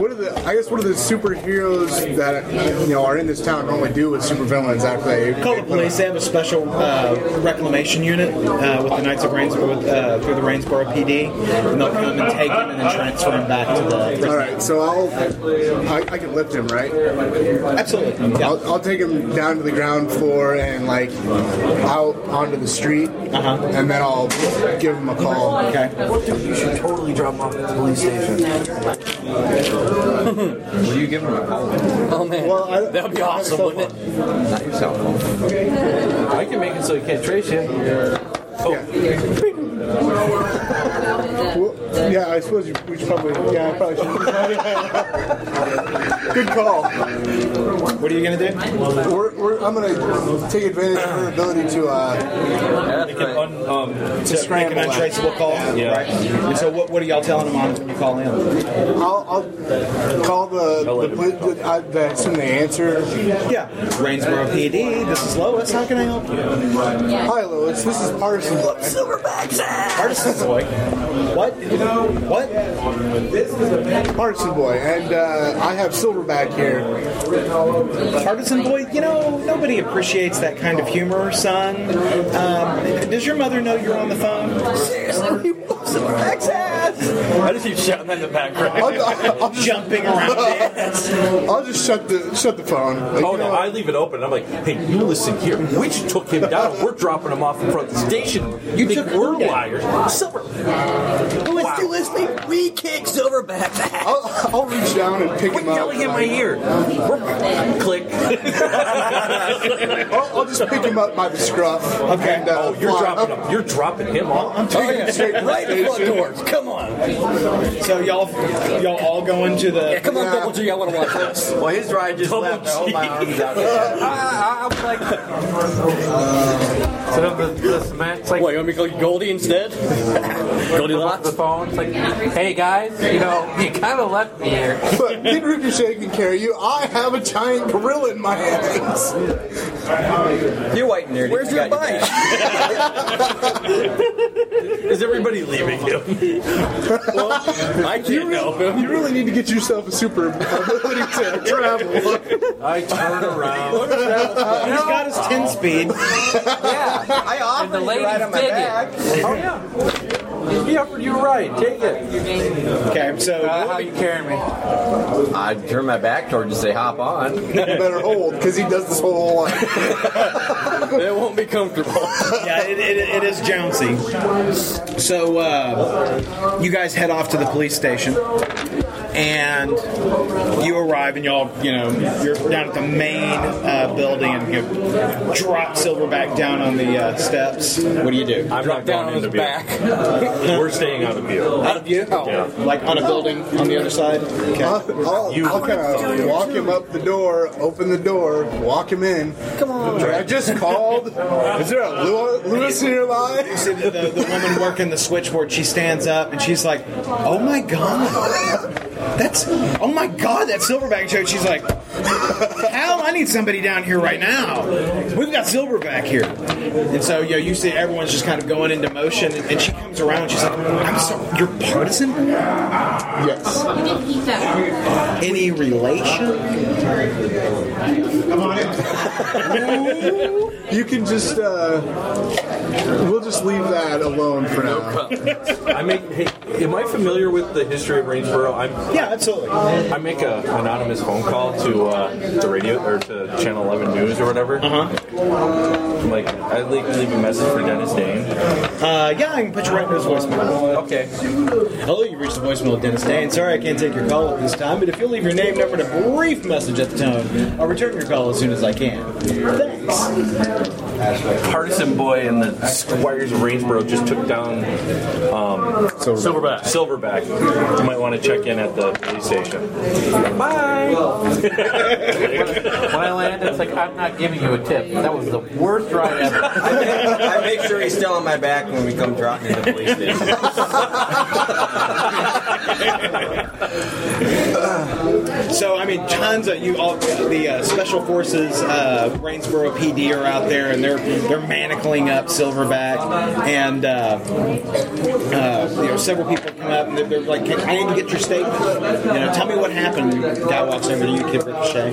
What are the? I guess what are the superheroes that you know are in this town normally do with supervillains after they? Call the police. They have a special uh, reclamation unit uh, with the Knights of Rainsboro with, uh, through the Rainsboro PD, and they'll come and take him and then transfer him back to the prison. All right, so I'll I, I can lift him, right? Absolutely. Yeah. I'll, I'll take him down to the ground floor and like out onto the street, Uh-huh. and then I'll give him a call. Okay. You should totally drop him off at the police station. Will you give him a call? Oh man. Well, I- that would be awesome, wouldn't it? Not your cell phone. I can make it so he can't trace you. Well, Yeah, I suppose you, we should probably. Yeah, I probably should. Good call. What are you gonna do? We're, we're, I'm gonna take advantage of her ability to. Uh, Make an un, um, to Scramble make an untraceable call. Yeah. Right. And so, what, what are y'all telling them on when you call in? I'll, I'll call the. the, poli- the, I, the I assume the answer. Yeah. Rainsboro PD. This is Lois. How can I help you? Hi, Lois. This is Partisan Boy. Silverback's Partisan Boy. What? What? Partisan Boy, and uh, I have Silverback here. Partisan Boy, you know, nobody appreciates that kind of humor, son. Um, does your mother know you're on the phone? Seriously, whoops, I just keep shouting that in the background. jumping around. I'll just shut the shut the phone. Like, oh no, I leave it open. I'm like, hey, you listen here. We just took him down. We're dropping him off in front of the station. You think we're liars? Silver. Who is still listening? We kick Silverback's ass. I'll, I'll reach down and pick Quit him up. yelling in my ear. We're- Click. I'll, I'll just pick him up by the scruff. Okay. And, uh, Oh, You're fly dropping up. him. You're dropping him off. I'm taking him straight to the Right in the front station. doors. Come on. So y'all, y'all all going to the? Yeah, come on, Double G. I want to watch this. Well, his ride just Double left. I hold my arms out. I, I, I'm like. so the, the cement, like What, you want me to call you Goldie instead? off the Goldilocks? phone. It's like, hey guys, you know, you kind of left me here. Look, Kid Ricochet can carry you. I have a giant gorilla in my hands. You're white and nerdy. Where's You your got bike? Is everybody leaving him? I can't help him. You really need to get yourself a super ability to travel. I turn around. Oh, He's got his ten speed. Yeah. I offered the you ladies right on my dig it. back. Oh yeah. He offered you a ride. Take it. Okay, so Uh, how you carrying me? I turn my back toward you and say, "Hop on." You better hold, because he does this whole line. It won't be comfortable. yeah, it, it, it is jouncy. So uh, you guys head off to the police station, and you arrive, and y'all, you know, you're down at the main uh, building, and you drop Silverback down on the uh, steps. What do you do? I'm not Down going on into his view. back. We're staying out of view. Out of view? Yeah. Like on a building on the other side? Okay. I'll, I'll, I'll kind of walk him up the door, open the door, walk him in. Come on. I just called. Is there a Lu- Lewis nearby? See the, the, the woman working the switchboard, she stands up and she's like, Oh my god. That's oh my god, that silverback joke. She's like, Hal, I need somebody down here right now. We've got silverback here. And so you know, you see everyone's just kind of going into motion and, and she comes around and she's like, I'm sorry, you're partisan? Yes. Any relation? You can just. Uh, we'll just leave that alone for now. I make. Hey, am I familiar with the history of Rainsboro? I'm. Yeah, absolutely. Uh, I make a anonymous phone call to uh, the radio or to Channel 11 News or whatever. Uh huh. I'm like, I leave, leave a message for Dennis Dane. Uh, yeah, I can put you right in his voicemail. Okay. Hello, you reached the voicemail of Dennis Dane. Sorry I can't take your call at this time, but if you'll leave your name, number, and a brief message at the tone, I'll return your call as soon as I can. Thanks. Partisan boy and the Squires of Rainsboro just took down um, Silverback. Silverback. You might want to check in at the police station. Bye. when I land, it's like I'm not giving you a tip. That was the worst ride ever. I make sure he's still on my back when we come trotting to the police station. So, I mean, tons of you all, the uh, Special Forces, uh, Rainsboro PD are out there, and they're they're manacling up Silverback, and uh, uh, you know several people come up and they're, they're like, "Can- "I need to get your statement. You know, tell me what happened." The guy walks over to you, Kid Ricochet.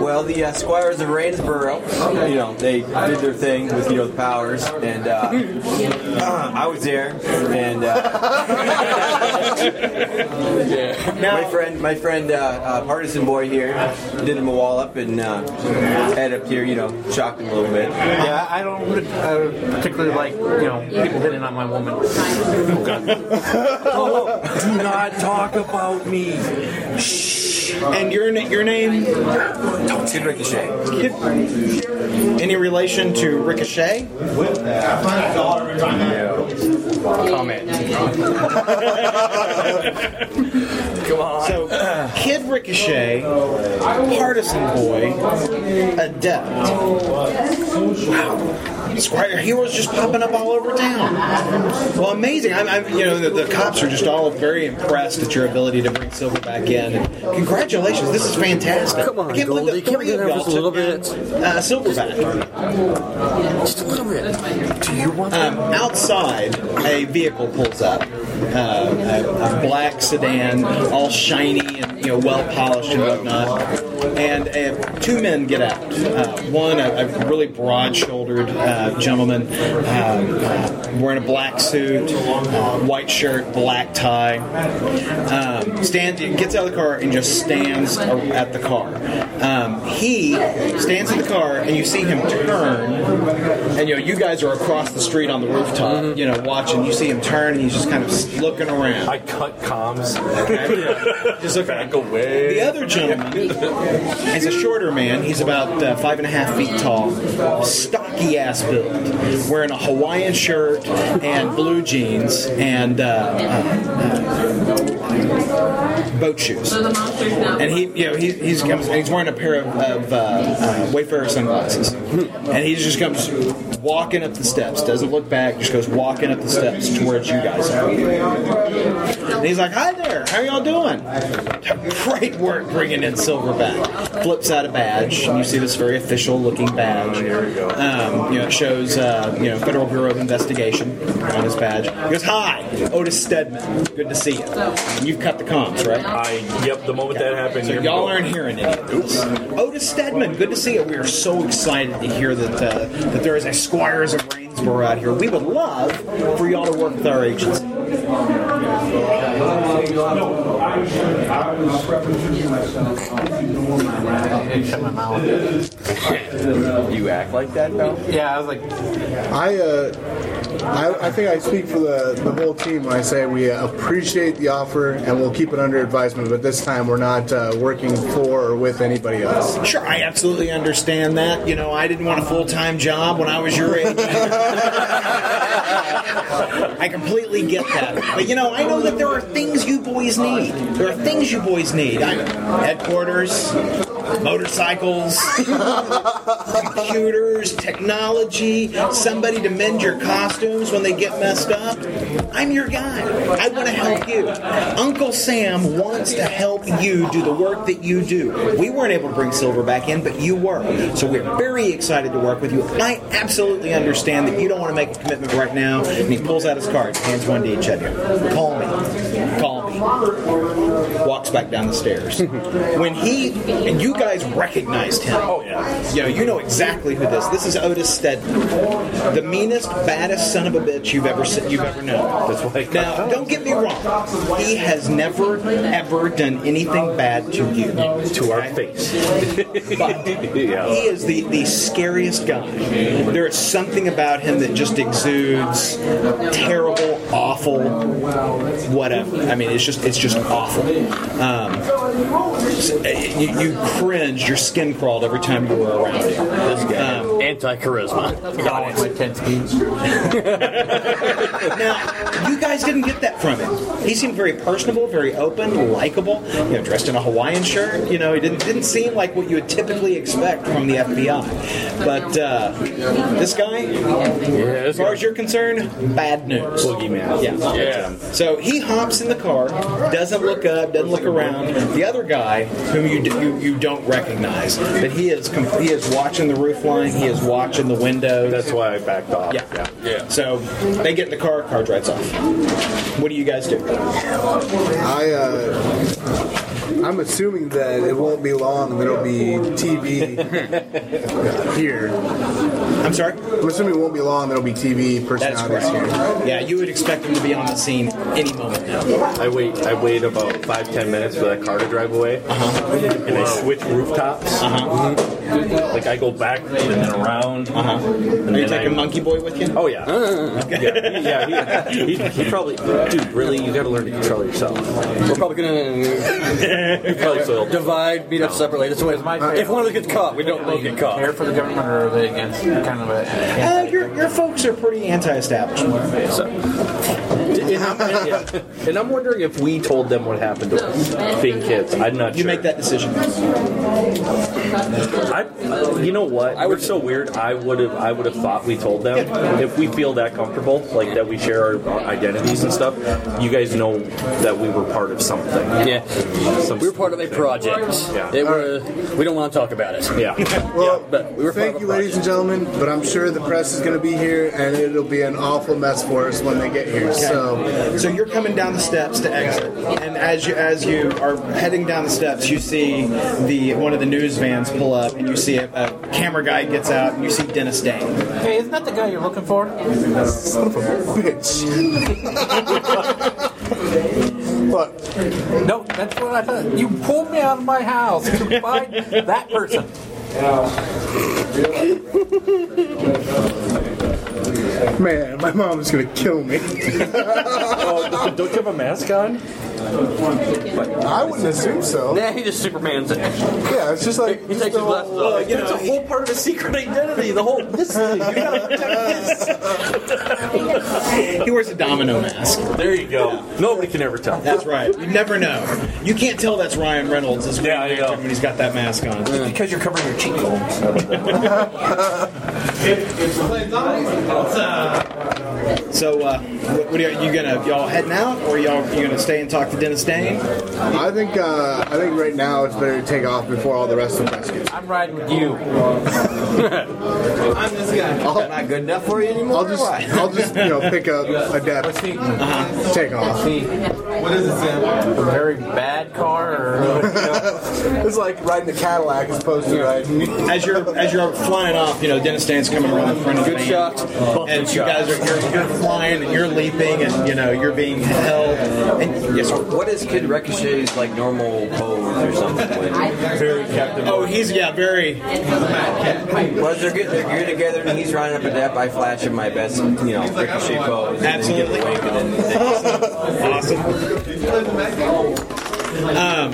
Well, the uh, Squires of Rainsboro, you know, they did their thing with, you know, the powers, and uh, I was there, and uh, my friend, my friend, uh, uh, partisan boy here, did him a wall up and uh, head up here, you know, shocked him a little bit. Yeah, I don't uh, particularly like you know people hitting on my woman. Oh, do not talk about me. Shh. And your na- your name? Kid Ricochet. Any relation to Ricochet? Come on. So, Kid Ricochet, Partisan Boy, Adept. Wow. Squire heroes just popping up all over town. Well, amazing. I'm, I'm you know, the, the cops are just all very impressed at your ability to bring Silver back in. Congratulations, this is fantastic. Come on, I can't believe the three of y'all took down, uh, Silverback. Just a little bit. Do you want um, outside? A vehicle pulls up. Uh, a, a black sedan, all shiny and you know well polished and whatnot. And uh, two men get out. Uh, one, a, a really broad-shouldered uh, gentleman, um, uh, wearing a black suit, uh, white shirt, black tie. Um, stand gets out of the car and just stands a- at the car. Um, he stands at the car, and you see him turn. And you know, you guys are across the street on the rooftop, you know, watching. You see him turn, and he's just kind of looking around. I cut comms. just look back away. The other gentleman is a shorter man. He's about uh, five and a half feet tall, stocky ass build, wearing a Hawaiian shirt and blue jeans and uh, uh, uh, boat shoes. And he, you know, he, he's comes, he's wearing a pair of, of uh, uh, Wayfarer sunglasses, and he just comes walking up the steps. Doesn't look back. Just goes walking up the steps towards you guys. And he's like, "Hi there, how y'all doing? Great work bringing in Silverback." Flips out a badge, and you see this very official-looking badge. Here we go. Um, you know, it shows uh, you know Federal Bureau of Investigation on his badge. He goes, "Hi, Otis Stedman. Good to see you." And you've cut the comms, right? I yep. The moment that happened, so you're- y'all aren't hearing any of this. Otis Stedman, good to see you. We are so excited to hear that uh, that there is a Squires of Rainsboro out here. We would love for y'all to work with our agency. you act like that though. Yeah, I was like, I uh, I, I think I speak for the, the whole team when I say we appreciate the offer and we'll keep it under advisement. But this time we're not uh, working for or with anybody else. Sure, I absolutely understand that. You know, I didn't want a full time job when I was your age. I completely get that. But you know, I know that there are things you boys need. There are things you boys need. I, headquarters, motorcycles, computers, technology, somebody to mend your costumes when they get messed up. I'm your guy. I want to help you. Uncle Sam wants to help you do the work that you do. We weren't able to bring Silver back in, but you were. So we're very excited to work with you. I absolutely understand that you don't want to make a commitment right now. And he pulls out his card, hands one to each of you. Call me. Call me. Walks back down the stairs. when he and you guys recognized him. Oh yeah. You know, you know exactly who this. This is Otis Stedman, the meanest, baddest son of a bitch you've ever se- you've ever known. That's why. Now, don't get me wrong. He has never ever done anything bad to you. To our face. but he is the, the scariest guy. There is something about him that just exudes terrible, awful, whatever. I mean, it's just it's just awful. Um, s- you, you cringed, your skin crawled every time you were around him. Um, Anti charisma. Got now, you guys didn't get that from him. He seemed very personable, very open, likable. You know, dressed in a Hawaiian shirt. You know, he didn't didn't seem like what you would typically expect from the FBI. But uh, this guy, as far as you're concerned, bad news. Boogeyman. Yeah. Yeah. So he hops in the car, doesn't look up, doesn't look around. The other guy, whom you d- you, you don't recognize, but he is com- he is watching the roof line. He is watching the windows. That's why I backed off. Yeah. yeah. So they get in the car. Car drives off. What do you guys do? I uh, I'm assuming that it won't be long. There'll be TV here. I'm sorry. I'm assuming it won't be long. There'll be TV That's personalities correct. here. Yeah, you would expect him to be on the scene any moment now. I wait. I wait about five ten minutes for that car to drive away, and I switch rooftops, Mm-hmm. Like I go back and then around. Uh-huh. And Are you then I- taking Monkey Boy with you? Oh yeah, yeah, yeah. He, he, he probably, dude. Really, you got to learn to control yourself. We're probably gonna You probably failed. divide, meet up separately. That's the way. Is Uh, my favorite. If one of us gets caught, we don't both get caught. Care for the government or are they against kind of a Uh, your, your folks are pretty anti-establishment. And I'm, yeah. and I'm wondering if we told them what happened to us being kids. I'm not You sure. make that decision. I, you know what? I We're so weird. I would have. I would have thought we told them if we feel that comfortable, like that we share our, our identities and stuff. You guys know that we were part of something. Yeah, Some- we were part of a project. Yeah. It were, we don't want to talk about it. Yeah. Well, but we were part thank of you, a ladies and gentlemen. But I'm sure the press is going to be here, and it'll be an awful mess for us when they get here. So, So you're coming down the steps to exit, and as you as you are heading down the steps, you see the one of the news vans pull up, and you see a, a camera guy gets out, and you see Dennis Dane. Hey, isn't that the guy you're looking for? bitch, look, No, that's what I thought. You pulled me out of my house to find that person. man, my mom is going to kill me. Oh, don't you have a mask on? I wouldn't assume so. Yeah, he just Superman's it. Yeah, it's just like He takes his glasses off. Well, you know, a whole part of a secret identity. The whole this thing. You gotta protect this. He wears a domino mask. There you go. Nobody can ever tell. That's right. You never know. You can't tell that's Ryan Reynolds as Green Yeah, I know. Lantern when he's got that mask on. Because you're covering your cheekbones. So, uh, what, what are you, you gonna y'all heading out, or y'all you gonna stay and talk to Dennis Dane? I think uh, I think right now it's better to take off before all the rest of the press gets. I'm riding with you. Oh, I'm this guy. I'm not good enough for you anymore. I'll just I'll just you know pick up a depth, See, take off. see, what is it, Sam? A very bad car? Or, It's like riding a Cadillac as opposed to riding. As you're as you're flying off, you know Dennis Dane's coming around the front of the Good van. shot. and you guys are you're, you're flying and you're leaping and you know you're being held and yes sir. What is Kid Ricochet's like normal pose or something? When, Very Captain. oh he's yeah very well, they're getting their gear together and he's riding up a dap. I flash in my best, you know, Ricochet pose. and then give a Absolutely. wink and then- awesome um,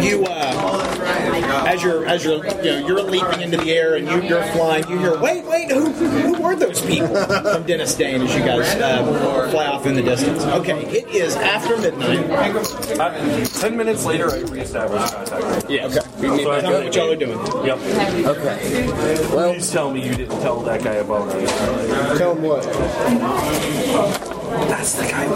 you uh, as you're as you're you know you're leaping into the air and you, you're flying you hear wait wait who who are those people from Dennis Dane as you guys uh, fly off in the distance okay it is after midnight Uh, Ten minutes later, I reestablish contact. Yeah. So uh, I tell me what y'all are doing Yep. Okay. Well, Please tell me you didn't tell that guy about me. Tell them what. That's the guy.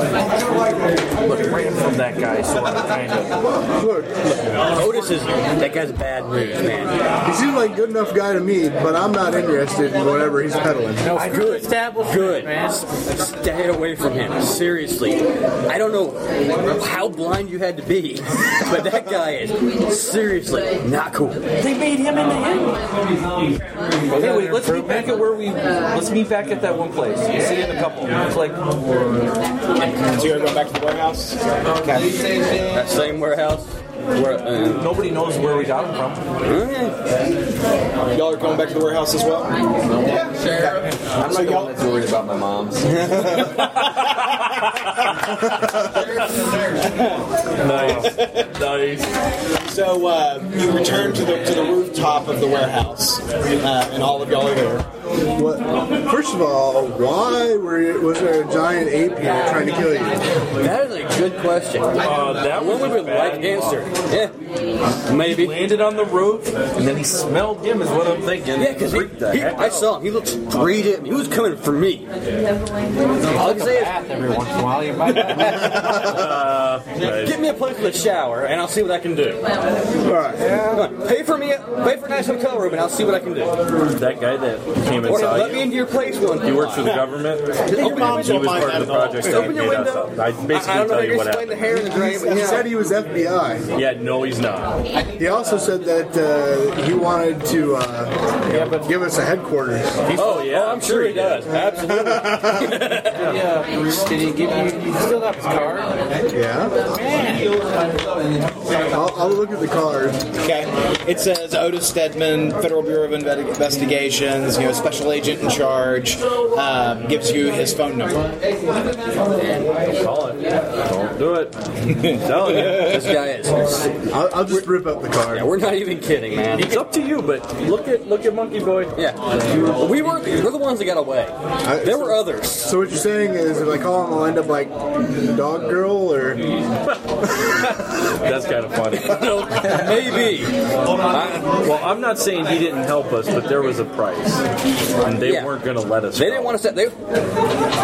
Look, ran from that guy, sort of, kind of. Look, Otis is that guy's bad news, man. he seems like a good enough guy to me, but I'm not interested in whatever he's peddling. no, good. Established Good. man. Stay away from him. Seriously. I don't know how blind you had to be, but that guy is seriously not cool. They made him into him. Hey, wait, let's meet back at where we. Let's meet back at that one place. You see in a couple. It's like so you're going back to the warehouse That same warehouse. Where, uh, nobody knows where we got him from. eh, y'all are going back to the warehouse as well I'm not the one that's worried about my mom's. Nice, nice. So uh, you return to the to the rooftop of the warehouse, uh, and all of y'all are there. What? First of all, why were you, was there a giant ape here trying to kill you? that is a good question. Uh, that One was we a would like bad answer. Yeah. Maybe. Landed on the roof, and then he smelled him. Is what I'm thinking. Yeah, because he, he- I saw him. He looked straight at me. He was coming for me. All I can say is, Every once in a while, you might. get me a place with a shower, and I'll see what I can do. All right, Come on, pay for me, pay for a nice hotel room, and I'll see what I can do. Or That guy that came let me inside. into your place one He works for the government. He Your mom's was part of the project that Open made your us window. up. I basically I, I don't know how tell you you what explain the happened. hair in the gray, but he yeah. said he was FBI. Yeah, no, he's not. He also said that uh, he wanted to uh, give us a headquarters. oh, yeah, I'm sure he does. Absolutely. Yeah. Did he give you? Did he still have his car? Yeah. I'll, I'll look at the card. Okay. It says Otis Stedman, Federal Bureau of Inve- Investigations, you know, special agent in charge, um, gives you his phone number. Call it. Don't do it. Tell you. This guy is. I'll, I'll just rip up the card. Yeah, we're not even kidding, man. It's up to you, but look at look at Monkey Boy. Yeah, we were we're the ones that got away. There were others. So what you're saying is, if I call him, I'll end up like dog girl or That's kind of funny. No, maybe. I- well, I'm not saying he didn't help us, but there was a price, and they Yeah. weren't going to let us. They didn't want to set. They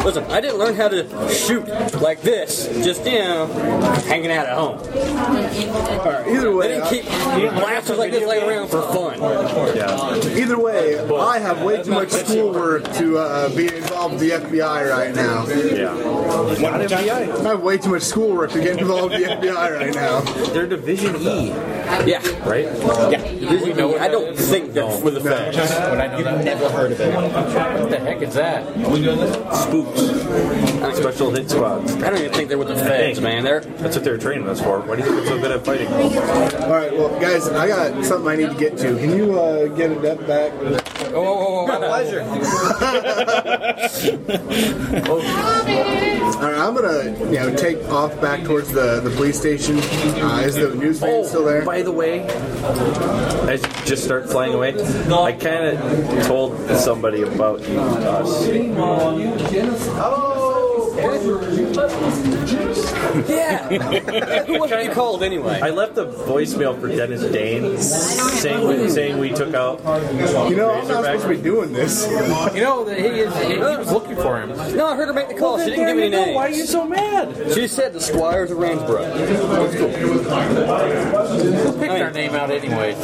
listen. I didn't learn how to shoot like this. Just you know, hanging out at home. either They way. didn't I- keep blasters like this laying around for fun. uh, Either way, I have way too much schoolwork to uh, be involved with the FBI right now. What FBI? I have way too much schoolwork to get involved with the FBI right now. They're Division E, Yeah, right? You know, I don't think that's with the facts. You've never heard of it. What the heck is that? Spooks. Special hit squads. I don't even think they're with the feds, man. They're That's what they're training us for. Why do you think we're so good at fighting? All right, well, guys, I got something I need to get to. Can you uh, get it up back? All right, I'm gonna, you know, take off back towards the, the police station. Uh, is the news Oh, van still there? Oh, By the way, as you just start flying away, I kind of told somebody about you, us. yeah. Who was you called anyway? I left a voicemail for Dennis Dane saying we, saying we took out. You know, I'm not supposed to be doing this. You know that he is. He, he was looking for him. No, I heard her make the call. She didn't give me any names. Why are you so mad? She said the Squires of Rainsboro. Who picked our name out anyway?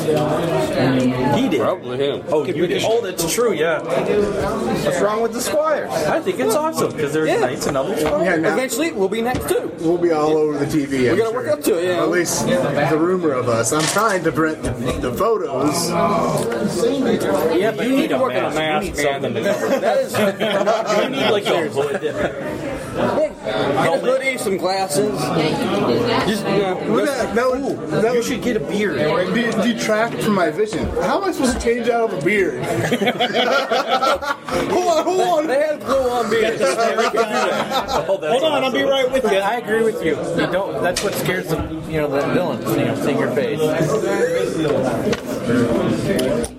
He did. Probably him. Oh, you did. Oh, that's true. Yeah, What's wrong with the Squires? I think it's awesome because there's Yeah. knights and elves. Yeah, now Eventually, we'll be next too. we'll be all over the TV. We gotta work up to it, yeah. At least the rumor of us. I'm trying to print the photos. Yeah, but you need to work on a mask, man. That is You need like a hood. Get a hoodie, some glasses. Just you know, Would that, that would, that You would should get a beard. de- detract from my vision. How am I supposed to change out of a beard? hold on, hold on. they have glue on beards. Oh, that's awesome. right with you. I agree with you. You don't. That's what scares the you know the villains. You know, seeing your face.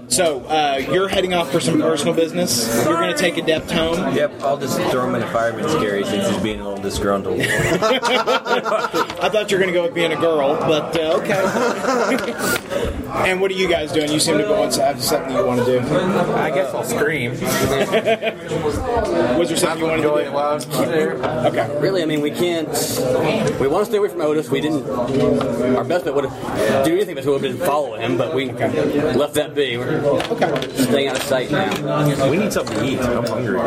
So uh, you're heading off for some personal business. You're going to take a depth home. Yep, I'll just throw him in a fireman's carry since he's being a little disgruntled. I thought you were going to go with being a girl, but uh, okay. and what are you guys doing? You seem to go on have something you want to do. I guess I'll scream. Was there something you wanted Enjoy to it while I'm there. do? Okay. Really, I mean, we can't. We want to stay away from Otis. We didn't. Our best bet would have do anything but would have been follow him, but we left that be. We're staying out of sight now. We need something to eat. I'm hungry.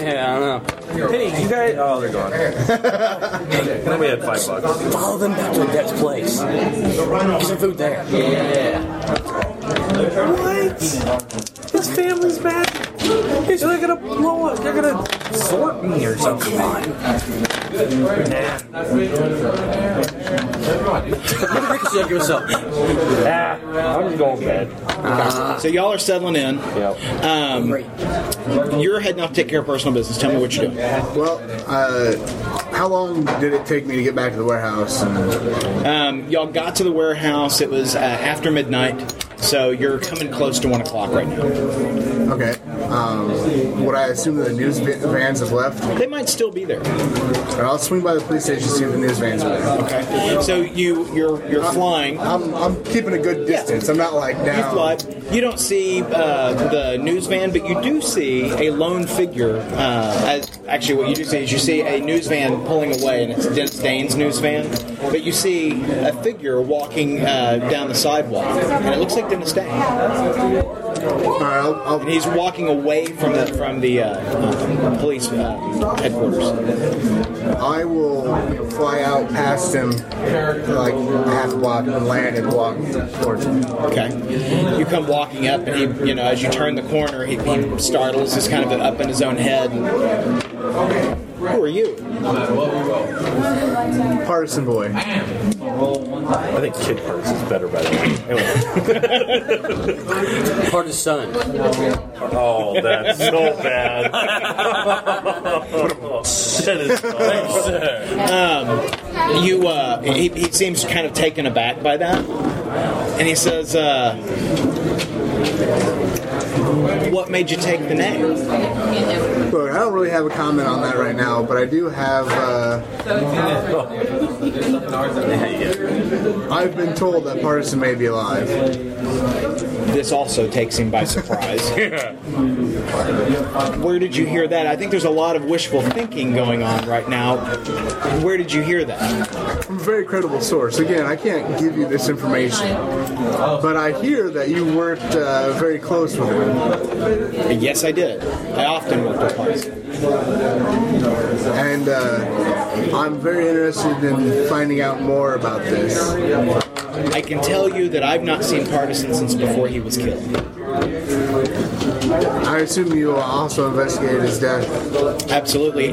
Yeah, I don't know. Hey, you guys. Oh, they're gone. Then we had five bucks. Follow them back to the Dutch place. Get some food there. Yeah. What? This family's mad. They're gonna blow up. They're gonna sort me or something. Ricochet, give us up. Ah, I'm going to bed. So y'all are settling in. Yep. Um, you're heading off to take care of personal business. Tell me what you're doing. Well, uh, how long did it take me to get back to the warehouse? Um, y'all got to the warehouse. It was uh, after midnight. So you're coming close to one o'clock right now. Okay. Um, would I assume that the news va- vans have left? They might still be there. But I'll swing by the police station to see if the news vans are there. Okay. So you you're you're flying. I'm, I'm keeping a good distance. I'm not like You down. fly. You don't see uh, the news van, but you do see a lone figure. Uh, as, actually, what you do see is you see a news van pulling away, and it's Dennis Dane's news van. But you see a figure walking uh, down the sidewalk, and it looks like Dennis Dane, All right, I'll, I'll, and he's walking away from the from the uh, uh, police uh, headquarters. I will fly out past him like half a block and land and walk towards him. Okay, you come walking up, and he, you know, as you turn the corner, he, he startles, is kind of up in his own head. Who are you? Partisan boy. I think Kid Parts is better, by the way. Anyway. Partisan. Oh, that's so bad. That is um, you, uh, he, he seems kind of taken aback by that, and he says, uh, "What made you take the name?" Look, I don't really have a comment on that right now, but I do have. Uh, I've been told that Partisan may be alive. This also takes him by surprise. Where did you hear that? I think there's a lot of wishful thinking going on right now. Where did you hear that? From a very credible source. Again, I can't give you this information, but I hear that you worked uh, very close with him. Yes, I did. I often worked with Partisan. And uh, I'm very interested in finding out more about this. I can tell you that I've not seen Partisan since before he was killed. I assume you also investigated his death. Absolutely,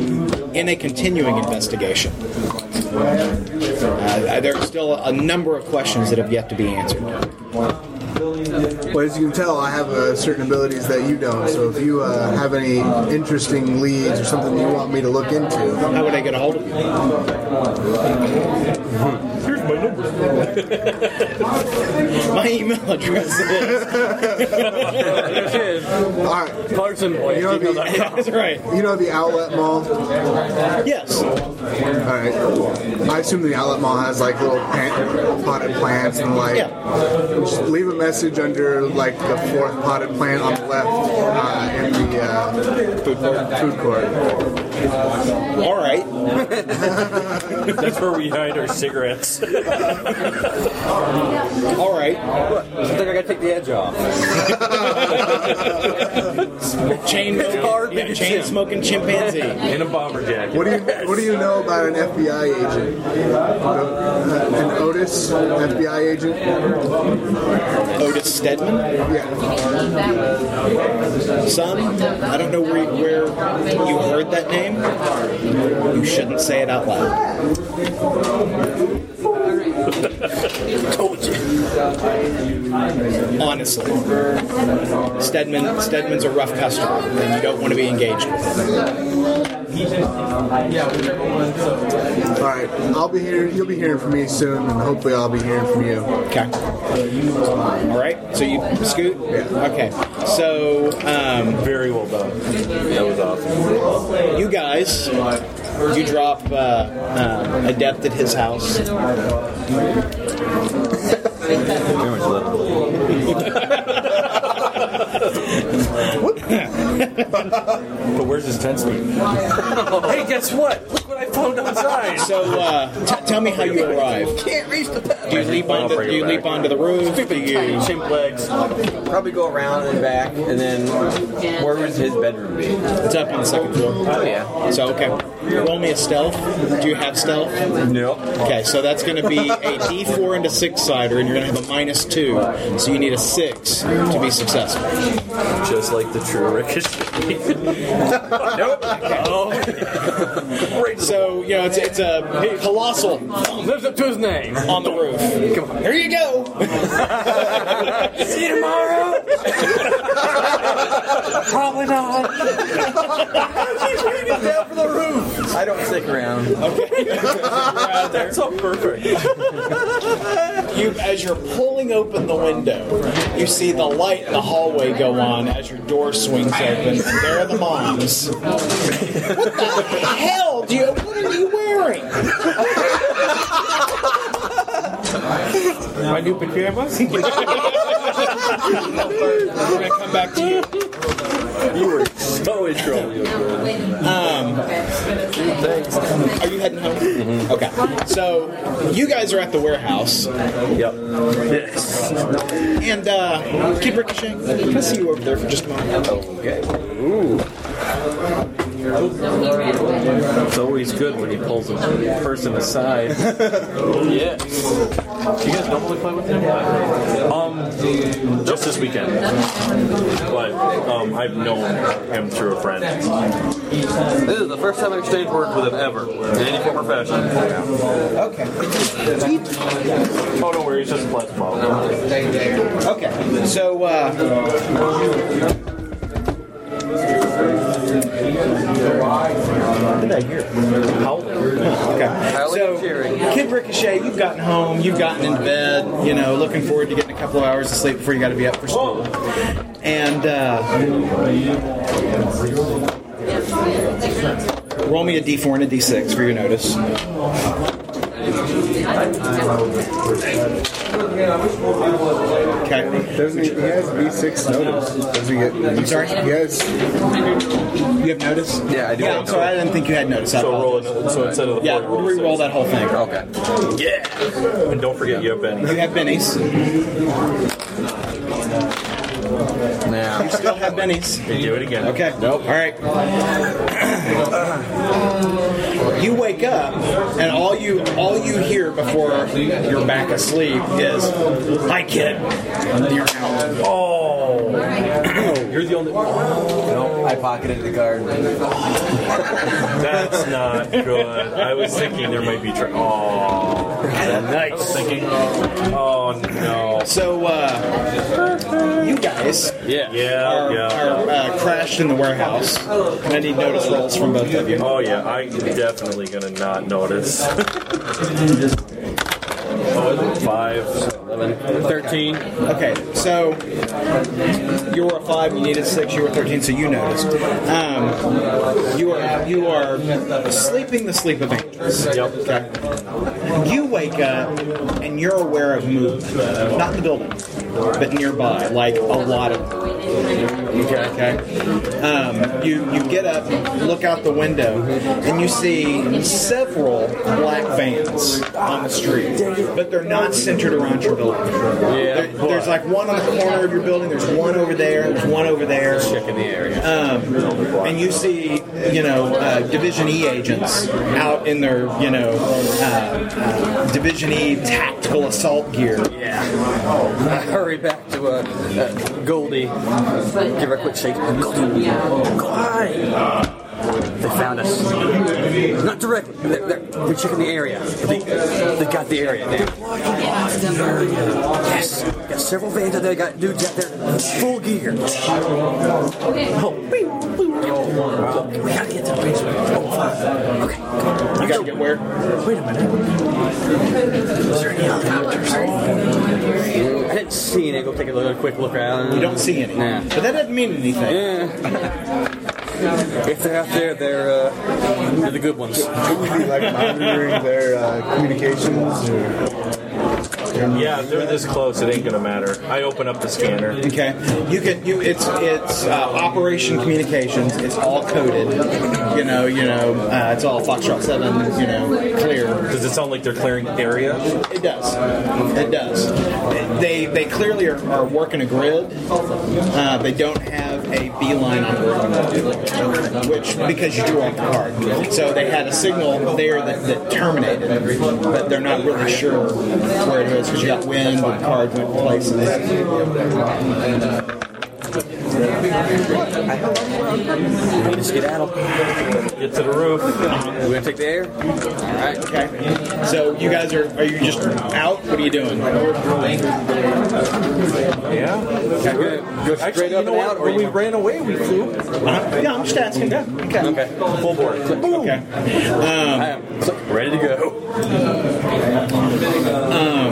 in a continuing investigation. Uh, there are still a number of questions that have yet to be answered. Well, as you can tell, I have uh, certain abilities that you don't. So if you uh, have any interesting leads or something you want me to look into, how would I get a hold of you? Here's my number. my email address is. All right. Parson boy. You know the, that's right. You know the outlet mall? Yes. All right. I assume the outlet mall has like little plant, potted plants and like. Yeah. Just leave a message under like the fourth potted plant on the left uh, in the uh, food, food court. All right. That's where we hide our cigarettes. All right. Look, I think I gotta take the edge off. chain, yeah, chain smoking chimpanzee in a bomber jacket. What do you What do you know about an FBI agent? An Otis FBI agent. Otis Stedman. Yeah. Son, I don't know where you, where you heard that name. You shouldn't say it out loud. Told you. Honestly, Stedman Stedman's a rough customer, and you don't want to be engaged with him. All right, I'll be here. You'll be hearing from me soon, and hopefully, I'll be hearing from you. Okay. All right. So you scoot. Yeah. Okay. So um, very well done. That was awesome. You guys, you drop uh, uh, adept at his house. but where's his tent speed? hey, guess what? Look what I found outside. So, uh, t- tell me how you arrive. Can't reach the pedal. Do you leap onto, do you leap onto the roof? Do you chimp legs? Probably go around and back, and then where would his bedroom be? It's up on the second floor. Oh yeah. So okay, roll me a stealth. Do you have stealth? No. Okay, so that's going to be a D4 and a six sider, and you're going to have a minus two. So you need a six to be successful. Just like the true ricochet. nope. Oh. Right so you know it's it's a colossal lives up to his name on the roof. Come on. Here you go. See you tomorrow. Probably not. He's raining down from the roof. I don't stick around. Okay. That's all perfect. you, as you're pulling open the window, you see the light in the hallway go on as your door swings open, and there are the moms. what the hell do you? What are you wearing? My new pajamas? We're gonna come back to you. You were so in trouble. Um, are you heading home? Mm-hmm. Okay. So you guys are at the warehouse. Yep. Yes. And uh, keep ricocheting. Can I see you over there for just a moment? Okay. Ooh. It's always good when he pulls a person aside. yes. You guys normally play with him? Um, just this weekend. But um, I've known him through a friend. This is the first time I've exchanged words with him ever, in any form or fashion. Okay. Oh, don't worry, it's just a pleasant Okay, so uh, Did I hear? Okay. So, Kid Ricochet, you've gotten home, you've gotten into bed, you know, looking forward to getting a couple of hours of sleep before you got to be up for school. And uh, roll me a D4 and a D6 for your notice. Okay. Doesn't he, he has B6 notice. Does he get, I'm sorry? Yes. You have notice? Yeah, I do. Yeah, I'm sorry, I didn't think you had notice. So roll it. So instead of the yeah, re-roll that whole thing. Okay. Yeah. And don't forget, you have Benny. You have Benny's. Now you still have Benny's. You do it again. Okay. Nope. All right. You wake up, and all you all you hear before you're back asleep is, "Hi, kid." You're out. Oh. You're the only. No, I pocketed the card. That's not good. I was thinking there might be. Tra- oh, nice. I was thinking. Oh no. So uh, you guys, yeah, yeah, are, yeah. are uh, crashed in the warehouse. And I need notice rolls from both of you. Oh yeah, I'm definitely gonna not notice. Five, eleven, Thirteen. Okay, so you were a five, you needed six, you were thirteen, so you noticed. Um, you are you are sleeping the sleep of angels. Yep. Okay. You wake up and you're aware of movement, not in the building, but nearby, like a lot of. Okay. okay. Um, you you get up, look out the window, and you see several black vans on the street, but they're not centered around your building. Yeah, There- there's like one on the corner of your building. There's one over there. and There's one over there. Checking the area. Um, and you see, you know, uh, Division E agents out in their, you know, uh, uh, Division E tactical assault gear. I hurry back to uh, uh, Goldie. Give her a quick shake. Goldie. Goldie. They found us. Not directly. They're, they're, they're checking the area. They, they got the area now. Yes. Got several vans out there. Got dudes out there. Full gear. Oh, beep, beep. Look, we gotta get to the basement. Oh, fuck. Okay. You gotta get where? Wait a minute. Is there any helicopters? I didn't see any. Go take a little quick look around. You don't see any. Nah. But that doesn't mean anything. Yeah. if they're out there, they're, uh, they're the good ones. Be like monitoring their uh, communications. Or, Yeah, if they're this close, it ain't gonna matter. I open up the scanner. Okay, you can you it's it's uh, Operation Communications. It's all coded. You know, you know, uh, it's all Foxtrot Seven. You know, clear. Does it sound like they're clearing the area? It does. It does. They they clearly are, are working a grid. Uh, they don't have a beeline on board, which because you drew off the card, so they had a signal there that, that terminated, but they're not really sure where it is because you got wind, the card went places. We just get out. Get to the roof. We're gonna take the air. All right. Okay. So you guys are are you just out? What are you doing? Yeah. Go, go straight Actually, you up know and out, what? or When you we ran away, we flew. Uh, yeah, I'm just asking. Yeah. Okay. okay? Full board. Okay. Um, I am so ready to go. um,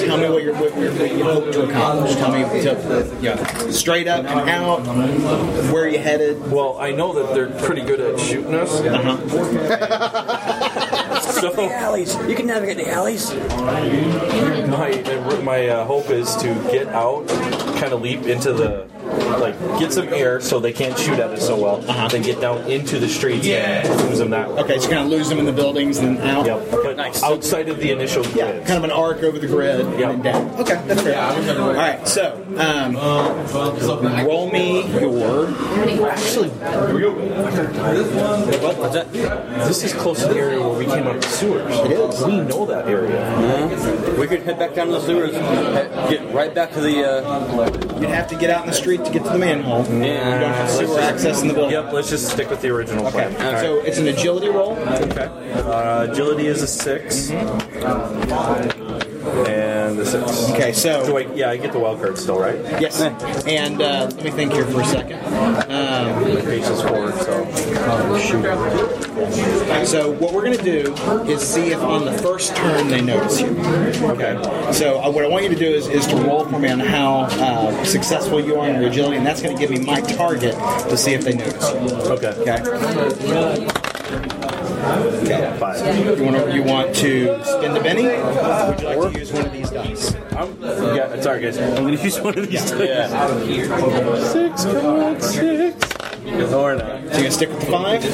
tell me what you're what, you're- what you hope to accomplish. Tell me to yeah. Straight up and out. Where are you headed? Well, I know that they're pretty good at shooting us. Uh-huh. The so alleys. You can navigate the alleys. my my uh, hope is to get out, kind of leap into the like get some air so they can't shoot at us so well. Uh-huh. Then get down into the streets and lose them that way. Okay, so kind of lose them in the buildings and then out. Yep. But outside of the initial grid. Yeah, kind of an arc over the grid and then down. Okay, that's fair. All right, so um, roll me your. Actually, What's that? This is close to the area where we came out of the sewers. It is. We know that area. Mm-hmm. We could head back down to the sewers, he- get right back to the. Uh, You'd have to get out in the street to get to the manhole. You don't have sewer access in the building. Yep, let's just stick with the original plan. Uh, so it's an agility roll. Okay. Uh, agility is a 6 And the six. Okay, so Do I, yeah, I get the wild card still, right? Yes. And uh, let me think here for a second. Um, Paces forward, so. so what we're going to do is see if on the first turn they notice you. Okay. So uh, what I want you to do is, is to roll for me on how uh, successful you are in your agility, and that's going to give me my target to see if they notice you. Okay. Okay. Okay. You want, you want to spend a penny? Would you like to use one of these dice? Yeah, it's alright, guys. I'm gonna use one of these. Yeah. Six, come on, six. Or not. So you're going to stick with the five?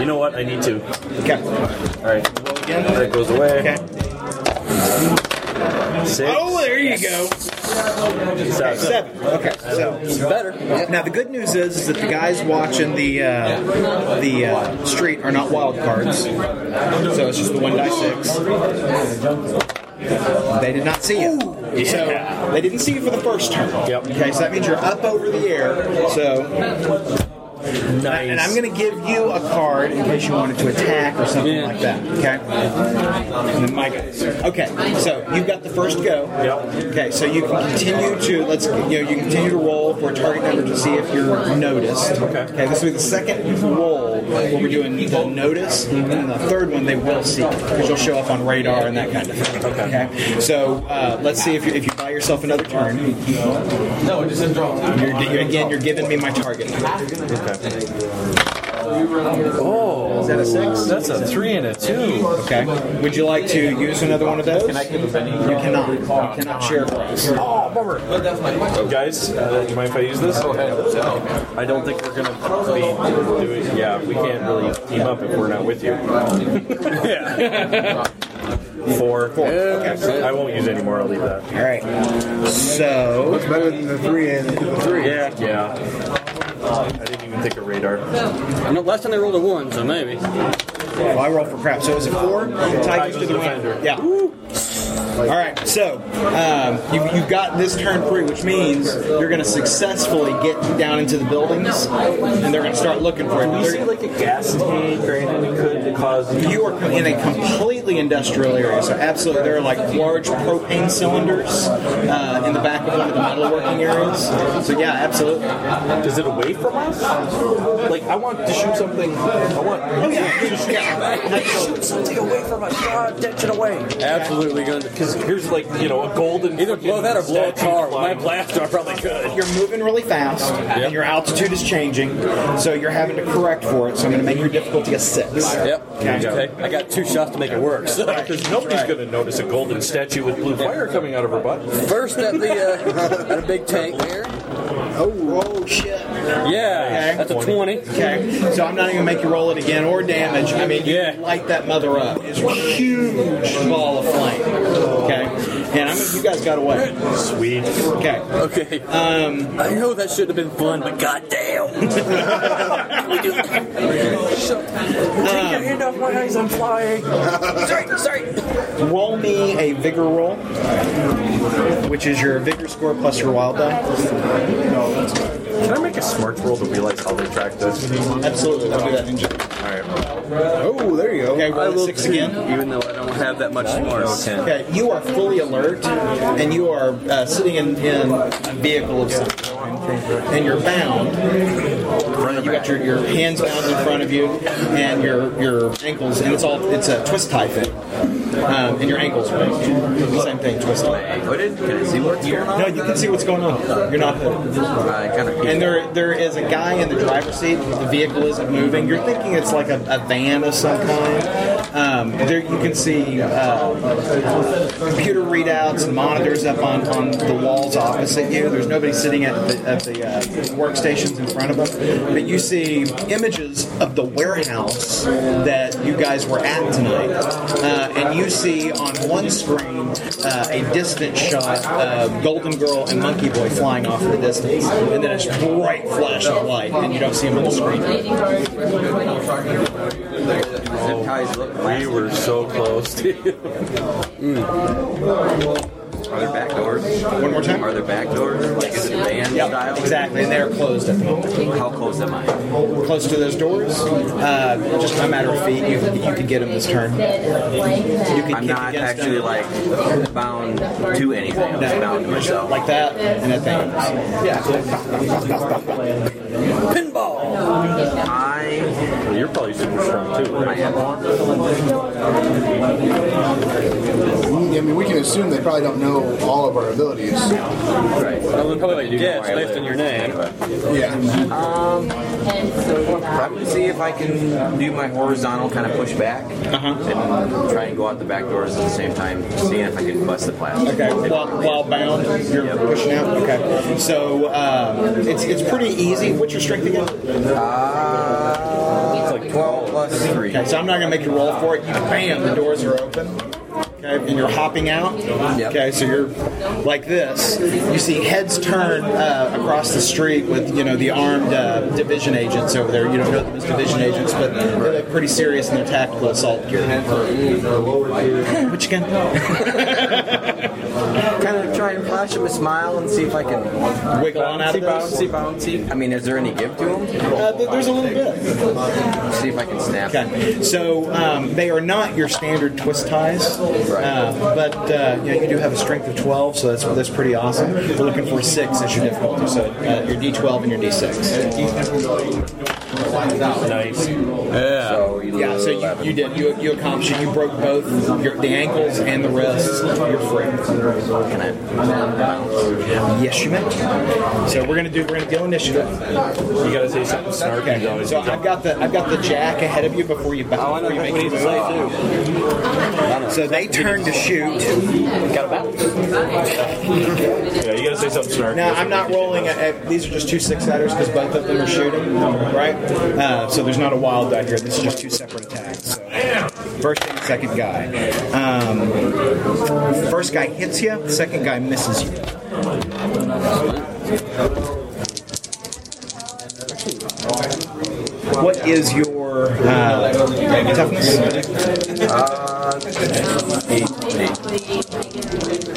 You know what? I need to. Okay. All right. That goes away. Six. Oh, there you go. Seven. Seven. Okay, so better. Now the good news is, is that the guys watching the uh, the uh, street are not wild cards, so it's just the one die six. They did not see you. So they didn't see you for the first turn. Yep. Okay, so that means you're up over the air. So, Nice. and I'm going to give you a card in case you wanted to attack or something like that. Okay. And then my guys. Okay. So you've got the first go. Yep. Okay, so you can continue to let's you know you continue to roll for a target number to see if you're noticed. Okay. this will be the second roll where we're doing the notice, and the third one they will see because you'll show up on radar and that kind of thing. Okay. So uh, let's see if you, if you buy yourself another turn. No, just a draw. You're, you're- again, you're giving me my target. Oh. Is that a six? That's a three and a two. Okay. Would you like to use another one of those? Can I give a penny? You cannot. You cannot share price. Oh, bummer. Guys, uh, do you mind if I use this? I don't think we're gonna be doing. Yeah, we can't really team up if we're not with you. yeah. Four. Four. Okay. I won't use any more. I'll leave that. All right. So. It's better than the three and the three. Yeah. Yeah. I didn't even think of radar. I know last time they rolled a one, so maybe. Well, I roll for crap. So it was a four. Tigers to the defender. win. Yeah. All right. So um, you you got this turn free, which means you're going to successfully get down into the buildings, and they're going to start looking for it. You see, They're- like a gas tank or anything that could cause You are in a completely industrial area, so absolutely there are like large propane cylinders uh, in the back of one of the metalworking areas. So yeah, absolutely. Is it away from us? Like, I want to shoot something. I want. Shoot something away from us. Ah, ditch it away. Absolutely going to. Because here's like you know a golden. Either blow that or blow a car. With my blaster, I probably could. You're moving really fast, and your altitude is changing, so you're having to correct for it. So I'm going to make your difficulty a six. Yep. Okay. Okay. I got two shots to make it work. So. Because nobody's going to notice a golden statue with blue fire coming out of her butt. First at the uh, at a big tank there. Oh, oh shit. Yeah, Okay. that's a twenty. Okay, so I'm not even gonna make you roll it again or damage. I mean, you Yeah. light that mother up. It's a huge ball of flame. Okay, and I'm, you guys got away. Sweet. Okay, Okay. Um, I know that should have been fun, but goddamn. Take your hand off my eyes. I'm flying. sorry, sorry. roll me a vigor roll, which is your vigor score plus your wild die. Can I make a smart roll to realize how they track this? Absolutely, I'll do that. All right. Oh, there you go. Okay, I roll will a six too, again. even though I don't have that much smarts. Okay, you are fully alert, and you are uh, sitting in, in a vehicle of some kind, and you're bound. You got your, your hands bound in front of you, and your your ankles, and it's all it's a twist tie thing, um, and your ankles are bound. same thing, twist tie. Hooded? Can I see what's going on? No, you can see what's going on. You're not hooked. I kind of And there, there is a guy in the driver's seat. The vehicle isn't moving. You're thinking it's like a, a van of some kind, Um, there you can see uh, computer readouts and monitors up on, on the walls opposite you. There's nobody sitting at the, at the uh, workstations in front of us, but you see images of the warehouse that you guys were at tonight, uh, and you see on one screen uh, a distant shot of Golden Girl and Monkey Boy flying off in the distance, and then a bright flash of light, and you don't see them on the screen. We were so close to Hmm. Are there back doors? One more time? Are there back doors? Like, is it band style? Exactly, and they're closed at the moment. How close am I? Close to those doors? Uh, just a matter of feet. You, you could get them this turn. You could I'm kick not against actually them. like bound to anything. I'm just bound to myself. Like that, and that thing. Yeah. Pinball. I. Well, you're probably super strong too, right? I am. I mean, we can assume they probably don't know all of our abilities. Right. Well, they probably do. Yeah, it's I based on your name. Yeah. Um, probably see if I can do my horizontal kind of push back Uh-huh. and try and go out the back doors at the same time, seeing if I can bust the plastic. Okay, while, while bound, you're pushing out. Okay, so uh, it's it's pretty easy. What's your strength again? Uh, it's like 12 plus 3. Okay, so I'm not gonna make you roll for it. You bam, the doors are open. Okay, and you're hopping out. Okay, so you're like this. You see heads turn uh, across the street with you know the armed uh, division agents over there. You don't know them as division agents, but they look pretty serious in their tactical assault gear. What you kind of try and flash him a smile and see if I can wiggle on out of this? Bouncy, bouncy, bouncy. I mean, is there any give to him? Uh, th- there's a little bit. See if I can snap. Okay, so um, they are not your standard twist ties, uh, but uh, you, know, you do have a strength of 12, so that's that's pretty awesome. We're looking for six as your difficulty, so uh, your D12 and your D6. Nice. Yeah. So you Yeah, so you, you did. You, you accomplished it. You broke both your, the ankles and the wrists. You're free. Can I bounce? Yes, you may. So we're gonna do. We're gonna go initiative. You gotta say something snarky. You Okay. always So I've got the I've got the jack ahead of you before you bow. Oh, I know before you exactly make what your he's move. gonna So they turn to shoot. Got a bounce. Yeah, you gotta say something snarky. Now I'm not rolling. At, at- these are just two six siders because both of them are shooting, right? Uh, so there's not a wild die here. This is just two separate attacks. So. First and second guy. Um, first guy hits you. Second guy misses you. What is your uh, toughness? Uh, eight, eight.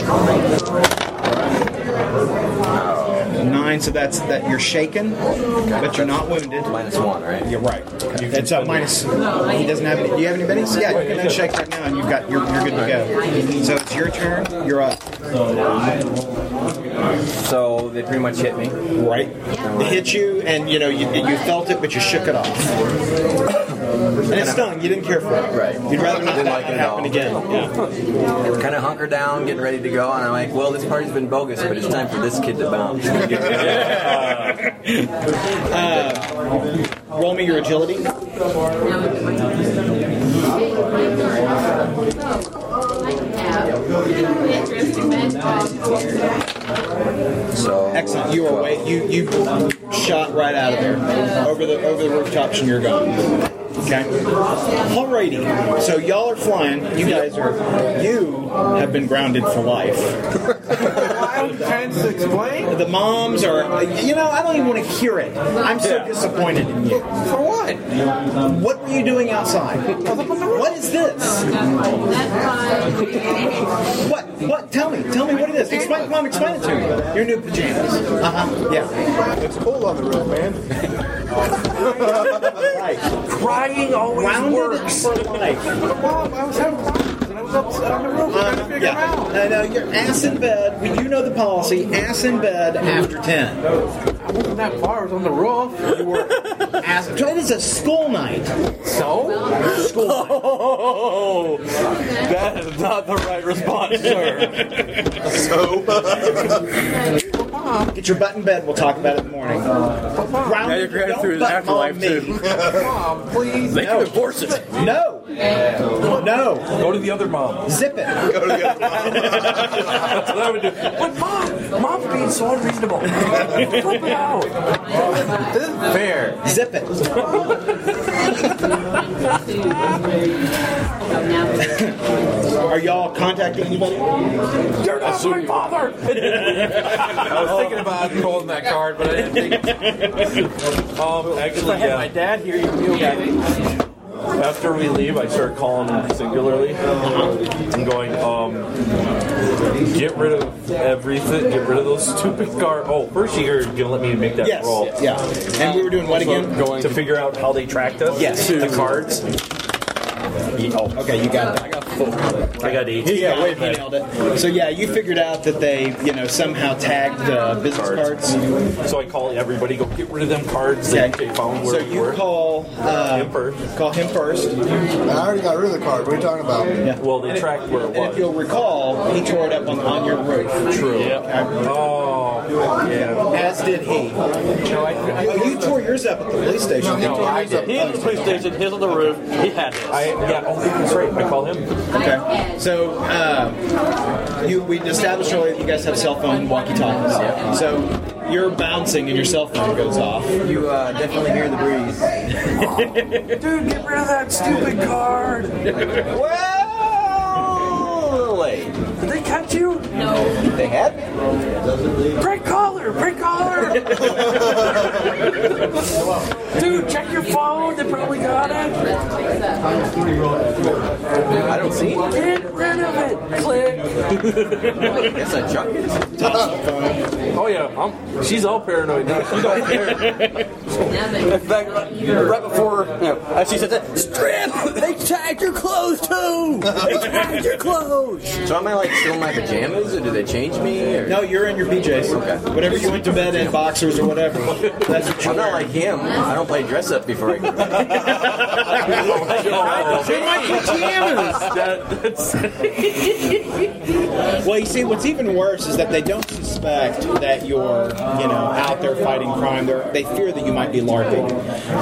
Nine. So that's that. You're shaken, but you're not wounded. Minus one, right? You're right. It's a minus. He doesn't have any. Do you have any minis? Yeah, you can unshake right now, and you've got you're, you're good to go. So it's your turn. You're up. So they pretty much hit me. Right. It hit you, and you know you, you felt it, but you shook it off. And it stung. You didn't care for it. Right. You'd rather not Didn't have like it it at all. happen again. Yeah. Kind of hunker down, getting ready to go, and I'm like, well, this party's been bogus, but it's time for this kid to bounce. Roll me your agility. So Excellent. You are way you you shot right out of there over the over the rooftops and you're gone. Okay. Alrighty. So y'all are flying. You guys are. You have been grounded for life. I'm trying to explain. The moms are. You know, I don't even want to hear it. I'm so disappointed in you. For what? What were you doing outside? What is this? What? What? Tell me. Tell me what it is. Explain, mom. Explain it to me. Your new pajamas. Uh huh. Yeah. It's cold on the roof, man. Right. Crying always Grounded works. for life. Mom, I was having problems and I was upset on the roof trying to figure Yeah. it out. No, no, you're ass in bed. We do know the policy. Ass in bed after 10. I wasn't that far. I was on the roof. You were Ass, it is a school night. so. Oh, that is not the right response, sir. Get your butt in bed. We'll talk about it in the morning. Round, Now you're going don't through his butt afterlife, on me. too. Mom, please. They can divorce it. No. No. Go to the other mom. Zip it. Go to the other mom. That's what I would do. But mom, mom's being so unreasonable. Flip it out. This is fair. Zip it. Are y'all contacting anybody? You're not my father. I was thinking about calling that card, but I didn't think. Um, actually, yeah. My dad here, you After we leave, I start calling him singularly. I'm going, um, get rid of everything. Get rid of those stupid car. Oh, first you're gonna let me make that Yes, roll. yeah. And we were doing what So again? Going to figure out how they tracked us. Yes. the cards. Oh, okay, you got it. I got four. I got eight. Yeah, wait, you nailed it. So yeah, you figured out that they, you know, somehow tagged uh, business cards. So I call everybody. Go get rid of them cards. Okay. that They found where So we you were. call uh, Him first. call him first. I already got rid of the card. What are you talking about? Well, they tracked where it And if was. you'll recall, he tore it up on, on your roof. True. Oh, yeah. As did he. You, you tore yours up at the police station. He tore yours up. He at the police station. He's on the roof. He had it. I yeah. Oh, that's right. I call him. Okay. So uh, you, we established earlier that you guys have cell phone walkie-talkies. So you're bouncing and your cell phone goes off. You uh, definitely hear the breeze. Dude, get rid of that stupid card. Well, late. Did they catch you? They had me. Prank caller, prank caller. Dude, check your phone. They probably got it. I don't see. it. Get rid of it. Click. It's a junk. Oh yeah. I'm, she's all paranoid now. She don't care. In fact, right before, you know, as she said that, strip! They tagged your clothes too! They tagged your clothes! So am I like still in my pajamas, or do they change me? Or? No, you're in your PJs. Okay. Whatever you went to bed in, boxers or whatever. That's what I'm you're not like him. I don't play dress up before. I go. That- that's- Well, you see, what's even worse is that they don't suspect that you're, you know, out there fighting crime. They're, they fear that you might be larping.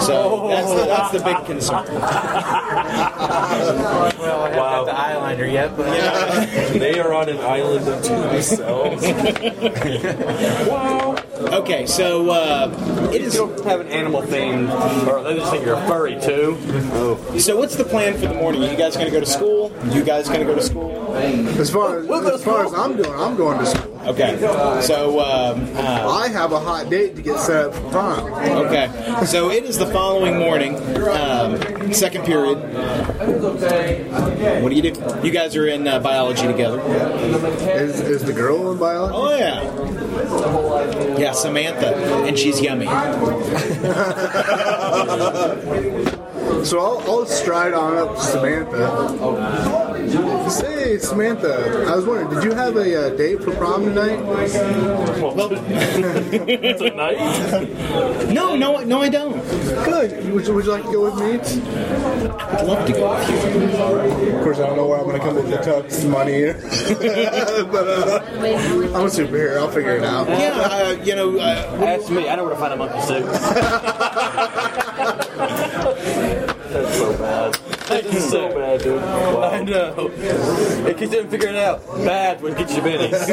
So that's the, that's the big concern. wow. The eyeliner yet, but They are on an island unto themselves. wow. Okay, so uh, it You is. don't have an animal theme, or they just think you're a furry too. Oh. So what's the plan for the morning? Are you guys gonna go to school? You guys gonna go to school? As far as, as far as I'm doing, I'm going to school. Okay. So um, uh, I have a hot date to get set up for prom. okay. So it is the following morning, um, second period. What do you do? You guys are in uh, biology together. Is, is the girl in biology? Oh yeah. Yeah, Samantha, and she's yummy. So I'll, I'll stride on up to Samantha. Say, Samantha, I was wondering, did you have a uh, date for prom tonight? Tonight? No, no, no, I don't. Good. Would you, would you like to go with me? I'd love to go with you. Of course, I don't know where I'm going to come up with the tux money. but uh, I'm a superhero. I'll figure it out. Yeah, uh, you know, uh, Ask me, I know where to find a monkey suit. That's so bad. That's so bad, dude. Wow. I know. If you didn't figure it out, bad would get you minis.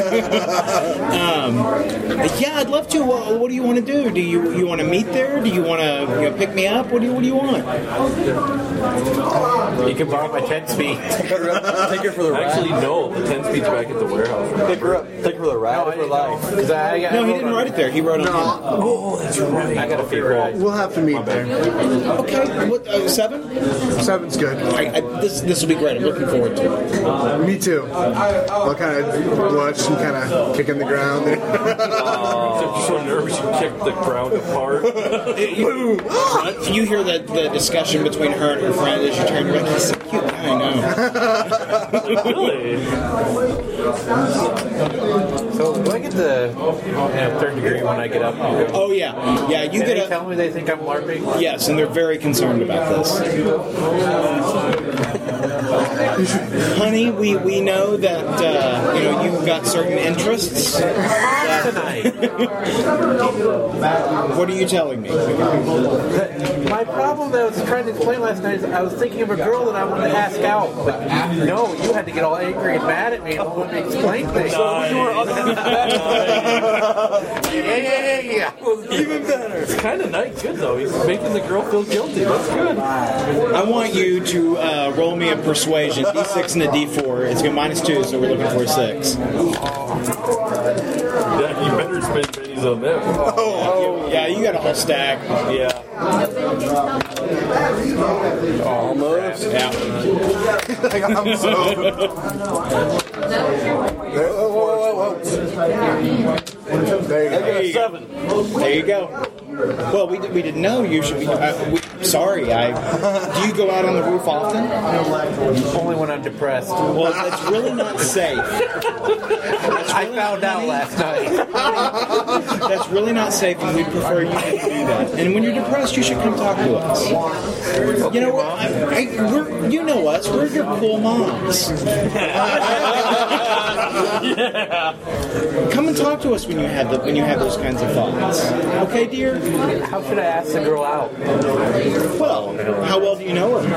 yeah, I'd love to. Well, what do you want to do? Do you you want to meet there? Do you want to you know, pick me up? What do you What do you want? You can borrow my ten speed. Take her for the ride. Actually, no. The 10 speed's back at the warehouse. Pick her up. Take her for the ride of her life. because I, I, No, he didn't write it there. He wrote on him. No, I got a figure out. we'll have to meet there. Okay, what uh, seven? Seven's good. I, I, this this will be great. I'm looking forward to it. Me too. I'll kind of blush and kind of kick in the ground there. Except you're so nervous you kicked the ground apart. You hear the, the discussion between her and her friend as you turn. You're like, he's so cute. I know. really? So do I get the you know, third degree when I get up? And go, Oh yeah, yeah. You Can they get a tell me they think I'm LARPing? yes, and they're very concerned about this. Honey, we, we know that uh, you know you've got certain interests. Tonight. What are you telling me? My problem that I was trying to explain last night is I was thinking of a girl that I wanted to ask out, but no, you had to get all angry and mad at me and want me to explain things. So you were yeah, yeah, yeah, yeah. Even better. It's kind of nice. Good though. He's making the girl feel guilty. That's good. I want you to uh, roll me a persuasion, d6 and a d4. It's going minus two, so we're looking for a six. Yeah, you better spend pennies on them. Oh, yeah, you got a whole stack. Yeah. Almost. Yeah. like, I'm so. There- whoa, whoa, whoa, whoa. There you go. There you go. Well, we, we didn't know you should be. Uh, we, sorry, I. Do you go out on the roof often? Only when I'm depressed. Well, that's really not safe. I found out last night. That's really not safe, and we prefer you not to do that. And when you're depressed, you should come talk to us. You know what? I, I, we're, you know us. We're your cool moms. Come and talk to us when you have the, when you have those kinds of thoughts. Okay, dear. How should I ask the girl out? Well, how well do you know her?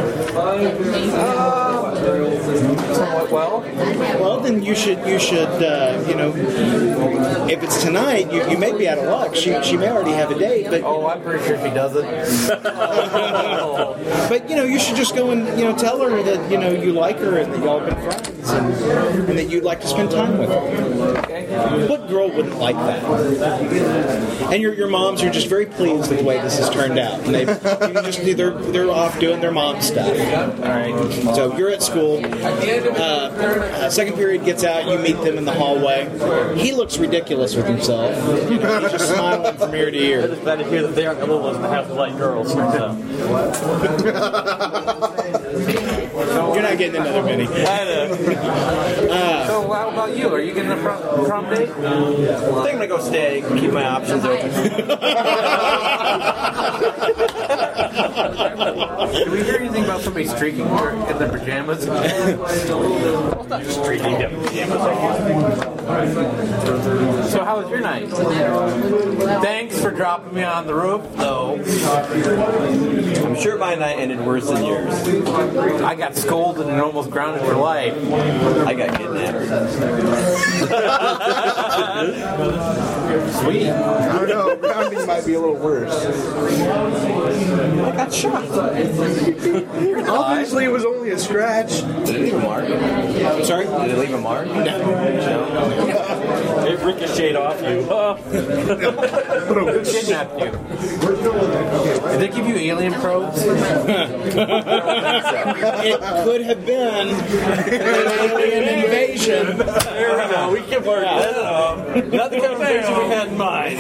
Somewhat Uh, well. Well, then you should you should uh, you know if it's tonight, you, you may be out of luck. She she may already have a date, but Oh, I'm pretty sure she doesn't. But you know, you should just go and you know tell her that you know you like her and that y'all have been friends and, and that you'd like to spend time with her. What girl wouldn't like that? And your, your moms are just very pleased with the way this has turned out. And they you just they're they're off doing their mom stuff. So you're at school. Uh, uh, second period gets out. You meet them in the hallway. He looks ridiculous with himself. You know, he's just smiling from ear to ear. It's bad to hear that they aren't the little ones that have to like girls. So. You're not getting another mini. So, how about you? Are you getting a prom, prom date? I think I'm gonna go stay, keep my options open. Did we hear anything about somebody streaking her in their pajamas? Streaking them. So, how was your night? Thanks for dropping me on the roof, though. I'm sure my night ended worse than yours. I got scolded and almost grounded for life. I got kidnapped. I don't know. Grounding might be a little worse. I got shot. Obviously, it was only a scratch. Did it leave a mark? I'm sorry? Did it leave a mark? No. It ricocheted off you. Uh, Who kidnapped you? Did they give you alien probes? It could have been an alien invasion. there we go. We can work that up. Not the kind of picture we had in mind.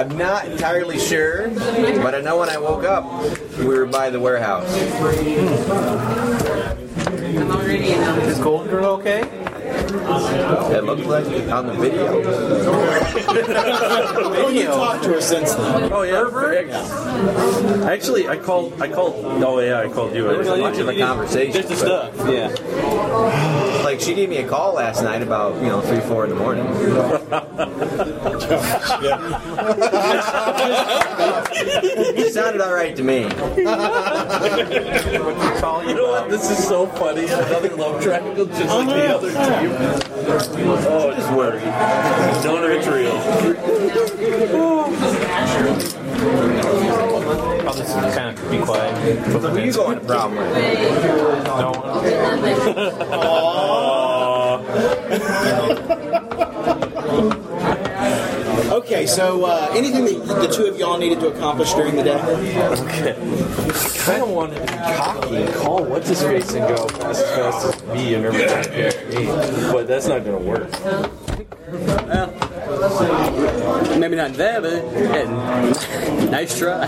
I'm not entirely sure, but I know when I woke up, we were by the warehouse. Is Golden Girl okay? It looked like on the video. Video. Talked to her since then. Oh yeah, Actually, I called. I called. Oh yeah, I called you. There was much of a conversation, Just the but- stuff. Yeah. Like she gave me a call last night about you know three four in the morning. it sounded all right to me. You know what? This is so funny. Another love triangle, just like the other two. Oh, it's worried. Don't know it's real. I'll just kind of be quiet. Who you going to prom with? Okay, so uh, anything that the two of y'all needed to accomplish during the day? kind of wanted to be cocky and call what's his face and go fast as fast as me and everything. But that's not gonna work. Maybe not there, but and nice try.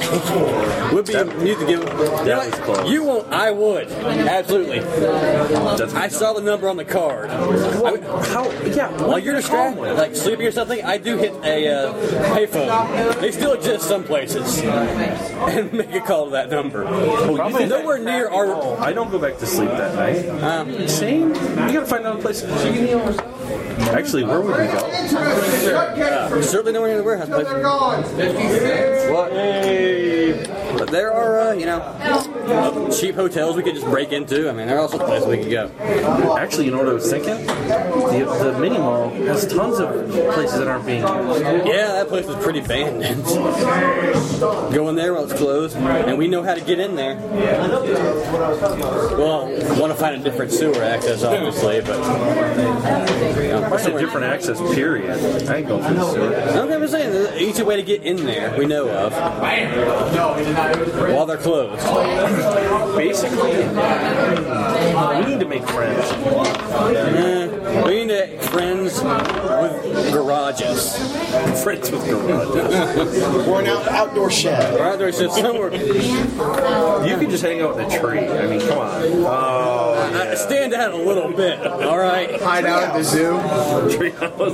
would be need to give. you, know was what? close. you won't. I would absolutely. I saw the number on the card. I mean, How? Oh, Yeah. while what you're did they call distracted, it? like sleeping or something, I do hit a uh, payphone. They still exist some places, and make a call to that number. Probably nowhere that near our. I don't go back to sleep that night. Um, You gotta find another place. Actually, where would we go? Uh, certainly nowhere near the warehouse, but what? But there are, uh, you know, cheap hotels we could just break into. I mean, there are all sorts of places we could go. Actually, you know what I was thinking? The, the mini mall has tons of places that aren't being used. Yeah, that place is pretty abandoned. Go in there while it's closed, and we know how to get in there. Well, want to find a different sewer access, obviously, but. It's a different access, period. I ain't going through the sewer. I'm just saying, there's an easy way to get in there we know of. While they're closed. Basically, we need to make friends. Eh, we need to make friends with garages. Friends with garages. We're an out- outdoor shed. We're out there, so somewhere. You can just hang out in a tree. I mean, come on. Oh, I stand out a little bit, all right? Hide out at the zoo.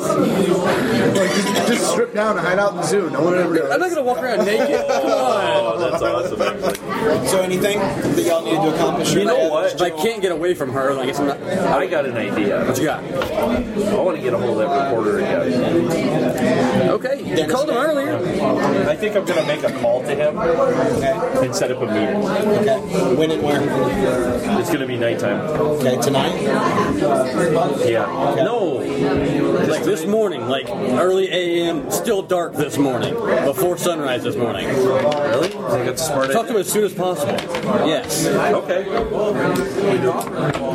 Like, just, just strip down and hide out in the zoo. No one ever I'm knows. not gonna walk around naked. Come on. oh, that's awesome, actually. So anything that y'all need to accomplish? You know what? If I can't get away from her, I guess I'm not. I got an idea. What you got? I want to get a hold of that reporter again. Okay, you called him earlier. I think I'm going to make a call to him and set up a meeting. Okay. When and where? It's going to be nighttime. Okay, tonight. Yeah. No. Like this morning, like early a.m., still dark this morning, before sunrise this morning. Really? They got smart Talk to him as soon as possible. Yes. Okay.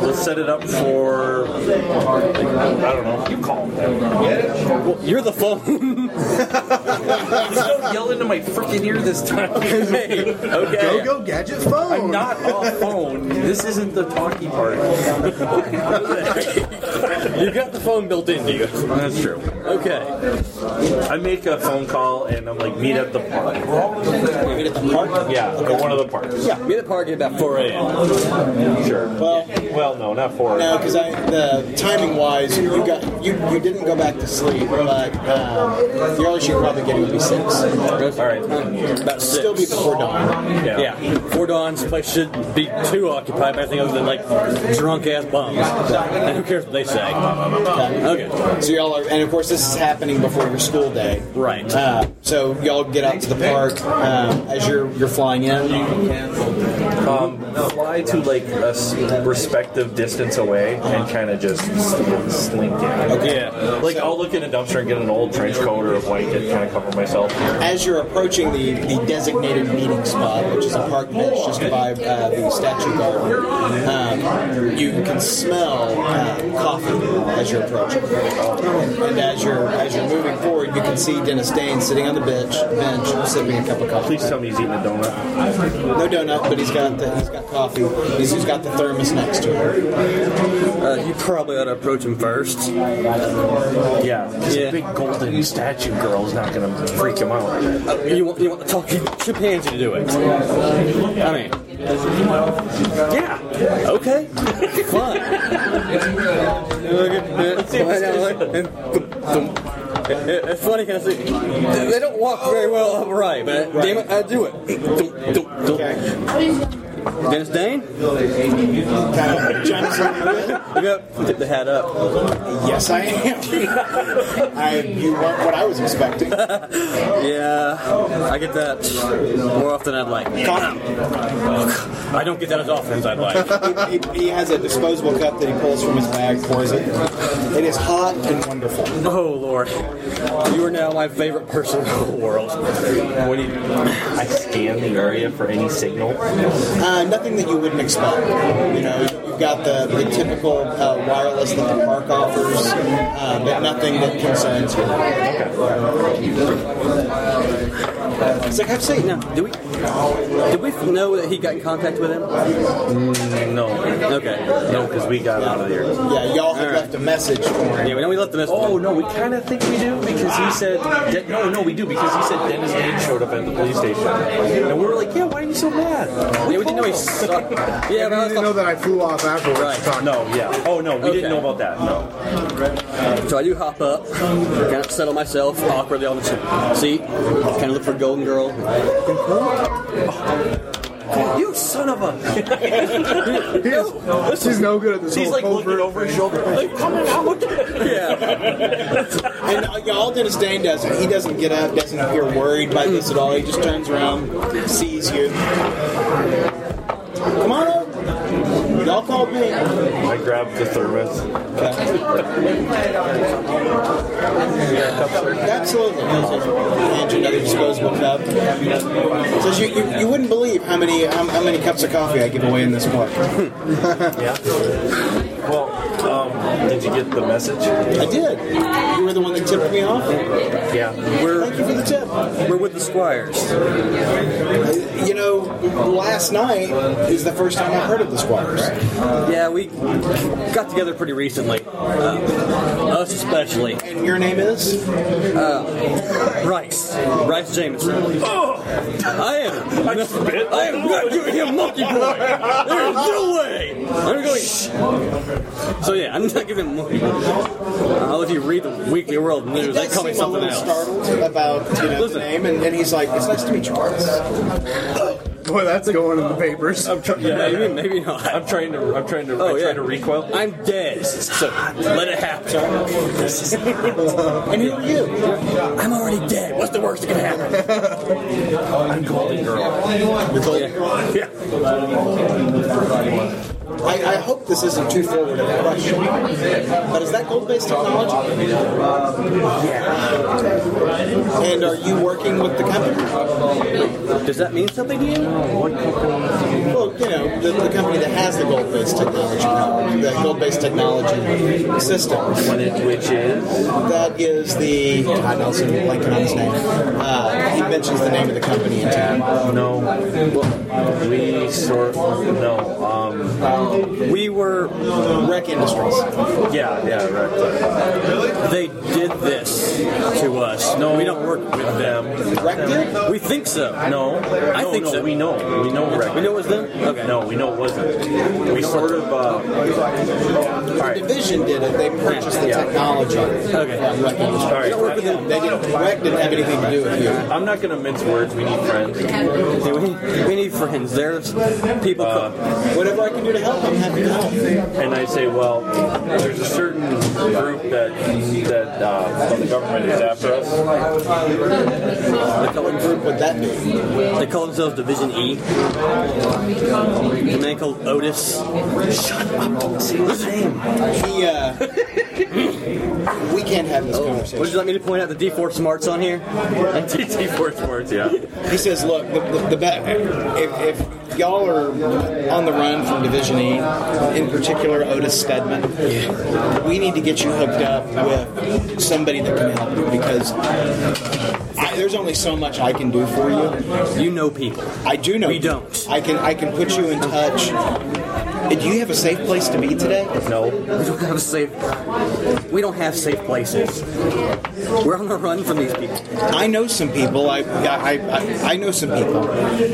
Let's set it up for. I don't know. You call. Well, you're the phone. Don't yell into my freaking ear this time. hey, okay. Go go gadget phone. I'm not off phone. This isn't the talkie part. You got the phone built into you. That's true. Okay. I make a phone call and I'm like, meet at the park. Meet at the park. Yeah, or one of the parks. Yeah. Meet at the park at about 4 a.m. Sure. Well, Well, no, not four. no, because the timing wise, you got you, you didn't go back to sleep, but uh, the earliest you could probably get it would be six. All right. About 6. Still be before dawn. Yeah. yeah. Four Dawns place should be too occupied by anything other than like drunk ass bums. And who cares what they say? Okay. So y'all are, and of course this is happening before your school day. Right. Uh, so y'all get out to the park um, as you're you're flying in. Um, fly to like a s- respective distance away and kind of just slink in. Yeah. Like I'll look in a dumpster and get an old trench coat or a blanket, kind of cover myself. As you're approaching the, the designated meeting spot, which is a park bench just by uh, the statue garden, um, you can smell uh, coffee as you're approaching. And as you're as you're moving forward, you can see Dennis Dane sitting on the bench, bench sipping a cup of coffee. Please tell me he's eating a donut. No donut, but he's got the, he's got coffee. He's, he's got the thermos next to him. Uh, you probably ought to approach him first. Yeah, this Yeah. big golden statue girl is not gonna freak him out. Uh, you want you want to talk to chimpanzee to do it. I mean. Yeah. Okay. Fine. Look at this. Why not look? And thump, thump. It- it- It's funny because they, they don't walk very well upright, but damn it, I do it. Thump, thump, thump. Dennis Dane? Look up. Tip the hat up. Yes, I am. I, you weren't what I was expecting. Yeah, I get that more often than I'd like. I don't get that as often as I'd like. he, he- he has a disposable cup that he pulls from his bag, pours it. It is hot and wonderful. Oh Lord, you are now my favorite person in the world. What do you? I scan the area for any signal. Uh, nothing that you wouldn't expect. You know, you've got the, the typical uh, wireless that the park offers, uh, but nothing that concerns you. It's like, have a seat. Now, do we did we know that he got in contact with him? Mm, No, Okay. no, because we got out of there. Yeah, y'all have All right. left a message for him. Yeah, we know we left the message. Oh no, we kind of think we do because he said. De- no, no, we do because he said Dennis Dean showed up at the police station, and we were like, "Yeah, why are you so mad?" yeah, we didn't know he sucked. Yeah, but I I was didn't know like, that I flew off afterwards. Right. Talk- No, yeah. Oh no, we Okay. didn't know about that. No. so I do hop up, kind of settle myself awkwardly on the seat, kind of look for Golden Girl. You son of a! He's, he's no good at this He's whole like covert looking over his shoulder, like, "Come on out!" And uh, all Dennis Dane does, he doesn't get up, doesn't appear worried by this at all. He just turns around, sees you. Come on up. Y'all called me. I grabbed the thermos. Absolutely. Hand you another disposable cup. So you, you, you wouldn't believe how many how, how many cups of coffee I give away in this book. yeah. Well, um, did you get the message? I did. You were the one that tipped me off. Yeah. We're, Thank you for the tip. We're with the Squires. You know, last night is the first time I've heard of the Squires. Yeah, we got together pretty recently. Uh, us especially. And your name is? Uh, Rice. Rice Jameson. I am. I, am not giving him monkey boy. There's no way. I'm going. So yeah, I'm not giving him monkey boy. I'll let you read the Weekly World He News. They does call me seem a something little else. startled about you know, the name, and, and he's like, "It's nice to meet you, Charles." Boy, that's going in the papers. I'm trying. maybe, maybe not. Oh, I'm trying to. I'm trying to. I'm trying to recoil. I'm dead. So let it happen. and who are you? I'm already dead. What's the worst that can happen? I'm Golden Girl. Yeah. I, I hope this isn't too forward of a question, but is that gold-based technology? Yeah. And are you working with the company? Does that mean something to you? What company? Well, you know, the, the company that has the gold-based technology, the gold-based technology system. Which is? That is the. God, Nelson, blanking on his name. Uh, he mentions the name of the company in town. No. We sort no. Um, we were Wreck Industries. Yeah, yeah, right. They did this to us. No, we don't work with them. We think so. No, I No, think no, so. We know, we know. Wreck. We know it was them. Okay. No, we know it wasn't. We sort of. Uh, all right. Division did it. They purchased the technology. Okay. All right. They didn't. Wreck didn't have anything to do with you. I'm not gonna mince words. We need friends. Yeah, we, need, we need friends. There's people. Whatever I can do to help, I'm happy to help. And I say, well, there's a certain group that that uh, from the government is after us. What group would that be? They call themselves Division E. A man called Otis. Shut up. He, uh, we can't have Oh. this conversation. Would you like me to point out the D4 smarts on here? D4 smarts, yeah. He says, "Look, the, the, the bet, if, if y'all are on the run from Division E, in particular Otis Stedman, we need to get you hooked up with somebody that can help you because I, there's only so much I can do for you. You know people. I do know. We people. I can I can put you in touch. Uh, Do you have a safe place to be today? No. We don't have safe. We don't have safe places. We're on the run from these people. I know some people. I I, I, I know some people.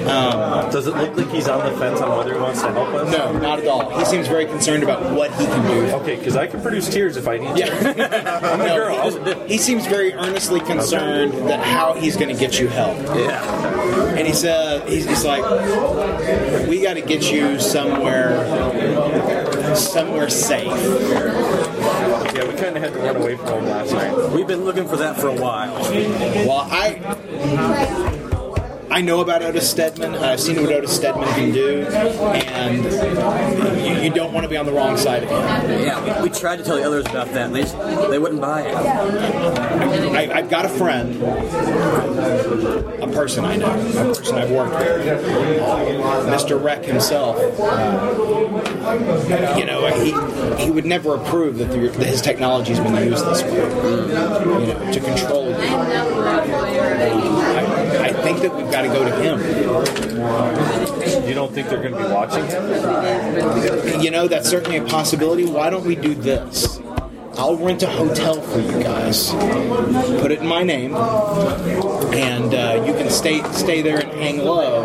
Um, Does it look like he's on the fence on whether he wants to help us? No, not at all. He seems very concerned about what he can do. Okay, because I can produce tears if I need to. I'm a No, girl. He, he seems very earnestly concerned that how he's going to get you help. Yeah. And he's, uh, he's, he's like, we got to get you somewhere, somewhere safe. Yeah, we kind of had to run away from him last night. We've been looking for that for a while. Well, I I know about Otis Stedman. I've seen what Otis Stedman can do, and you, you don't want to be on the wrong side of him. Yeah, we, we tried to tell the others about that, and they, just, they wouldn't buy it. I, I've got a friend, a person I know, a person I've worked with, Mr. Reck himself. uh, You know, he he would never approve that, the, that his technology's been used this way, you know, to control. you. I, I think that we've got to go to him. You don't think they're going to be watching? You know, that's certainly a possibility. Why don't we do this? I'll rent a hotel for you guys. Put it in my name, and uh, you can stay stay there and hang low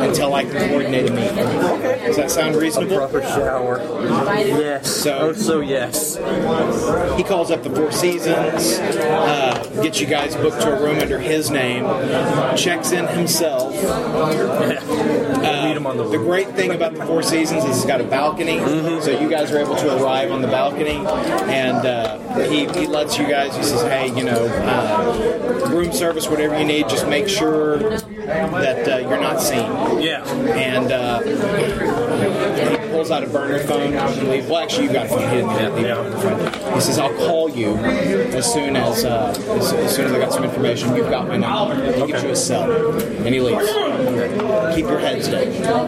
until I can coordinate a meeting. Does that sound reasonable? A proper shower. Yes. So, oh, so yes. He calls up the Four Seasons, uh, gets you guys booked to a room under his name, checks in himself. Uh, the, great thing about the Four Seasons is it's got a balcony, so you guys are able to arrive on the balcony, and uh, he, he lets you guys. He says, "Hey, you know, uh, room service, whatever you need, just make sure that uh, you're not seen." Yeah. And uh, he pulls out a burner phone. Well, actually, you got a phone. He didn't have the burner phone. He says, "I'll call you as soon as uh, as, as soon as I got some information. You've got my number. I'll get you a cell." And he leaves. Keep your heads down.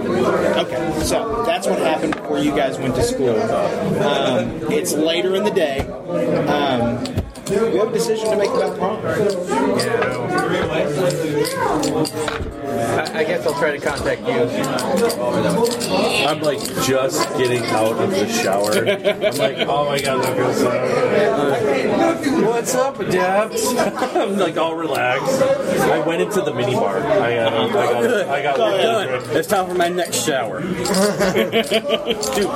Okay, so that's what happened before you guys went to school. Um, it's later in the day. Um, you have a decision to make about prom. I, I guess I'll try to contact you. I'm like just getting out of the shower. I'm like, oh my god, that feels so good. What's up, Debs? I'm like all relaxed. I went into the mini bar. I, uh, I got, I got Done. It's time for my next shower. Dude,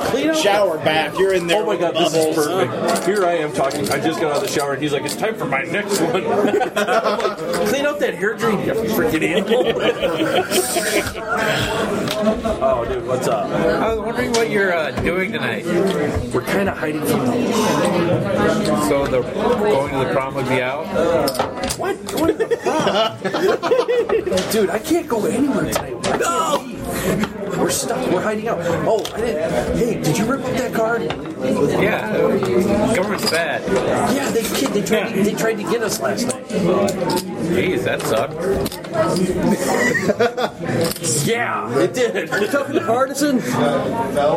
clean up. Shower bath. You're in there. Oh my god, this is perfect. Here I am talking. I just got out of the shower, and he's like, "It's time for my next one." I'm like, "Clean out that hair drain, you freaking animal!" oh, dude, what's up? I was wondering what you're uh, doing tonight. We're kind of hiding from the So the going to the prom would be out. What? What the fuck? Dude, I can't go anywhere tonight. No! We're stuck. We're hiding out. Oh, I didn't. Hey, did you rip up that card? Yeah, government's bad. Yeah, they kid. They tried. To, they tried to get us last night. Jeez, that sucked. yeah, it did. Are you talking to Partisan? I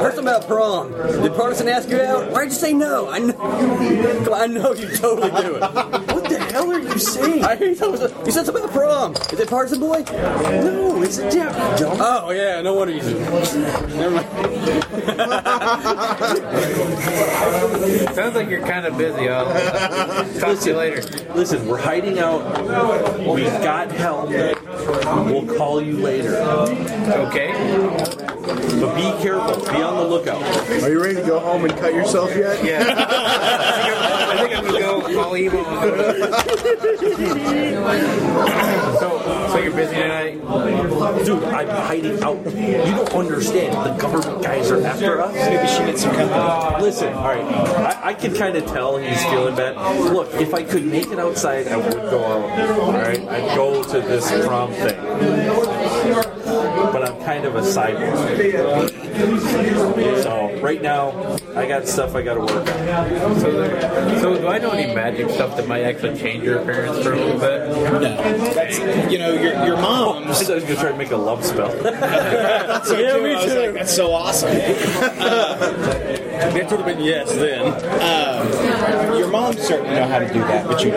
heard something about prom. Did Partisan ask you out? Why'd you say no? I know, Come on, I know you totally do it. What the hell are you saying? I heard you, told us- you said something about prom. Is it Partisan Boy? No, it's a dip. Dumb. Oh, yeah, no wonder you Never mind. Sounds like you're kind of busy. I'll talk to you later. Listen, we're hiding out. We got help. We'll call you later. Okay. But be careful. Be on the lookout. Are you ready to go home and cut yourself yet? Yeah. I think I'm gonna go call Evo. so, so you're busy tonight? Dude, I'm hiding out. You don't understand. The government guys are after us. Maybe she needs some company. Listen, all right. I, I can kind of tell he's feeling bad. Look, if I could make it outside, I would go out. All right, I'd go to this prom thing. But I'm kind of a cyborg. So right now, I got stuff I got to work on. So, do I know any magic stuff that might actually change your appearance for a little bit? No. That's you know your your I mom's. thought I was gonna try to make a love spell. yeah, me too. Like, That's so awesome. That would have been yes then. Um, Your mom certainly know how to do that, but you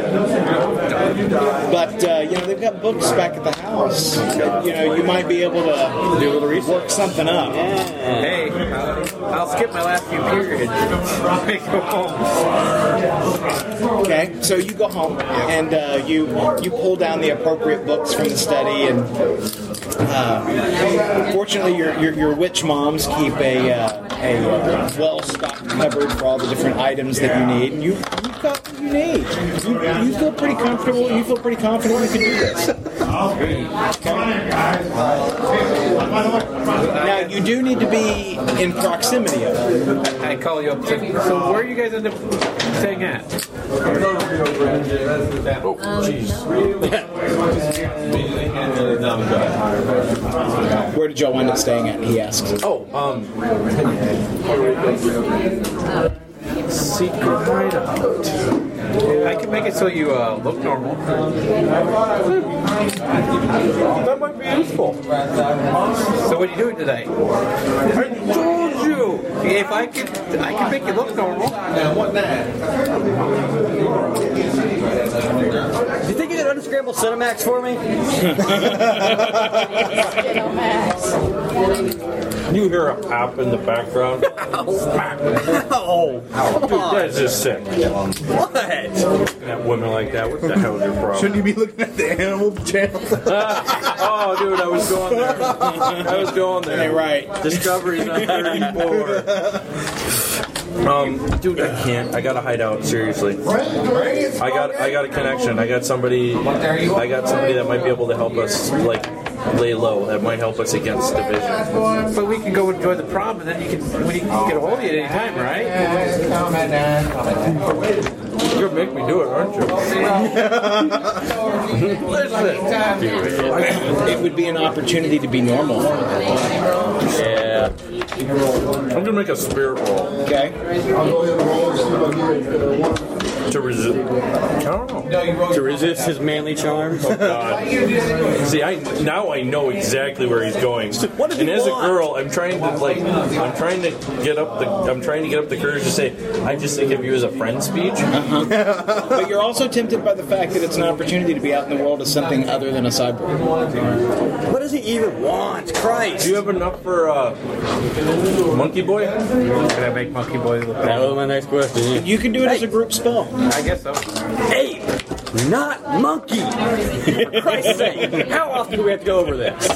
But uh, you know they've got books back at the house. You know you might be able to do a little research, work something up. Hey, I'll, I'll skip my last few periods. Go home. Okay, so you go home and uh, you you pull down the appropriate books from the study, and uh, fortunately, your, your your witch moms keep a uh, a uh, well stocked cupboard for all the different items that you need, and you you've got what you need. You, you feel pretty comfortable. You feel pretty confident you can do this. Now you do need to be in proximity of it. I call you up. To, so, where you guys end up staying at? oh, jeez. Where did y'all wind up staying at? He asks. Oh, um. Secret hideout. I can make it so you uh, look normal. That might be useful. So, what are you doing tonight? I told you. If I could, I could make you look normal. Do you think you could unscramble Cinemax for me? You hear a pop in the background. Oh. Ow! Dude, that's just sick. What? That women like that. What the hell is your problem? Shouldn't you be looking at the animal channel? oh, dude, I was going there. I was going there. right. Discovery number four. Um, dude, I can't. I gotta hide out. Seriously, I got I got a connection. I got somebody. I got somebody that might be able to help us like lay low. That might help us against division. But we can go enjoy the prom, and then you can we can get a hold of you at any time, right? You're gonna make me do it, aren't you? It would be an opportunity to be normal. Yeah. I'm gonna make a spirit roll Okay. to resist. I don't know. Oh, To resist his manly charms. God. See, I now I know exactly where he's going. and as a girl, I'm trying to like, I'm trying to get up the, I'm trying to get up the courage to say, I just think of you as a friend speech. But you're also tempted by the fact that it's an opportunity to be out in the world as something other than a cyborg. What does he even want? Christ! Do you have enough for uh, Monkey Boy? Can I make Monkey Boy look That was my next question. You can do it as a group spell. I guess so. Ape, not monkey. For Christ's sake! How often do we have to go over this?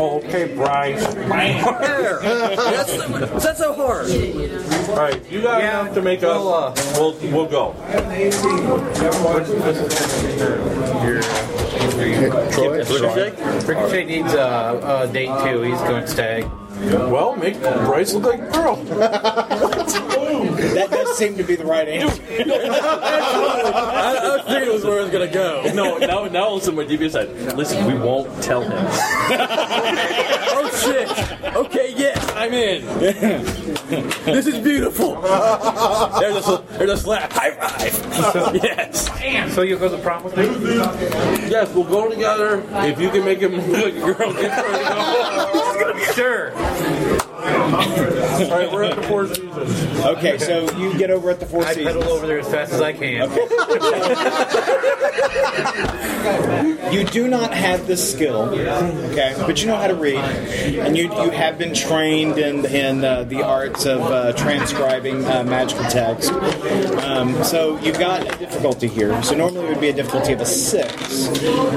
Oh, Okay, Brian. There. That's, that's so hard. All right, you got enough to make us. We'll uh, we'll go. Ricochet needs uh, a, a date too. He's going stag. Well, make Bryce look like a girl. That does seem to be the right answer. I, I was thinking it was where it was gonna go. No, now now also my DB side. Listen, we won't tell him. Oh shit! Okay, yes, I'm in. This is beautiful. There's a sl- there's a slap. High five. Yes. So you'll go to the prom with me? Yes, we'll go together. If you can make him look like a girl, get her to go. Sure. All right, we're at the Four Seasons. Okay, so you get over at the Four I Seasons. pedal over there as fast as I can. You do not have this skill, okay, but you know how to read, and you you have been trained in in uh, the arts of uh, transcribing uh, magical text. Um, so you've got a difficulty here. So normally it would be a difficulty of a six,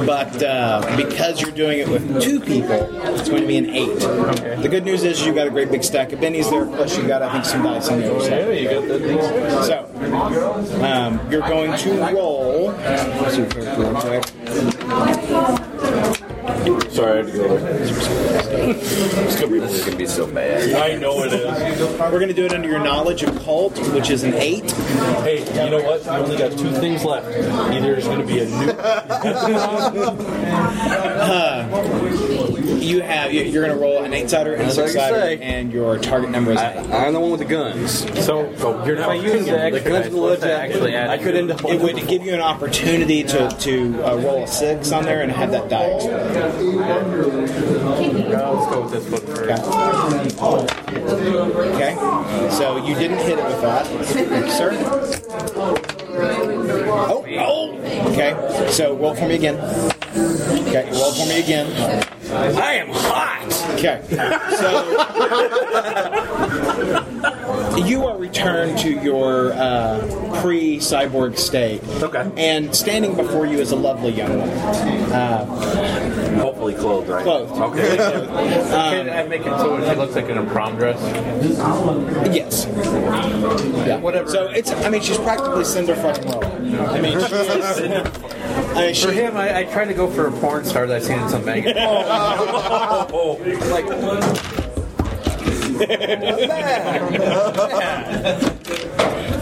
but uh, because you're doing it with two people, it's going to be an eight. The good news is you've got a great big stack of bennies there, plus you've got I think some dice on the other side. So, um, you're going to roll. Sorry, I had to go. This is gonna be so bad. I know it is. We're going to do it under your knowledge of cult, which is an eight. Hey, you know what? You only got two things left. Either it's going to be a new. You have you- you're going to roll an eight sider and a That's what six I sider, say. and your target number is eight. I'm the one with the guns. So, so you're not using The guns will actually. I could end up. It would give you an opportunity to to uh, roll a six on there and have that die. explode. Let's go with this one first. Okay, so you didn't hit it with that, sir. Oh, oh. Okay, so roll for me again. Okay, roll for me again. I am hot. Okay. So you are returned to your uh, pre-cyborg state. Okay. And standing before you is a lovely young woman, Hopefully clothed, right? clothed. Okay. Can I make it so she looks like in a prom dress? Yes. Yeah. Whatever. So it's. I mean, she's practically Cinder fucking Row. I mean, she is. I mean, For she, him, I, I tried to go for a porn star that I've seen in some magazine.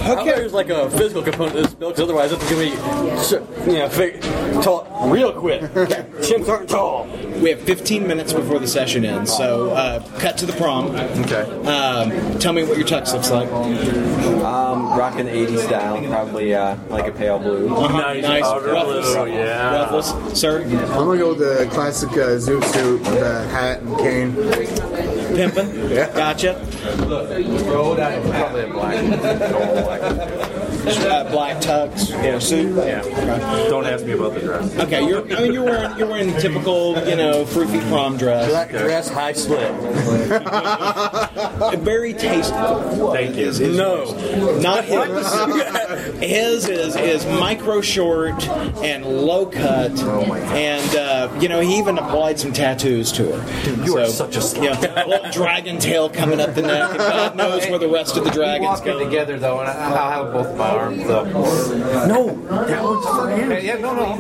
Okay. There's like a physical component to this build, 'cause otherwise it's gonna be, so- you know, fig- tall real quick. Chimps aren't tall. we have 15 minutes before the session ends, so uh, cut to the prom. Okay. Um, tell me what your tux looks like. Um, rocking 80s style, probably uh, like a pale blue. Uh-huh. Nice, powder ruffles. blue, yeah. Ruffles, sir. I'm gonna go with the classic uh, zoot suit, the hat and cane. Pimpin'. Yeah. Gotcha. Probably a black. uh, black tux, you know, suit. Yeah. Don't ask me about the dress. Okay, you're. I mean, you're wearing you're wearing the typical, you know, fruity prom dress. Black dress, high slit. Very tasteful. Thank you. no, not his. his is is micro short and low cut, and uh, you know he even applied some tattoos to her. You are such a slut. Yeah, little dragon tail coming up the neck. and God knows where the rest of the dragons Walking go. together though, and I- I'll have both my arms up. No, that one's for him. Yeah, no, no.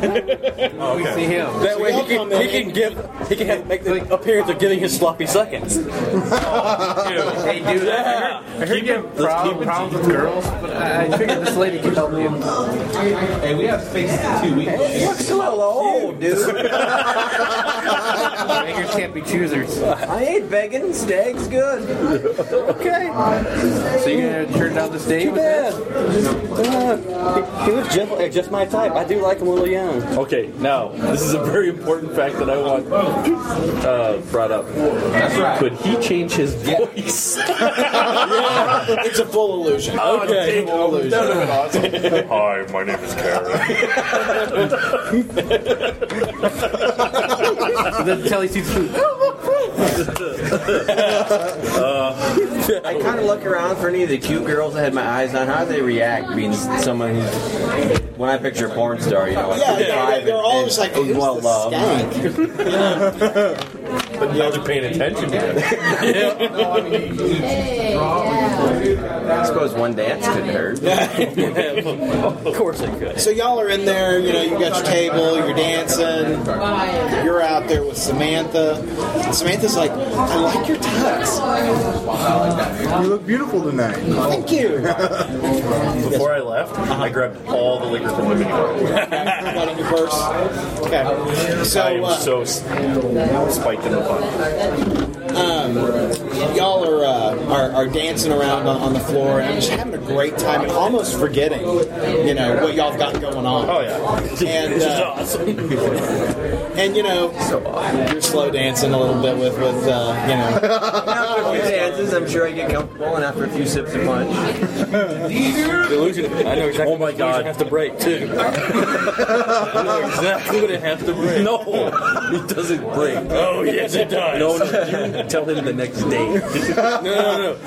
oh, okay. See him. That way he can, he can give he can have, make the appearance of giving his sloppy seconds. Hey, dude. Yeah. I heard, I heard you have prob- problems with girls, but I, I figured this lady could help you. Hey, we have space in two weeks. Hey, look, so old, dude. Beggars can't be choosers. I ain't begging. Stag's good. Okay. So you gonna turn down this date? Too bad. Uh, he, he was just, uh, just my type. I do like him a little young. Okay, now this is a very important fact that I want uh, brought up. That's right. Could he change his voice? It's a full illusion. Okay. Hi, my name is Karen. Then tell you through. I kind of look around for any of the cute girls that had my eyes on. How do they react being someone who's. When I picture a porn star, you know, like Yeah, yeah, five they're and- always like, and who's well this loved. skank? But now they're paying attention to him. I suppose one dance could hurt. Of course I could. So y'all are in there, you know, you got your table, you're dancing, you're out there with Samantha. And Samantha's like, I like your tux. You look beautiful tonight. Thank you. Before I left, I grabbed all the liquor from the mini bar. Got in your purse. Okay. I So am uh, so s- spiked in the fun. y'all are, uh, are are dancing around on, on the floor and just having a great time and almost forgetting, you know, what y'all have got going on. Oh yeah. And, uh, and you know, you're slow dancing a little bit with with uh, you know. After a few dances, I'm sure I get comfortable, and after a few sips of punch, The illusion. I know exactly. Oh my what the illusion God. Has to break too. I know exactly what it has to break. No, it doesn't break. Oh yes, it does. No, no, you tell him the next day. no, no, no.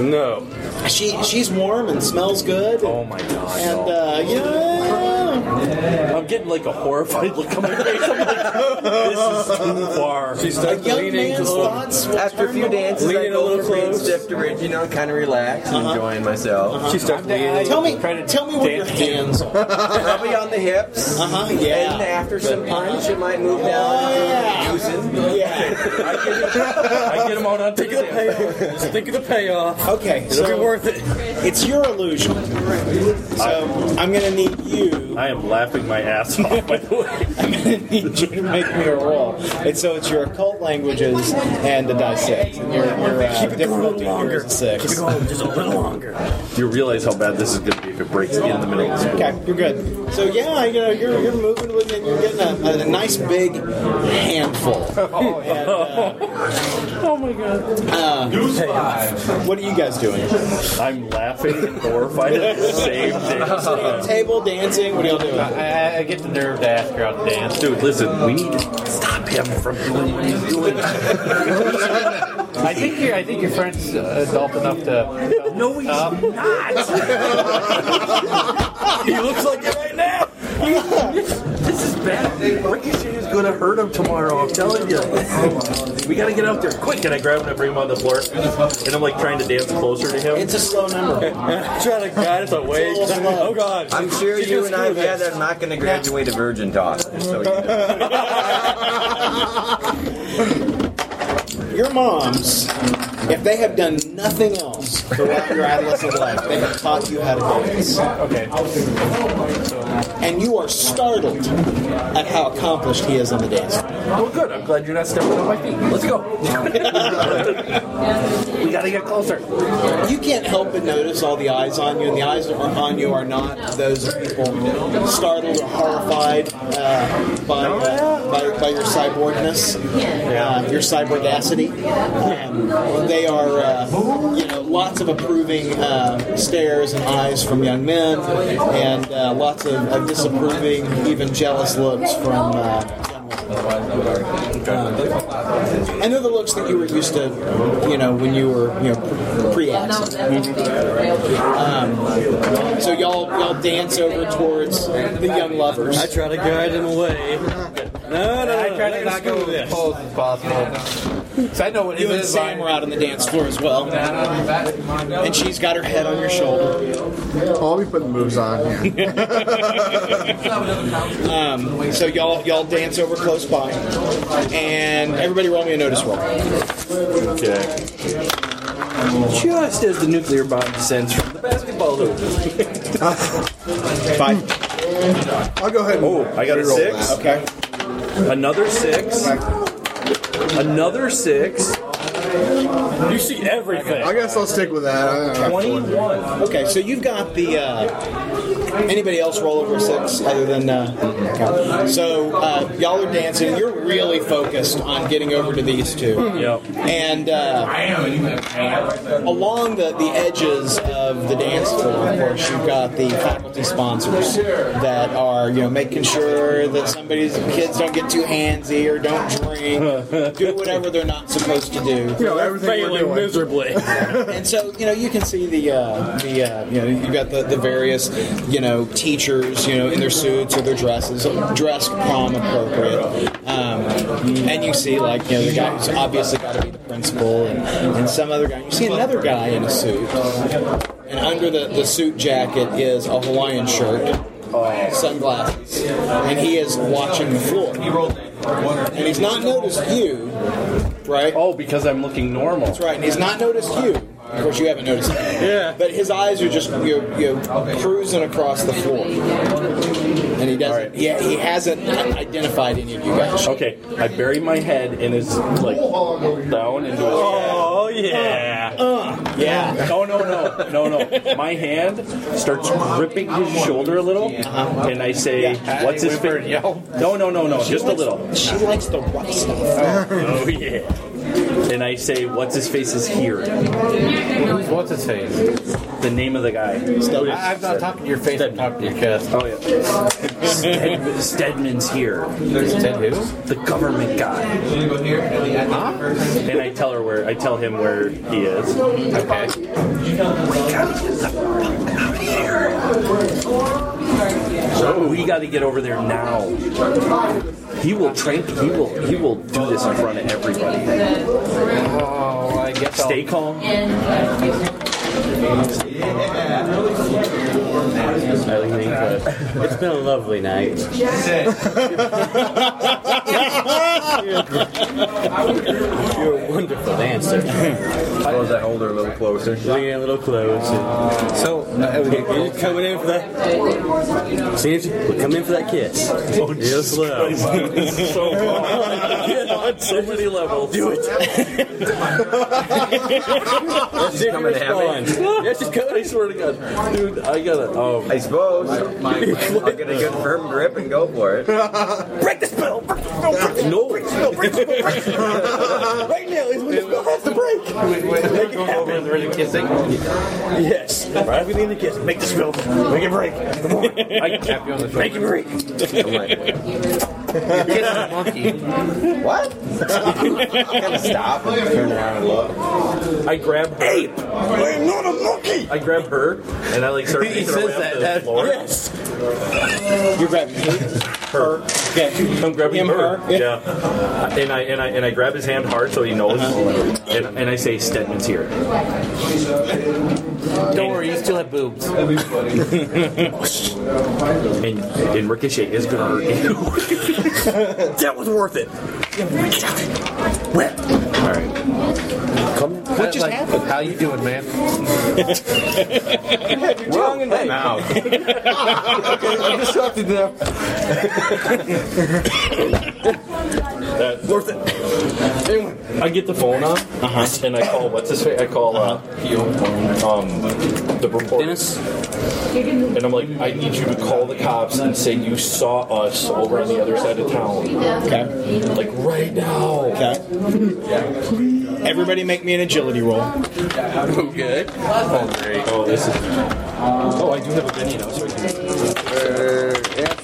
No. She she's warm and smells good. Oh my god. And uh, you know, I'm getting like a horrified look on my face. I'm like, this is too far. She a starts young leaning man's close. thoughts. will after a turn few to- dances, I Leaning a go little from being close. stiff to rich, you know, kind of relaxed Uh-huh. and enjoying myself. She starts leaning. Tell me, tell me what your hands are. Probably on the hips. Uh huh. And Yeah. after some punch, it might move down. Yeah. Oh, Yeah. I get him out on Think of the payoff. Just think of the payoff. Okay. It'll be So worth it. it's your illusion. So I'm gonna need you. I am laughing my ass off, by the way. I'm gonna need you to make me a roll. And so it's your occult languages and the die six. And your, your uh, difficulty here is a six. Oh, just a little longer. You realize how bad this is going to be if it breaks in the middle of the school. Okay, you're good. So yeah, you know, you're, you're moving with it. You're getting a, a, nice big handful. Oh, my god. uh, what are you guys doing? I'm laughing and horrified at the same thing. Table dancing. What are y'all doing? I, I get the nerve to ask her out to dance. Dude, listen, we need to stop him from doing what he's doing. I think your I think your friend's uh, adult enough to. No, he's Um, not. he looks like it right now. This is bad. Ricochet is gonna hurt him tomorrow. I'm telling you. We gotta get out there quick. And I grab him and I bring him on the floor. And I'm like trying to dance closer to him. It's a slow number. Trying to guide us away. Oh God! I'm sure She's you gonna and I have screw had this. I'm not going to graduate a virgin daughter. So you know. Your moms, if they have done nothing else throughout your adolescent life, they have taught you how to dance. okay. And you are startled at how accomplished he is on the dance. floor. Oh, Well, good. I'm glad you're not stepping on my feet. Let's go. we gotta get closer. You can't help but notice all the eyes on you, and the eyes that are on you are not those of people startled or horrified uh, by, uh, by by your cyborgness, uh, your cyborgacity. Um, they are, uh, you know, lots of approving uh, stares and eyes from young men, and uh, lots of, of disapproving, even jealous looks from. Uh, um, and they're the looks that you were used to, you know, when you were, you know, pre-accident. Um, so y'all, y'all dance over towards the young lovers. I try to guide him away. No, no, I no, try to let not us go with do this. Paul. So I know what you and Sam are out on the dance floor as well, and she's got her head on your shoulder. I'll be putting moves on. Yeah. Um, so y'all y'all dance over close by, and everybody roll me a notice roll. Okay. Just as the nuclear bomb descends from the basketball hoop. Five. I'll go ahead. And Oh, I got a re-roll six. that. Okay. Another six. Another six. You see I everything. guess I'll stick with that. I don't know. Twenty-one. Okay, so you've got the. Uh, anybody else roll over a six other than. Uh, okay. So uh, y'all are dancing. You're really focused on getting over to these two. Yep. And uh, along the, the edges of the dance floor, of course, you've got the faculty sponsors that are, you know, making sure that somebody's kids don't get too handsy or don't drink, do whatever they're not supposed to do You know, everything we're doing. miserably. and so you know you can see the uh, the uh, you know you've got the, the various you know teachers you know in their suits or their dresses dressed prom appropriate um, and you see like you know the guy who's obviously got to be the principal and, and some other guy you see another guy in a suit and under the, the suit jacket is a Hawaiian shirt sunglasses and he is watching the floor and he's not noticed you right Oh, because I'm looking normal. that's right. And he's not noticed you. Of course, you haven't noticed him. Yeah. But his eyes are just you know, you know, cruising across the floor, and he doesn't. Yeah, he hasn't identified any of you guys. Okay, I bury my head in his like down into his. Oh yeah. Yeah. No, no, no, no, no. My hand starts gripping his shoulder a little, and I say, "What's his favorite?" No, no, no, no, just a little. She likes the rough stuff. Oh yeah. And I say, "What's his face is here." What's his face? The name of the guy. I, I'm not talking to your face. I'm talking to your chest. Oh yeah. Sted- Stedman's here. Ted who? The government guy. And I tell her where. I tell him where he is. Okay. So we got to get over there now. He will train. He will. He will do this in front of everybody. Oh, I guess I'll- Stay calm. uh, It's been a lovely night. You're a wonderful dancer. Suppose I hold her a little closer. Lean a little close. So, uh, You're just coming in for that. See if you we're coming in for that kiss. Oh, Real slow. so on so many levels. Do it. See if you coming to have respond. Yeah, she's I coming. swear to God, dude, I gotta. oh, Um, I suppose I'll get a good firm grip and go for it. Break the spell. Break the spell. Break the spell. Break the spell. Break the spell. Right now is when the spell has to break. We're going over and really kissing. Yes. Right. We need to kiss. Make the spell. Make it break. Come on. I can't. Happy on the Make it break. monkey. What? Gotta stop and turn around and look. I grab her. Ape. I'm not a monkey. I grab her, and I like start He making her says way up that, to the that- floor. Yes. You're grabbing her. Her. Okay. I'm grabbing Him, her. her. Yeah. And I and I and I grab his hand hard so he knows, Uh-huh. and, and I say Stedman's here. Don't worry, you still have boobs. And and Ricochet is gonna hurt you. That was worth it. All right. What just happened? How you doing, man? Wrong in my mouth. I'm distracted now. That, Worth it. Anyway, I get the phone on, and I call what's his face? I call uh, um, the reporter, and I'm like, I need you to call the cops and say you saw us over on the other side of town. Okay. Like right now. Okay. Everybody make me an agility roll. Okay. Oh, great. Oh, this is. Oh, I do have a penny now. So I can...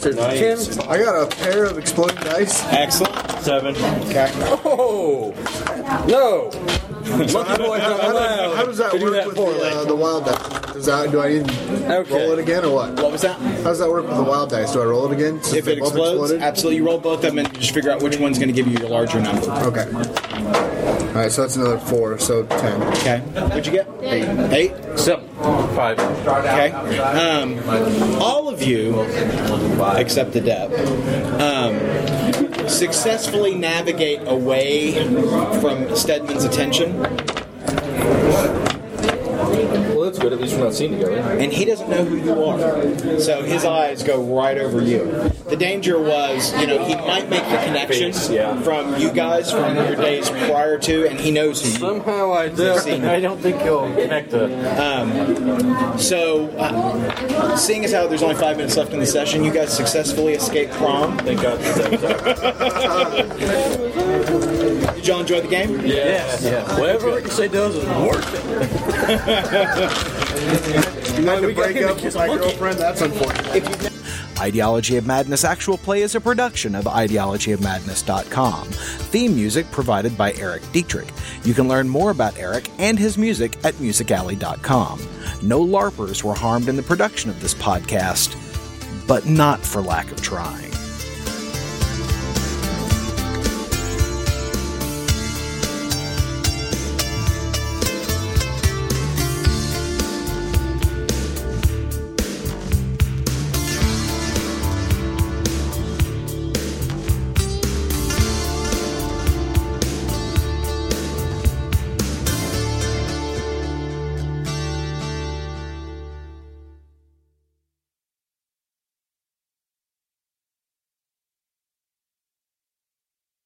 Nice. I got a pair of exploding dice. Excellent. Seven. Okay. Oh! No! Monkey boys how, not how allowed does, how does that to do work that with the, uh, the wild dice? Does that, do I need to roll it again or what? What was that? How does that work with the wild dice? Do I roll it again? since If they it both explodes, exploded? absolutely. You roll both of them and just figure out which one's going to give you your larger number. Okay. All right, so that's another four, so ten. Okay. What'd you get? Eight. Eight. Seven. Five. Okay. Um, all of you, except the dev, um, successfully navigate away from Stedman's attention. Well, that's good. At least we're not seen together. And he doesn't know who you are. So his eyes go right over you. The danger was, you know, he might make the connection from you guys from your days prior to, and he knows who Somehow I don't. I don't think he'll connect the. Um, so, uh, seeing as how there's only five minutes left in the session, you guys successfully escaped prom. Thank God. Did y'all enjoy the game? Yes. Whatever Ricochet does is worth it. you had to break up with my girlfriend? That's unfortunate. Ideology of Madness Actual Play is a production of ideologyofmadness.com. Theme music provided by Eric Dietrich. You can learn more about Eric and his music at musicalley.com. No LARPers were harmed in the production of this podcast, but not for lack of trying.